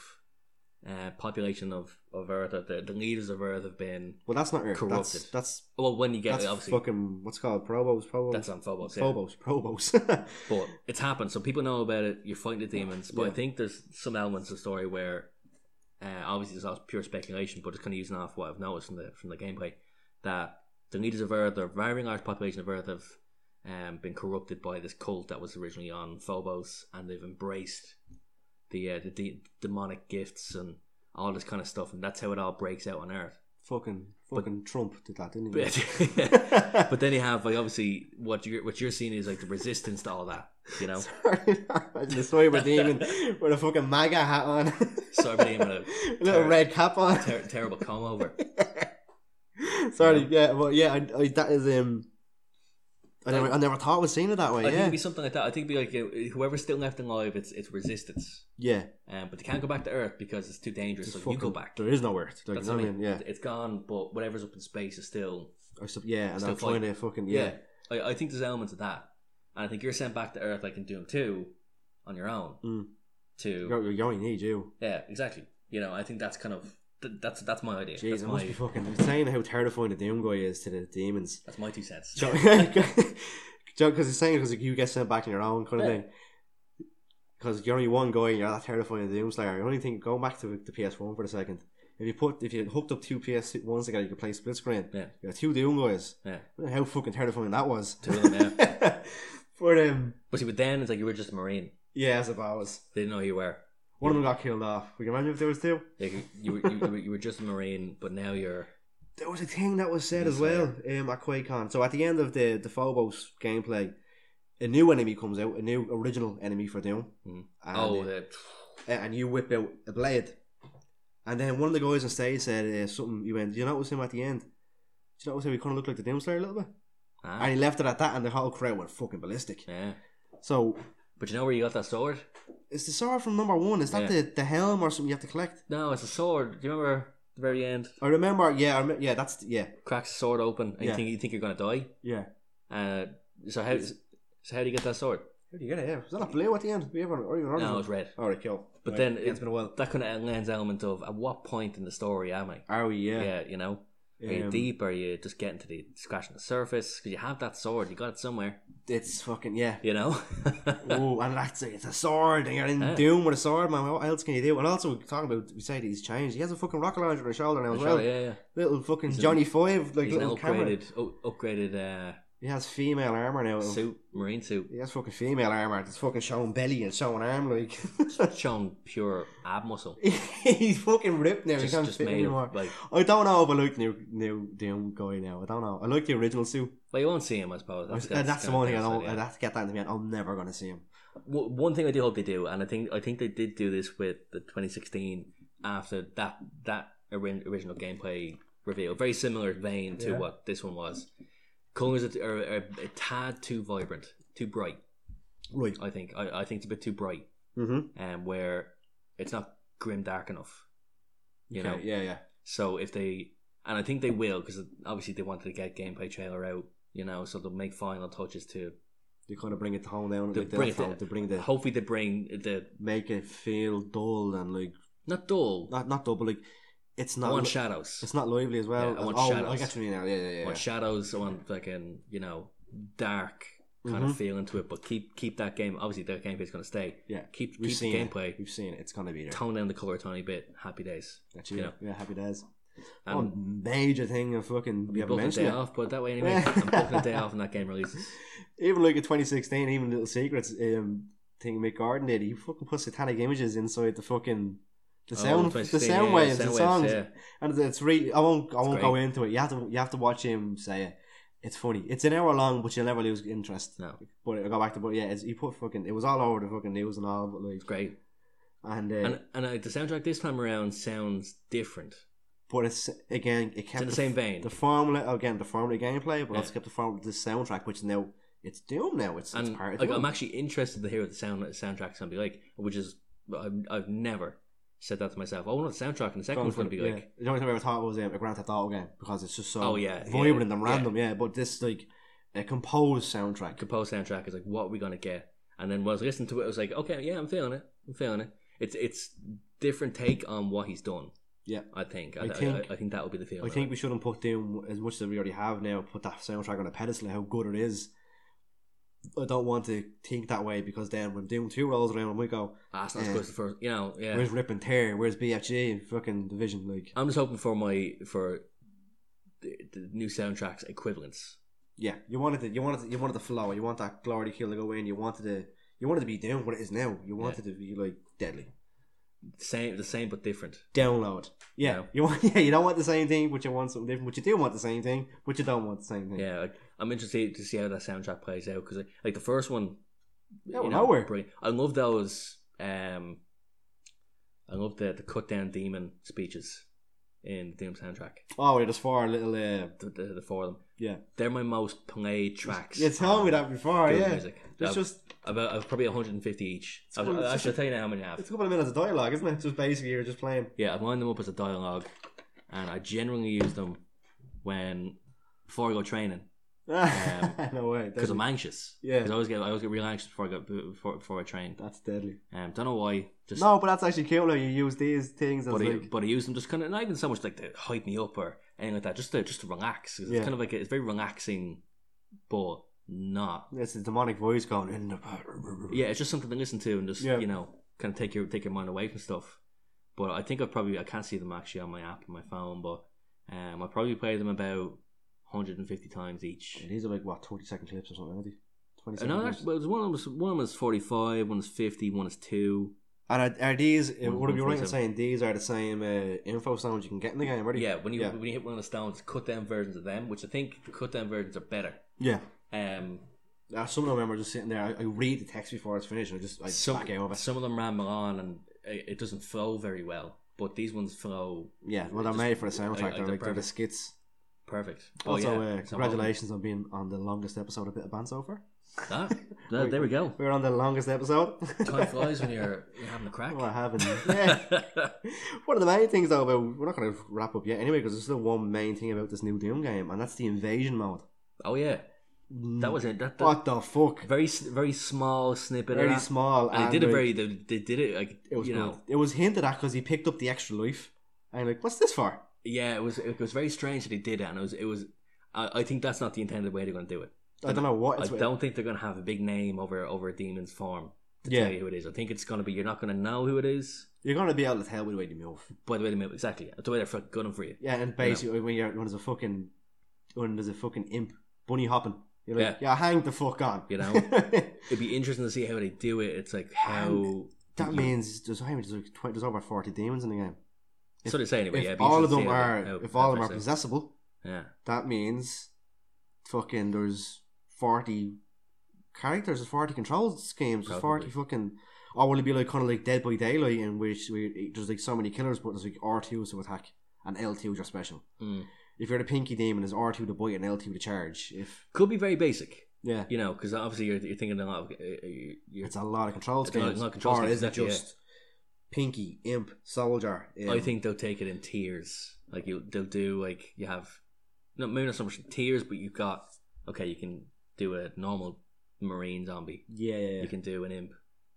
uh, population of of Earth, that the, the leaders of Earth have been. Well, that's not Earth. Corrupted. That's that's Well, when you get that's it, obviously, fucking what's it called Probos. Probos. that's on Phobos. Yeah. Probos. *laughs* Probos. But it's happened, so people know about it. You're fighting the demons, but I Yeah. think there's some elements of the story where, uh, obviously, it's all pure speculation, but it's kind of using off what I've noticed from the from the gameplay that the leaders of Earth, the very large population of Earth, have um, been corrupted by this cult that was originally on Phobos, and they've embraced the uh, the de- demonic gifts and all this kind of stuff, and that's how it all breaks out on Earth. *laughs* fucking fucking Trump did that, didn't he? But- *laughs* But then you have like obviously what you're what you're seeing is like the resistance to all that, you know. *laughs* Sorry, imagine the story with *laughs* demon with a fucking MAGA hat on, Cyber demon with *laughs* a little ter- red cap on. Ter- terrible comb over. *laughs* Sorry, Yeah. yeah, well, yeah, I, I, that is um, I never, I never thought we'd seen it that I way. think yeah, it'd be something like that. I think it'd be like uh, whoever's still left alive, it's it's resistance, yeah. um, but they can't go back to Earth because it's too dangerous. Just So you fucking- go back. There is no Earth. Like, That's you know what what I I mean? Yeah, It's gone, but whatever's up in space is still. or some, yeah, and Still I'm trying to fucking yeah. I, I think there's elements of that, and I think you're sent back to Earth like in Doom Two, on your own. Mm. To You're, you only need you. yeah, exactly. You know, I think that's kind of th- that's that's my idea. Jeez, that's I my must be fucking saying how terrifying the Doom guy is to the demons. that's my two cents. *laughs* *laughs* because he's saying because you get sent back on your own kind of Yeah. thing. Because you're only one guy and you're that terrifying of the Doomslayer. The only thing, going back to the PS1 for a second, if you put if you hooked up two PS1s together, you could play split screen. Yeah. You got two Doom guys. Yeah. Imagine How fucking terrifying that was. Two of them, *laughs* but um, But see, but then it's like you were just a marine. yeah, I suppose They didn't know who you were. one of them got killed off. Would you imagine if there was two? Like you, you, were- you, were- you were just a marine, but *laughs* now you're There was a thing that was said as well Doomslayer. um, at QuakeCon. So at the end of the the Phobos gameplay, a new enemy comes out, a new original enemy for Doom. Mm. And, oh uh, the, uh, and you whip out a blade. And then one of the guys on stage said uh, something. You went, "Do you notice him at the end? Do you notice how he kind of looked like the Doomslayer a little bit?" ah, And he left it at that, and the whole crowd went fucking ballistic. yeah. So But you know where you got that sword? it's the sword from number one. Is that Yeah. the, the helm or something you have to collect? No, it's a sword. Do you remember the very end? I remember. Yeah, I rem- yeah, that's yeah, Cracks the sword open, and you Yeah. think you think you're gonna die. yeah. Uh, so how so how do you get that sword? How do you get it? Yeah, was that a blue at the end? We have an or even an orange? No, one? it's red. All right, cool. But Right, then yeah, it- it's been a while. That kind of lends element of at what point in the story am I? Are we? Yeah, Yeah. you know, are Um, you deep? Are you just getting to the scratching the surface? Because you have that sword, you got it somewhere. It's fucking yeah. You *laughs* know, *laughs* Oh, and that's it. It's a sword, and you're in Yeah. Doom with a sword, man. What else can you do? And also, talking about, we say that he's changed. He has a fucking rocket launcher on his shoulder now as well. yeah, yeah. Little fucking He's an- Johnny Five, like He's an little camera. upgraded, u- upgraded He has female armor now. uh, suit, marine suit. *laughs* He has fucking female armor. It's fucking showing belly and showing arm, like. *laughs* shown pure ab muscle. he's fucking ripped now. Just, he can't just fit made anymore. of like, I don't know if I like new new Doom guy now. I don't know. I like the original suit. well, you won't see him, I suppose. That's, and Uh, that's the one thing I don't. Yeah. I have to get that in the end. I'm never gonna see him. W- One thing I do hope they do, and I think I think they did do this with the 2016 after that that ori- original gameplay reveal, very similar vein to Yeah. what this one was. Colors are, are, are a tad too vibrant, too bright. Right. I think I, I think it's a bit too bright, Mm-hmm. and where it's not grim dark enough. You know, Yeah. Yeah. So if they, and I think they will, because obviously they wanted to get gameplay trailer out, you know, so they'll make final touches to. They kind of bring it home down. They Like, bring bring it down. it to bring the Hopefully they bring the make it feel dull and like not dull. not not dull, but like it's I not want li- shadows. it's not lively as well. Yeah, I want oh, I shadows. get you now. Yeah, yeah, I yeah. want shadows. I want fucking you know dark kind Mm-hmm. of feeling to it. But keep keep that game. Obviously that gameplay is going to stay. Yeah, Keep we've keep the seen it. gameplay. We've seen it. It's gonna be there. Tone down the color a tiny bit. Happy days. That's you you. know. Yeah, happy days. Um, One major thing of fucking Oh, we haven't I'm booking a day mentioned it. off, but that way anyway. Yeah. I'm *laughs* booking a day off when that game releases. Even like in 2016, even little secrets um thing Mick Garden did. He fucking put satanic images inside the fucking. The Oh, sound, the 2016, sound yeah, waves, sound the waves, songs, yeah. and it's really. I won't. I won't great. go into it. You have to. You have to watch him say it. It's funny. It's an hour long, but you'll never lose interest. No, But I go back to, but yeah, it's, he put fucking, it was all over the fucking news and all, but like, it's great. and, uh, And and uh, the soundtrack this time around sounds different. but it's again, it It's kept in the same vein. the formula again, the formula gameplay, but Yeah. also kept the formula the soundtrack, which now it's Doom now, it's, it's and part of like, Doom. I'm actually interested to hear what the sound soundtrack's gonna be like, which is I've, I've never said that to myself. I want the soundtrack in the second one's gonna be yeah. like. The only thing I ever thought was um, a Grand Theft Auto game because it's just so Oh, yeah, yeah, vibrant and yeah. random, yeah. But this like a composed soundtrack, composed soundtrack is like what are we gonna get and then when I was listening to it I was like okay yeah I'm feeling it I'm feeling it it's it's different take on what he's done. Yeah. I think. I, I I think- think. I, I think that would be the feel. I of think it. we shouldn't put down as much as we already have now. Put that soundtrack on a pedestal. How good it is. I don't want to think that way because then when Doom Two rolls around, we go, Ah, it's not as Yeah. good as the first. You know. Yeah. "Where's Rip and Tear? Where's BFG? and Fucking Division League." I'm just hoping for my for the, the new soundtracks equivalents. Yeah, you wanted it. You wanted it, you wanted the flow. You want that glory kill to go in. You wanted to. You wanted to be down what it is now. You wanted to be like deadly. Same, the same but different. Download. Yeah, Yeah. you *laughs* want. Yeah, you don't want the same thing, but you want something different. But you do want the same thing, but you don't want the same thing. Yeah, like, I'm interested to see how that soundtrack plays out because like the first one, Yeah, well, Oh, nowhere. brilliant. I love those. Um, I love the the cut down demon speeches in the Doom soundtrack. Oh, it is for a little. Uh, The, the, the four of them. Yeah. they're my most played tracks. you told me that before. Doom Yeah, music. it's I've- just about I've probably 150 each. It's I've, cool, it's I just- should tell you now how many I have. It's a couple of minutes of dialogue, isn't it? Just basically you're just playing. Yeah, I've lined them up as a dialogue, and I generally use them when before I go training *laughs* no way. because I'm deadly. anxious. Yeah. because I always get I always get real anxious before I go before, before I train. That's deadly. Um, don't know why. Just No, but that's actually cool. Like, you use these things as but I, like. but I use them just kind of not even so much like to hype me up or anything like that. Just to just to relax. 'cause Yeah. It's kind of like a, it's very relaxing, but not. It's a demonic voice going in the. Yeah, it's just something to listen to and just Yeah. you know kind of take your take your mind away from stuff. But I think I probably I can't see them actually on my app on my phone, but um, I probably played them about 150 times each. It is like, what, 20 second clips or something, isn't it? 20 Uh, second No, clips. that's, well, there's one of them was one of them is 45, one is 50, one is two. And are, are these. uh, Would it be right in 147. saying these are the same uh, info sounds you can get in the game, already? Yeah, when you Yeah. when you hit one of the stones, cut down versions of them, which I think the cut down versions are better. Yeah. Um, Uh, some of them I remember just sitting there. I, I read the text before it's finished and I just. I some back out of it. some of them ramble on and it, it doesn't flow very well, but these ones flow Yeah, well, they're just- made for the I- soundtrack. I- they're, they're like, they're the perfect. skits. perfect. Oh, also, yeah. uh, So- congratulations on being on the longest episode of Bit of Band so far. *laughs* Ah, there- there we go. We're on the longest episode. Time flies *laughs* when you're, you're having a crack. Well, I *laughs* haven't. Yeah. *laughs* One of the main things though about we're not going to wrap up yet anyway because there's still one main thing about this new Doom game and that's the invasion mode. Mm. oh yeah, that was it. That, that what the fuck? very s- very small snippet. Very of that. small. And And they did it like, very. They, they did it like It was you good. know. It was hinted at because he picked up the extra life and like, what's this for? Yeah, it was it was very strange that they did that. And it was it was. I, I think that's not the intended way they're going to do it. I don't know what. It's I don't think they're going to have a big name over over a demon's form to Yeah. tell you who it is. I think it's going to be you're not going to know who it is. You're going to be able to tell by the way you move. By the way, they move exactly the way they're fucking gunning for you. Yeah, and basically when you're when there's a fucking when there's a fucking imp bunny hopping, you're like, yeah, hang the fuck on. *laughs* You know? It'd be interesting to see how they do it. It's like how that means there's I mean, there's like 20, there's over forty demons in the game. so they say oh, anyway. if yeah, it'd be all of interesting to them see how are they- how- if how all of they them are say. possessable, Yeah. that means fucking there's forty characters, there's forty control schemes, there's forty Probably. fucking. Or will it be like kind of like Dead by Daylight in which we, there's like so many killers, but there's like R two to attack and L two is your special. Mm. If you're the Pinky Demon, is R two to bite and L two to charge. If Could be very basic, yeah, you know, because obviously you're, you're thinking a lot. Of, uh, you- you're, it's a lot of control It's a lot- schemes. a lot of control or schemes, is it exactly, yeah. just Pinky, Imp, Soldier? I um, think they'll take it in tiers. Like you, they'll do like you have, no, maybe not so much tiers, but you've got okay. You can do a normal marine zombie. yeah, yeah, You can do an imp.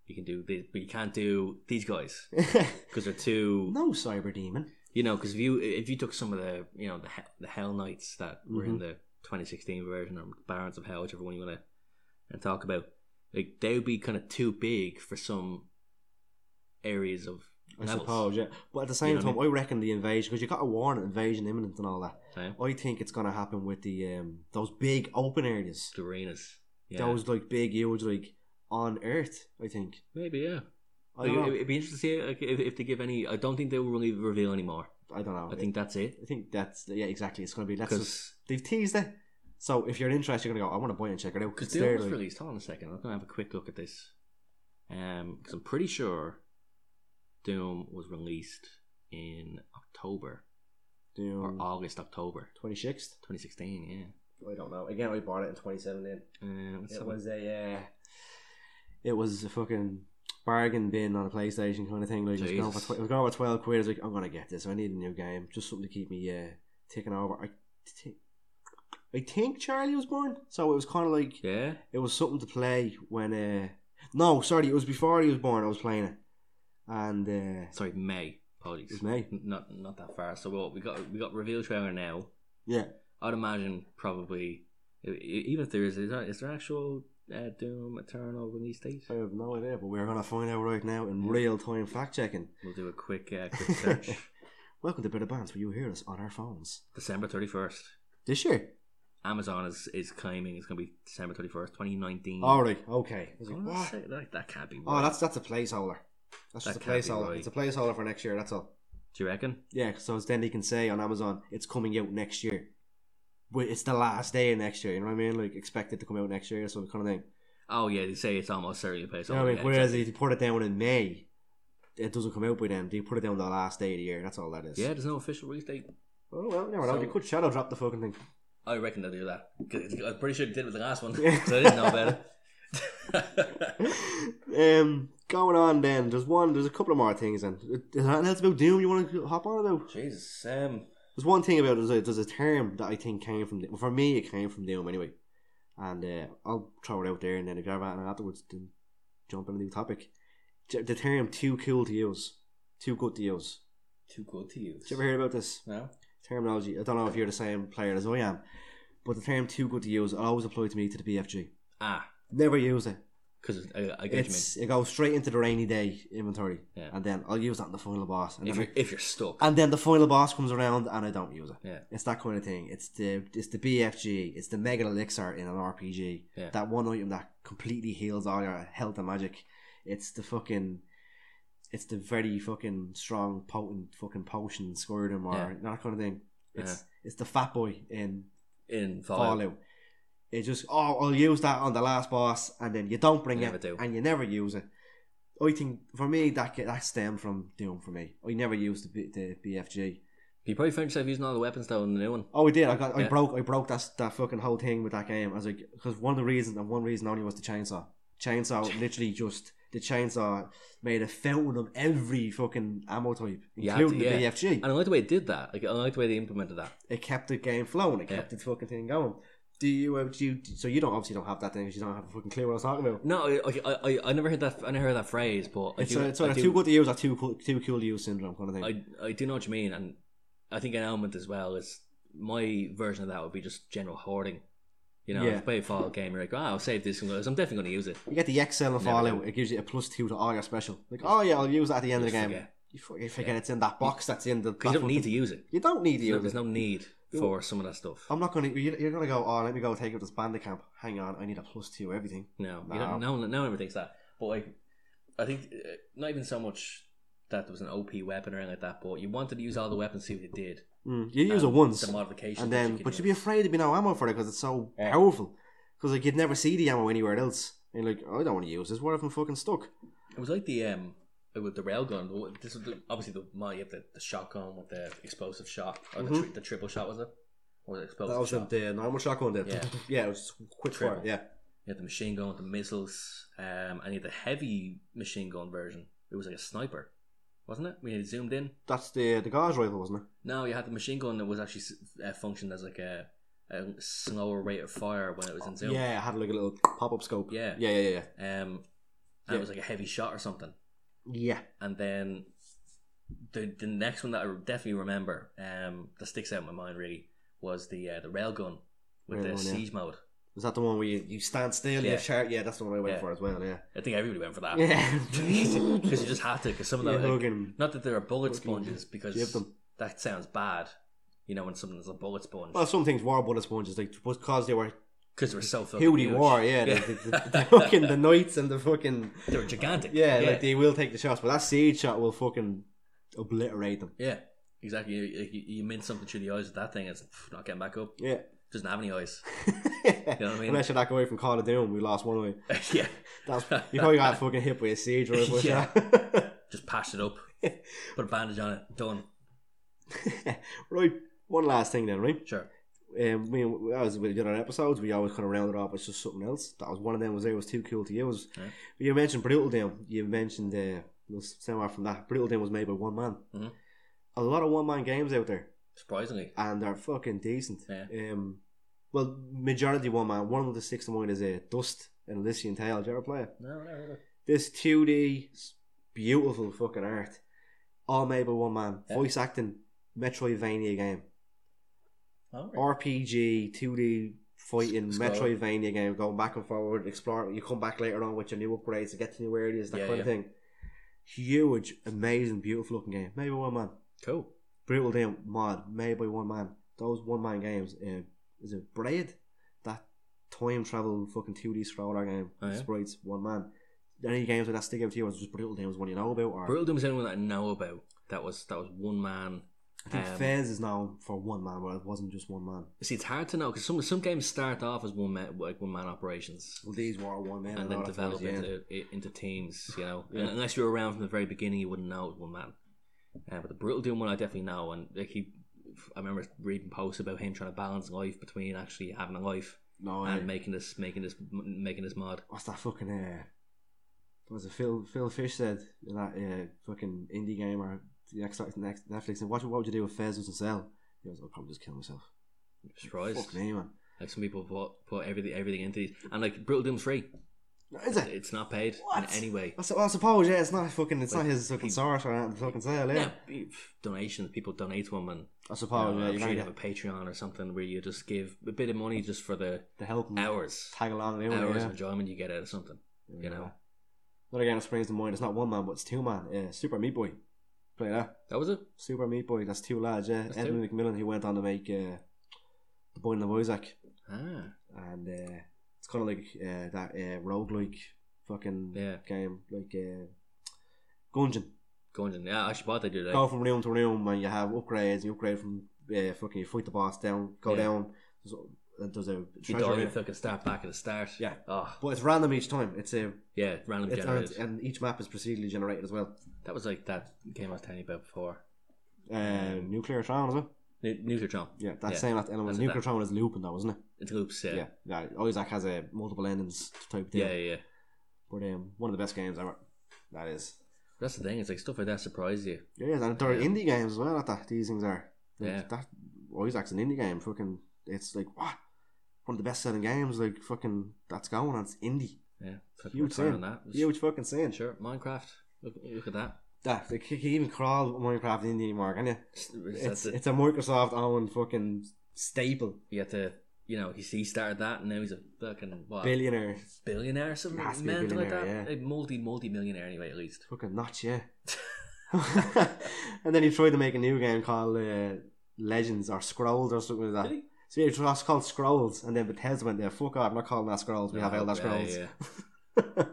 You can do this, but you can't do these *laughs* guys yeah. because they're too. no Cyber Demon. You know, because if you if you took some of the you know the he- the Hell Knights that were in Mhm. the 2016 version or Barons of Hell, whichever one you want to and talk about, like they would be kind of too big for some areas of I levels. suppose, yeah. But at the same know what I time, I, reckon the invasion because you got a warrant, invasion imminent, and all that. Yeah. I think it's going to happen with the um, those big open areas, The arenas. Yeah. those like big, huge, like on Earth. I think. Maybe, yeah. I Like, don't it- know. it'd be interesting to see like, if, if they give any. I don't think they will really reveal any more. I don't know. I think that's it. I think that's yeah, exactly. It's going to be that's just, Because they've teased it. So if you're interested, you're going to go. I want to buy it and check it out. because It's they there, almost like- released. Hold on a second. I'm gonna have a quick look at this. Um, because I'm pretty sure Doom was released in October or Doom August, October 26th. 2016. I don't know. Again, I bought it in 2017. Yeah. Um, let's It have a- was a, uh, it was a fucking bargain bin on a PlayStation kind of thing. Like it was, going Jesus. for tw- it was going for twelve quid. I was like, I'm gonna get this. I need a new game, just something to keep me uh, ticking over. I, thi- I think Charlie was born, so it was kind of like yeah. it was something to play when. Uh, no, sorry, it was before he was born. I was playing it and uh, Sorry, May. Apologies. it was May. N- Not not that far. So what we got we got reveal trailer now. Yeah, I'd imagine probably e- e- even if there is is there, is there actual uh, Doom Eternal release date? I have no idea, but we're gonna find out right now in real time fact checking. We'll do a quick uh, quick search. *laughs* Welcome to Bit of Bands, where you hear us on our phones December thirty first. this year. Amazon is, is claiming it's going to be December thirty first, twenty nineteen. All Oh, right, okay. I was like, what? That, that can't be right. Oh, that's that's a placeholder. That's That just a can't be placeholder. right. It's a placeholder for next year. That's all. Do you reckon? Yeah, so then they can say on Amazon it's coming out next year. But it's the last day of next year. You know what I mean? Like expect it to come out next year, so kind of thing. Oh yeah, they say it's almost certainly a Oh, You know what I placeholder. mean? Whereas if you put it down in May, it doesn't come out by then. They put it down the last day of the year. That's all that is. yeah, there's no official release date. Oh well, you never know. So- they could shadow drop the fucking thing. *laughs* I reckon they'll do that. 'Cause I'm pretty sure they did with the last one *laughs* because I didn't know about it. *laughs* um, going on then. There's one. There's a couple of more things. Then is there anything else about Doom you want to hop on about? Jesus, um, There's one thing about it, there's a, there's a term that I think came from well, for me it came from Doom anyway, and uh, I'll throw it out there and then if you have anything afterwards, then jump on a new topic. J- The term "too cool to use," "too good to use." too good to use. Did you ever hear about this No. terminology? I don't know if you're the same player as I am, but the term "too good to use" it always applied to me to the BFG. Ah, Never use it. because I, I get what It's it goes straight into the rainy day inventory, Yeah. and then I'll use that in the final boss. And you mean. If then I- you're, if you're stuck, and then the final boss comes around and I don't use it. Yeah. It's that kind of thing. It's the it's the BFG, it's the mega elixir in an RPG. Yeah. That one item that completely heals all your health and magic. It's the fucking it's the very fucking strong potent fucking potion squirtum or Yeah. that kind of thing. It's it's the fat boy in in Fallout, Fallout. It's just oh I'll use that on the last boss and then you don't bring You it never do. and you never use it. I think for me that that stemmed from Doom for me. I never used the, B- the BFG. you probably found yourself using all the weapons though in the new one. Oh, I did. I got. I Yeah. broke. I broke that that fucking whole thing with that game. I was like, because one of the reasons and one reason only was the chainsaw. *laughs* Chainsaw literally just the chainsaw made a fountain of every fucking ammo type, You had to- including yeah. the BFG. And I like the way it did that. Like I like the way they implemented that. it kept the game flowing. It kept the fucking thing going. Do you? Uh, do you? So you don't obviously don't have that thing because you don't have a fucking clue what I was talking about. No, I, I, I, I never heard that. I never heard that phrase, but I It's, do, uh, it's I uh, do- too good to use or too cool, too cool to use syndrome kind of thing. I, I do know what you mean, and I think an element as well is my version of that would be just general hoarding. You know, if Yeah. you play a Fallout game, you're like, oh, I'll save this, and go, I'm definitely going to use it. you get the XL of Never Fallout. It gives you a plus two to all your special. Like, oh yeah, I'll use that at the end of the Just game. forget. You fucking forget it's in that box that's in the. 'Cause you don't need to use it. You don't need to There's use it. no, Um, there's no need for some of that stuff. I'm not gonna. you- You're gonna go. Oh, let me go take up this bandit camp. Hang on, I need a plus two everything. No, No. You don't, no, one- no one ever thinks that. But like, I think uh, not even so much that there was an OP weapon or anything like that. But you wanted to use all the weapons, see what it did. Mm, you use And it once, the modifications, and that then could but you'd be use. afraid to be no ammo for it because it's so Yeah. powerful. Because like you'd never see the ammo anywhere else. And you're like, oh, I don't want to use this. What if I'm fucking stuck? It was like the um with the railgun. the- This was the, obviously the one you have the, the shotgun with the explosive shot or the, tri- the triple shot was it? Or the explosive Mm-hmm. That was the, shot? the normal shotgun. Did. Yeah, Yeah. *laughs* yeah, it was quick fire. Triple. Yeah, You had the machine gun with the missiles, um, and you had the heavy machine gun version. It was like a sniper, wasn't it? When you zoomed in. that's the the gauge rifle, wasn't it? No, you had the machine gun that was actually s- uh, functioned as like a, a slower rate of fire when it was in zoom. Oh, Yeah, it had like a little pop up scope. Yeah. yeah, yeah, yeah. Um, and Yeah. it was like a heavy shot or something. Yeah, And then the the next one that I definitely remember, um, that sticks out in my mind really was the uh, the railgun with the Railgun, yeah. siege mode. was that the one where you, you stand still? Yeah, Yeah. you char- yeah, that's the one I went Yeah. for as well. Yeah, I think everybody went for *laughs* that. *laughs* yeah, Because you just had to, because some of Yeah, that, like, fucking not that there are bullet Fucking sponges, because give them. that sounds bad, you know, when something's a bullet sponge. Well, some things were bullet sponges, like because they were Because they were so fucking who they huge. were, yeah. The, the, the, *laughs* the fucking the knights and the fucking they were gigantic. yeah, like they will take the shots, but that siege shot will fucking obliterate them. *laughs* Yeah, exactly. You, you, you mint something through the eyes with that thing, it's pff, not getting back up. Yeah. Doesn't have any eyes. *laughs* know what I mean? Unless you're that guy from Call of Duty, we lost one way. yeah, That's *laughs* you probably got fucking hit by a siege or a Yeah. yeah. *laughs* just patched it up, put a bandage on it, done. *laughs* Right, one last thing then, right? Sure. Um, we, as we did our episodes, we always kind of rounded off. It's just something else. That was one of them. Was there was too cool to use. Yeah. You mentioned brutal down. You mentioned uh, let's stem off from that. Brutal down was made by one man. Mhm. A lot of one man games out there, Surprisingly, and they're fucking decent. Yeah. Um, well, majority one man. One of the sticks to mind is uh, Dust and Elysian Tale. Did you ever play it? no, no, no. This two D beautiful fucking art, all made by one man, Yeah. voice acting, Metroidvania game, Alright. RPG, two D fighting, Score. Metroidvania game, going back and forward, explore. You come back later on with your new upgrades to get to new areas, that Yeah, kind of thing. Huge, amazing, beautiful looking game, made by one man. Cool. Brutal Damn mod made by one man. Those one man games. Uh, is it Braid? That time travel fucking 2D scroller game. Oh, yeah? Sprites, one man. Any games like that stick out to you? Or is it just Brutal Damn is one you know about? Or Brutal Doom is anyone that I know about. That was that was one man. I think um, Fez is known for one man, but it wasn't just one man. See, it's hard to know because some some games start off as one man like one man operations. Well, these were one man. and a then lot of times, develop yeah. into, i- into teams, you know. Yeah. And unless you were around from the very beginning, you wouldn't know it was one man. Uh, but the brutal doom one, I definitely know. And like he, I remember reading posts about him trying to balance life between actually having a life No, eh. and making this, making this, m- making this mod. what's that fucking. Uh, what was it Phil, Phil Fish said in that uh, fucking indie game or the next, next Netflix? And what, what would you do if Fez doesn't sell? He goes, I'll probably just kill myself. Surprised, Fuck me, man. like some people put, put everything everything into these, and like brutal doom's free. Is it? It's not paid What? in any way. I, su- I suppose, yeah, it's not fucking, it's Like, not his fucking he- source or anything to fucking sale, yeah. Yeah, p- donations. People donate to him, and I you know, suppose, yeah, I'm you're sure gonna you have a get Patreon or something where you just give a bit of money just for the the help and hours, tag along anyway, hours yeah. of enjoyment you get out of something. you know. But again, it springs to mind, it's not one man, but it's two man, yeah, Super Meat Boy. Play that. That was it. Super Meat Boy, that's two lads, yeah. That's Edmund McMillan, who went on to make uh, The Boy and the Isaac, Ah, and uh, it's kind of like uh, that uh, roguelike fucking yeah. game, like uh, Gungeon. Going in. Yeah, I actually bought that the other day. go from room to room and you have upgrades. You upgrade from uh, fucking you fight the boss down, go Yeah. down. So, uh, there's a You treasure. died room. if I could start back at the start. Yeah. Oh, But it's random each time. It's a yeah. Random it's and, generated. and each map is procedurally generated as well. That was like that game I was telling you about before. Uh, nuclear Tron as well. Nu- Nuclear Tron. Yeah, that's Mm. Yeah, same at the end. that's of it, it. Nuclear Tron is looping though, isn't it? It's loops. Yeah. Yeah. Yeah. yeah. Isaac has a multiple endings type deal. Yeah. yeah, But um, one of the best games ever. That is. That's the thing. It's like stuff like that surprises you. Yeah, yeah, and they're Yeah. indie games as well. At that, these things are. Like, Yeah. That Isaac's an indie game. Fucking, it's like what one of the best selling games. Like fucking, that's going and it's indie. Yeah. It's like Huge return thing. on that. It's- Huge fucking scene. Sure. Sure. Minecraft. Look, look at that. That they can even crawl Minecraft indie anymore, can you? It's, It's that's it. it's a Microsoft owned fucking staple. You have to. You know, he he started that, and now he's a fucking what, Billionaire, billionaire, or something, Has to be a mental like that. billionaire, A multi, multi millionaire anyway, at least. fucking notch, *laughs* yeah. *laughs* and then he tried to make a new game called uh, Legends or Scrolls or something like that. Did he? So yeah, it was called Scrolls, and then Bethesda went there. Fuck off, I'm not calling that Scrolls. We have Oh, Yeah, Elder yeah, Scrolls. yeah.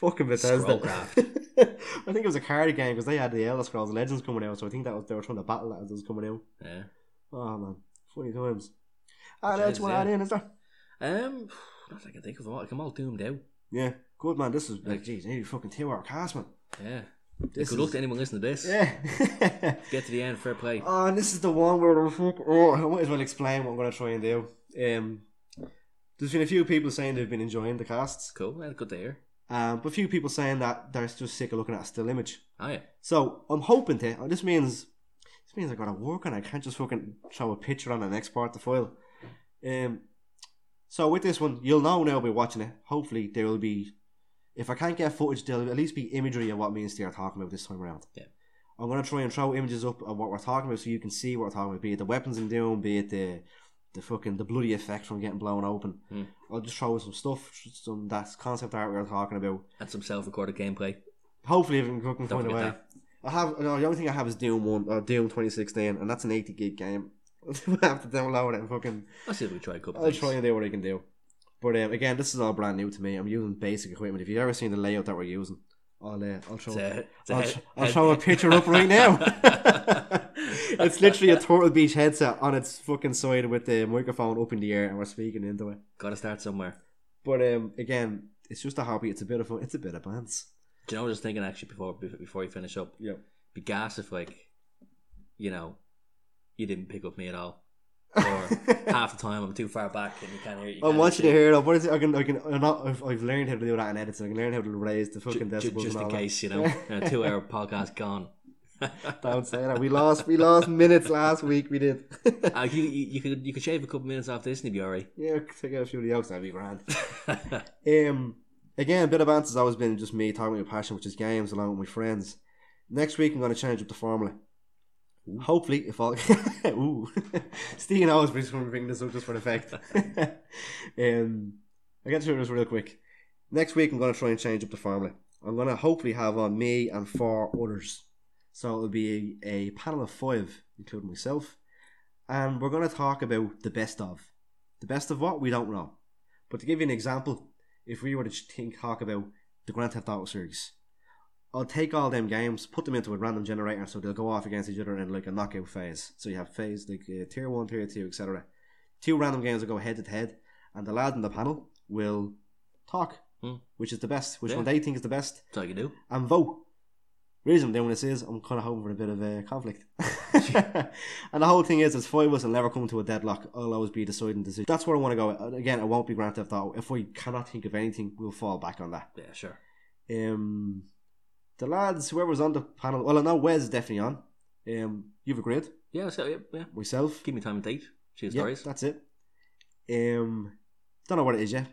Fucking Bethesda. Scrollcraft. *laughs* I think it was a card game because they had the Elder Scrolls Legends coming out, so I think that was they were trying to battle that as it was coming out. Yeah. Oh man, funny times. Ah, It that's is, what yeah. I in, is there? Um, *sighs* not that I can think of. Like, I'm all doomed out. Yeah, good man. This is Like- like, geez, nearly fucking two hour cast, man. Yeah. This Good is- luck to anyone listening to *laughs* this. Yeah. *laughs* Get to the end, fair play. Oh, and this is the one where I'm fuck. Oh, I might as well explain what I'm going to try and do. Um, there's been a few people saying they've been enjoying the casts, cool. Well, good to hear. um, but a few people saying that they're just sick of looking at a still image. Oh, yeah. So I'm hoping to. oh, This means this means I got to work and I can't just fucking throw a picture on and export the file. Um. So with this one, you'll know now by watching it. Hopefully, there will be. If I can't get footage, there'll at least be imagery of what me and Steve are talking about this time around. Yeah. I'm gonna try and throw images up of what we're talking about, so you can see what we're talking about. Be it the weapons in Doom, be it the the fucking the bloody effect from getting blown open. Hmm. I'll just throw some stuff, some that's concept art we we're talking about. And some self recorded gameplay. Hopefully, if we can fucking Don't find a way. forget that. I have no, the only thing I have is Doom One or Doom twenty sixteen, and that's an eighty gig game. *laughs* I have to download it and fucking. I'll see if we try a couple I'll things. try and do what I can do. But um, again, this is all brand new to me. I'm using basic equipment. If you've ever seen the layout that we're using, I'll uh, I'll show. It's a- it's a I'll, head- sh- I'll head- show a picture up right *laughs* now. *laughs* it's literally a Turtle Beach headset on its fucking side with the microphone up in the air, and we're speaking into it. Gotta start somewhere. But um, again, it's just a hobby. It's a bit of fun. It's a bit of pants. Do you know what I was thinking actually before bef- before you finish up? Yeah. Be gas if, like, you know, you didn't pick up me at all. *laughs* Or half the time I'm too far back and you can't hear you. can't I'm hear watching it shit. here. Though. What is it? I can, I can, I'm not, I've, I've learned how to do that in editing. I can learn how to raise the Ju- fucking ju- decibels. and just all in that. case, you know, *laughs* a two hour podcast gone. Don't say *laughs* that. We lost, we lost minutes last week. We *laughs* did. Uh, *laughs* you, you, you could you *laughs* could shave a couple minutes off this and you'd be alright. yeah, take out a few of the jokes. That'd be grand. Um, Again, Bit of Ants has always been just me talking about my passion, which is games, along with my friends. Next week, I'm going to change up the formula. Ooh. Hopefully, if all. *laughs* Ooh. Steven always brings from bringing this up just for effect. um, I get through this real quick. Next week, I'm going to try and change up the formula. I'm going to hopefully have on me and four others. So it'll be a, a panel of five, including myself. And we're going to talk about the best of. The best of what? We don't know. But to give you an example, if we were to think, talk about the Grand Theft Auto series, I'll take all them games, put them into a random generator so they'll go off against each other in like a knockout phase. So you have phase like uh, tier 1, tier 2, etc. Two random games will go head to head, and the lads on the panel will talk, Hmm. which is the best, which Yeah. one they think is the best, That's all you do. and vote. Reason I'm doing this is I'm kind of hoping for a bit of a conflict. *laughs* and the whole thing is, as five of us will never come to a deadlock. I'll always be deciding decision. That's where I want to go. And Again, it won't be Grand Theft Auto. If we cannot think of anything, we'll fall back on that. Yeah, sure. Um, the lads, whoever's on the panel, well, I know Wes is definitely on. Um, you've agreed. Yeah, so yeah, yeah. Myself. Give me time and date. Cheers, Yeah, stories. that's it. Um, don't know what it is yet,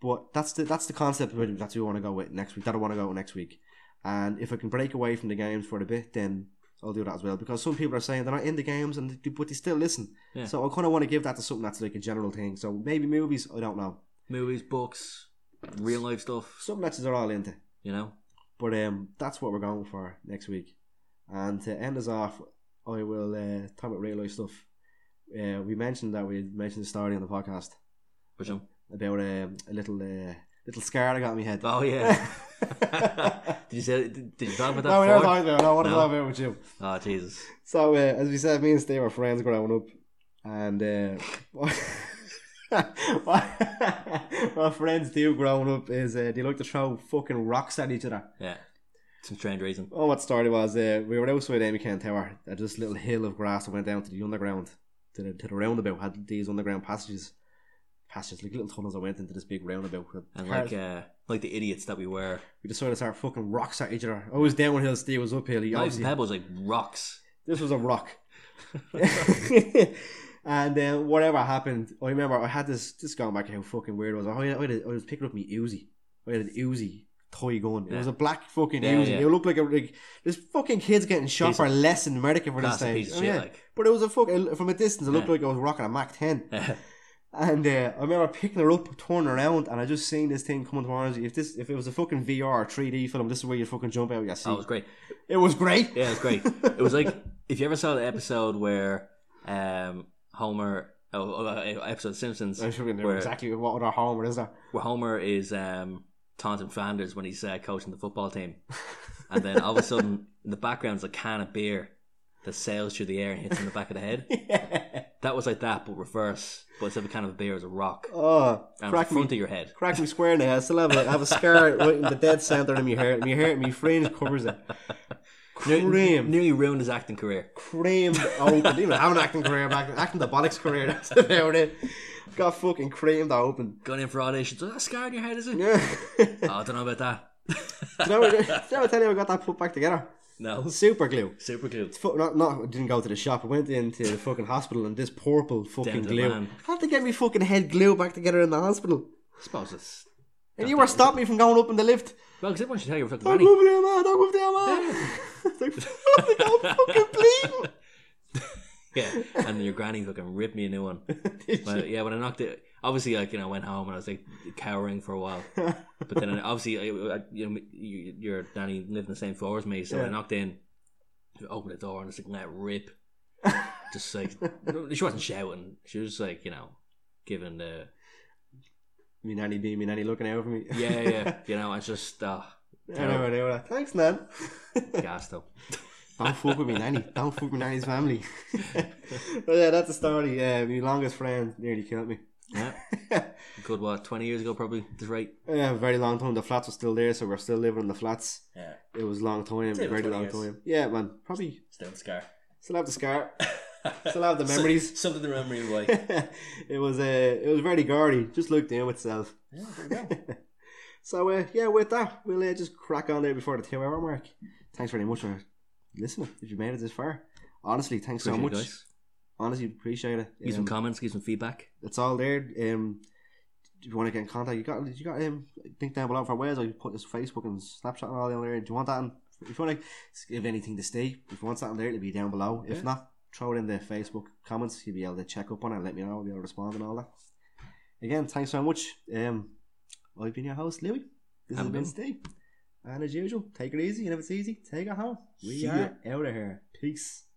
but that's the that's the concept. Really, that's what we want to go with next week. That I want to go with next week. And if I can break away from the games for a bit, then I'll do that as well. Because some people are saying they're not in the games, and they, but they still listen. Yeah. So I kind of want to give that to something that's like a general thing. So maybe movies, I don't know. Movies, books, real life stuff. Something that's they're all into. You know. But um, that's what we're going for next week. And to end us off, I will uh, talk about real life stuff. Uh, we mentioned that we mentioned the story on the podcast. Which one? about um, a little uh, little scar I got on my *laughs* head. *laughs* Oh yeah. did you say? Did, did you talk about that? no, we never before? talked about it. No, what No. no. about with you? Oh Jesus. So, uh, as we said, me and Steve were friends growing up, and uh, *laughs* what, *laughs* what friends do growing up is uh, they like to throw fucking rocks at each other. Yeah. Some strange reason. Oh, what story was uh, we were outside Amy Kent Tower at this little hill of grass that went down to the underground, to the, to the roundabout, had these underground passages. Passages, like little tunnels that went into this big roundabout. And Cars- like, uh, like the idiots that we were. We decided to start fucking rocks at each other. I was downhill, Steve was uphill. He Knives obviously, and pebbles like rocks. this was a rock. *laughs* *laughs* and then whatever happened, I remember I had this, this going back to how fucking weird it was. I, had, I, had a, I was picking up my Uzi. I had an Uzi toy gun. It was Yeah. a black fucking Yeah, Uzi. yeah. It looked like a, like, this fucking kid's getting shot Piece for of- less in America for this That's a time. piece of Oh, shit. yeah. Like. *laughs* But it was a fucking, from a distance, it looked Yeah. like I was rocking a Mac 10. And uh, I remember picking her up, turning around, and I just seen this thing coming towards you. If this, if it was a fucking VR or 3D film, this is where you fucking jump out. Yeah, see, that was great. it was great. Yeah, it *laughs* was great. It was like *laughs* if you ever saw the episode where um, Homer, oh, oh, uh, episode of Simpsons, I should have Where- exactly what would our homework is *laughs* there. where Homer is um, taunting Flanders when he's uh, coaching the football team, and then all of a sudden *laughs* in the background's a can of beer that sails through the air and hits him in the back of the head. That was like that, but reverse. But instead of a can of beer, it was a rock Oh, and it was crack the front me, of your head. crack me square now. I still have a, I have a scar right in the dead center of my hair. My hair, my fringe covers it. Nearly, Cream, nearly ruined his acting career. cream. Oh, I didn't even have an acting career back. Acting the bollocks career. *laughs* That's about it. Got fucking creamed open. *laughs* Gone in for auditions. Oh, that scar on your head, is it? Yeah. Oh, I don't know about that. *laughs* Did I, did I ever tell you I got that put back together? no. Super glue. Super glue. Fu- Not, not I didn't go to the shop. I went into the fucking hospital and this purple fucking Down to the glue. man. I had to get me fucking head glue back together in the hospital. I suppose it's. And you were stopping me from going up in the lift. Well, because everyone should tell you about the Don't money. move there, man. Don't move there, man. It's *laughs* like, fuck, I'm fucking bleeding. Yeah, and your granny fucking ripped me a new one. *laughs* When I- yeah, when I knocked it, obviously, like you know, I went home and I was like cowering for a while. But then, *laughs* I, obviously, I, I, you know, you, your nanny lived in the same floor as me, so I Yeah. knocked in, opened the door, and it's like let *laughs* rip. just like she wasn't shouting, she was just like you know, giving the *laughs* Me nanny being me nanny looking out for me. *laughs* yeah, yeah, you know, I just uh, I know, I know that. Thanks, Nan. gassed up. *laughs* Don't fuck with me nanny. Don't fuck with me nanny's family. *laughs* but yeah, that's the story. Yeah, my longest friend nearly killed me. *laughs* Yeah, good what twenty years ago probably. That's right. Yeah, a very long time. The flats were still there, so we're still living in the flats. Yeah, It was a long time, Say it very was 20 long years. time. Yeah, man, probably still scar. still have the scar, *laughs* still have the memories. *laughs* Something to remember you like. it was uh, it was very gaudy. Just looked in with itself. *laughs* so uh, yeah, with that, we'll uh, just crack on there before the two hour mark. Thanks very much for listening. If you made it this far, honestly, thanks so much. Honestly, appreciate it. Give some Um, comments, give some feedback. it's all there. Um, if you want to get in contact, you got you got him. Think down below for ways. I put his Facebook and Snapchat and all down there. Do you want that? In, if you want to give anything to Steve, if you want something there, it'll be down below. Yeah. If not, throw it in the Facebook comments. You'll be able to check up on it. and Let me know. I'll be able to respond and all that. Again, thanks so much. Um, I've been your host, Louis. This has I'm been Bill. Steve. And as usual, take it easy. And if it's easy, take it home. We See ya. are out of here. Peace.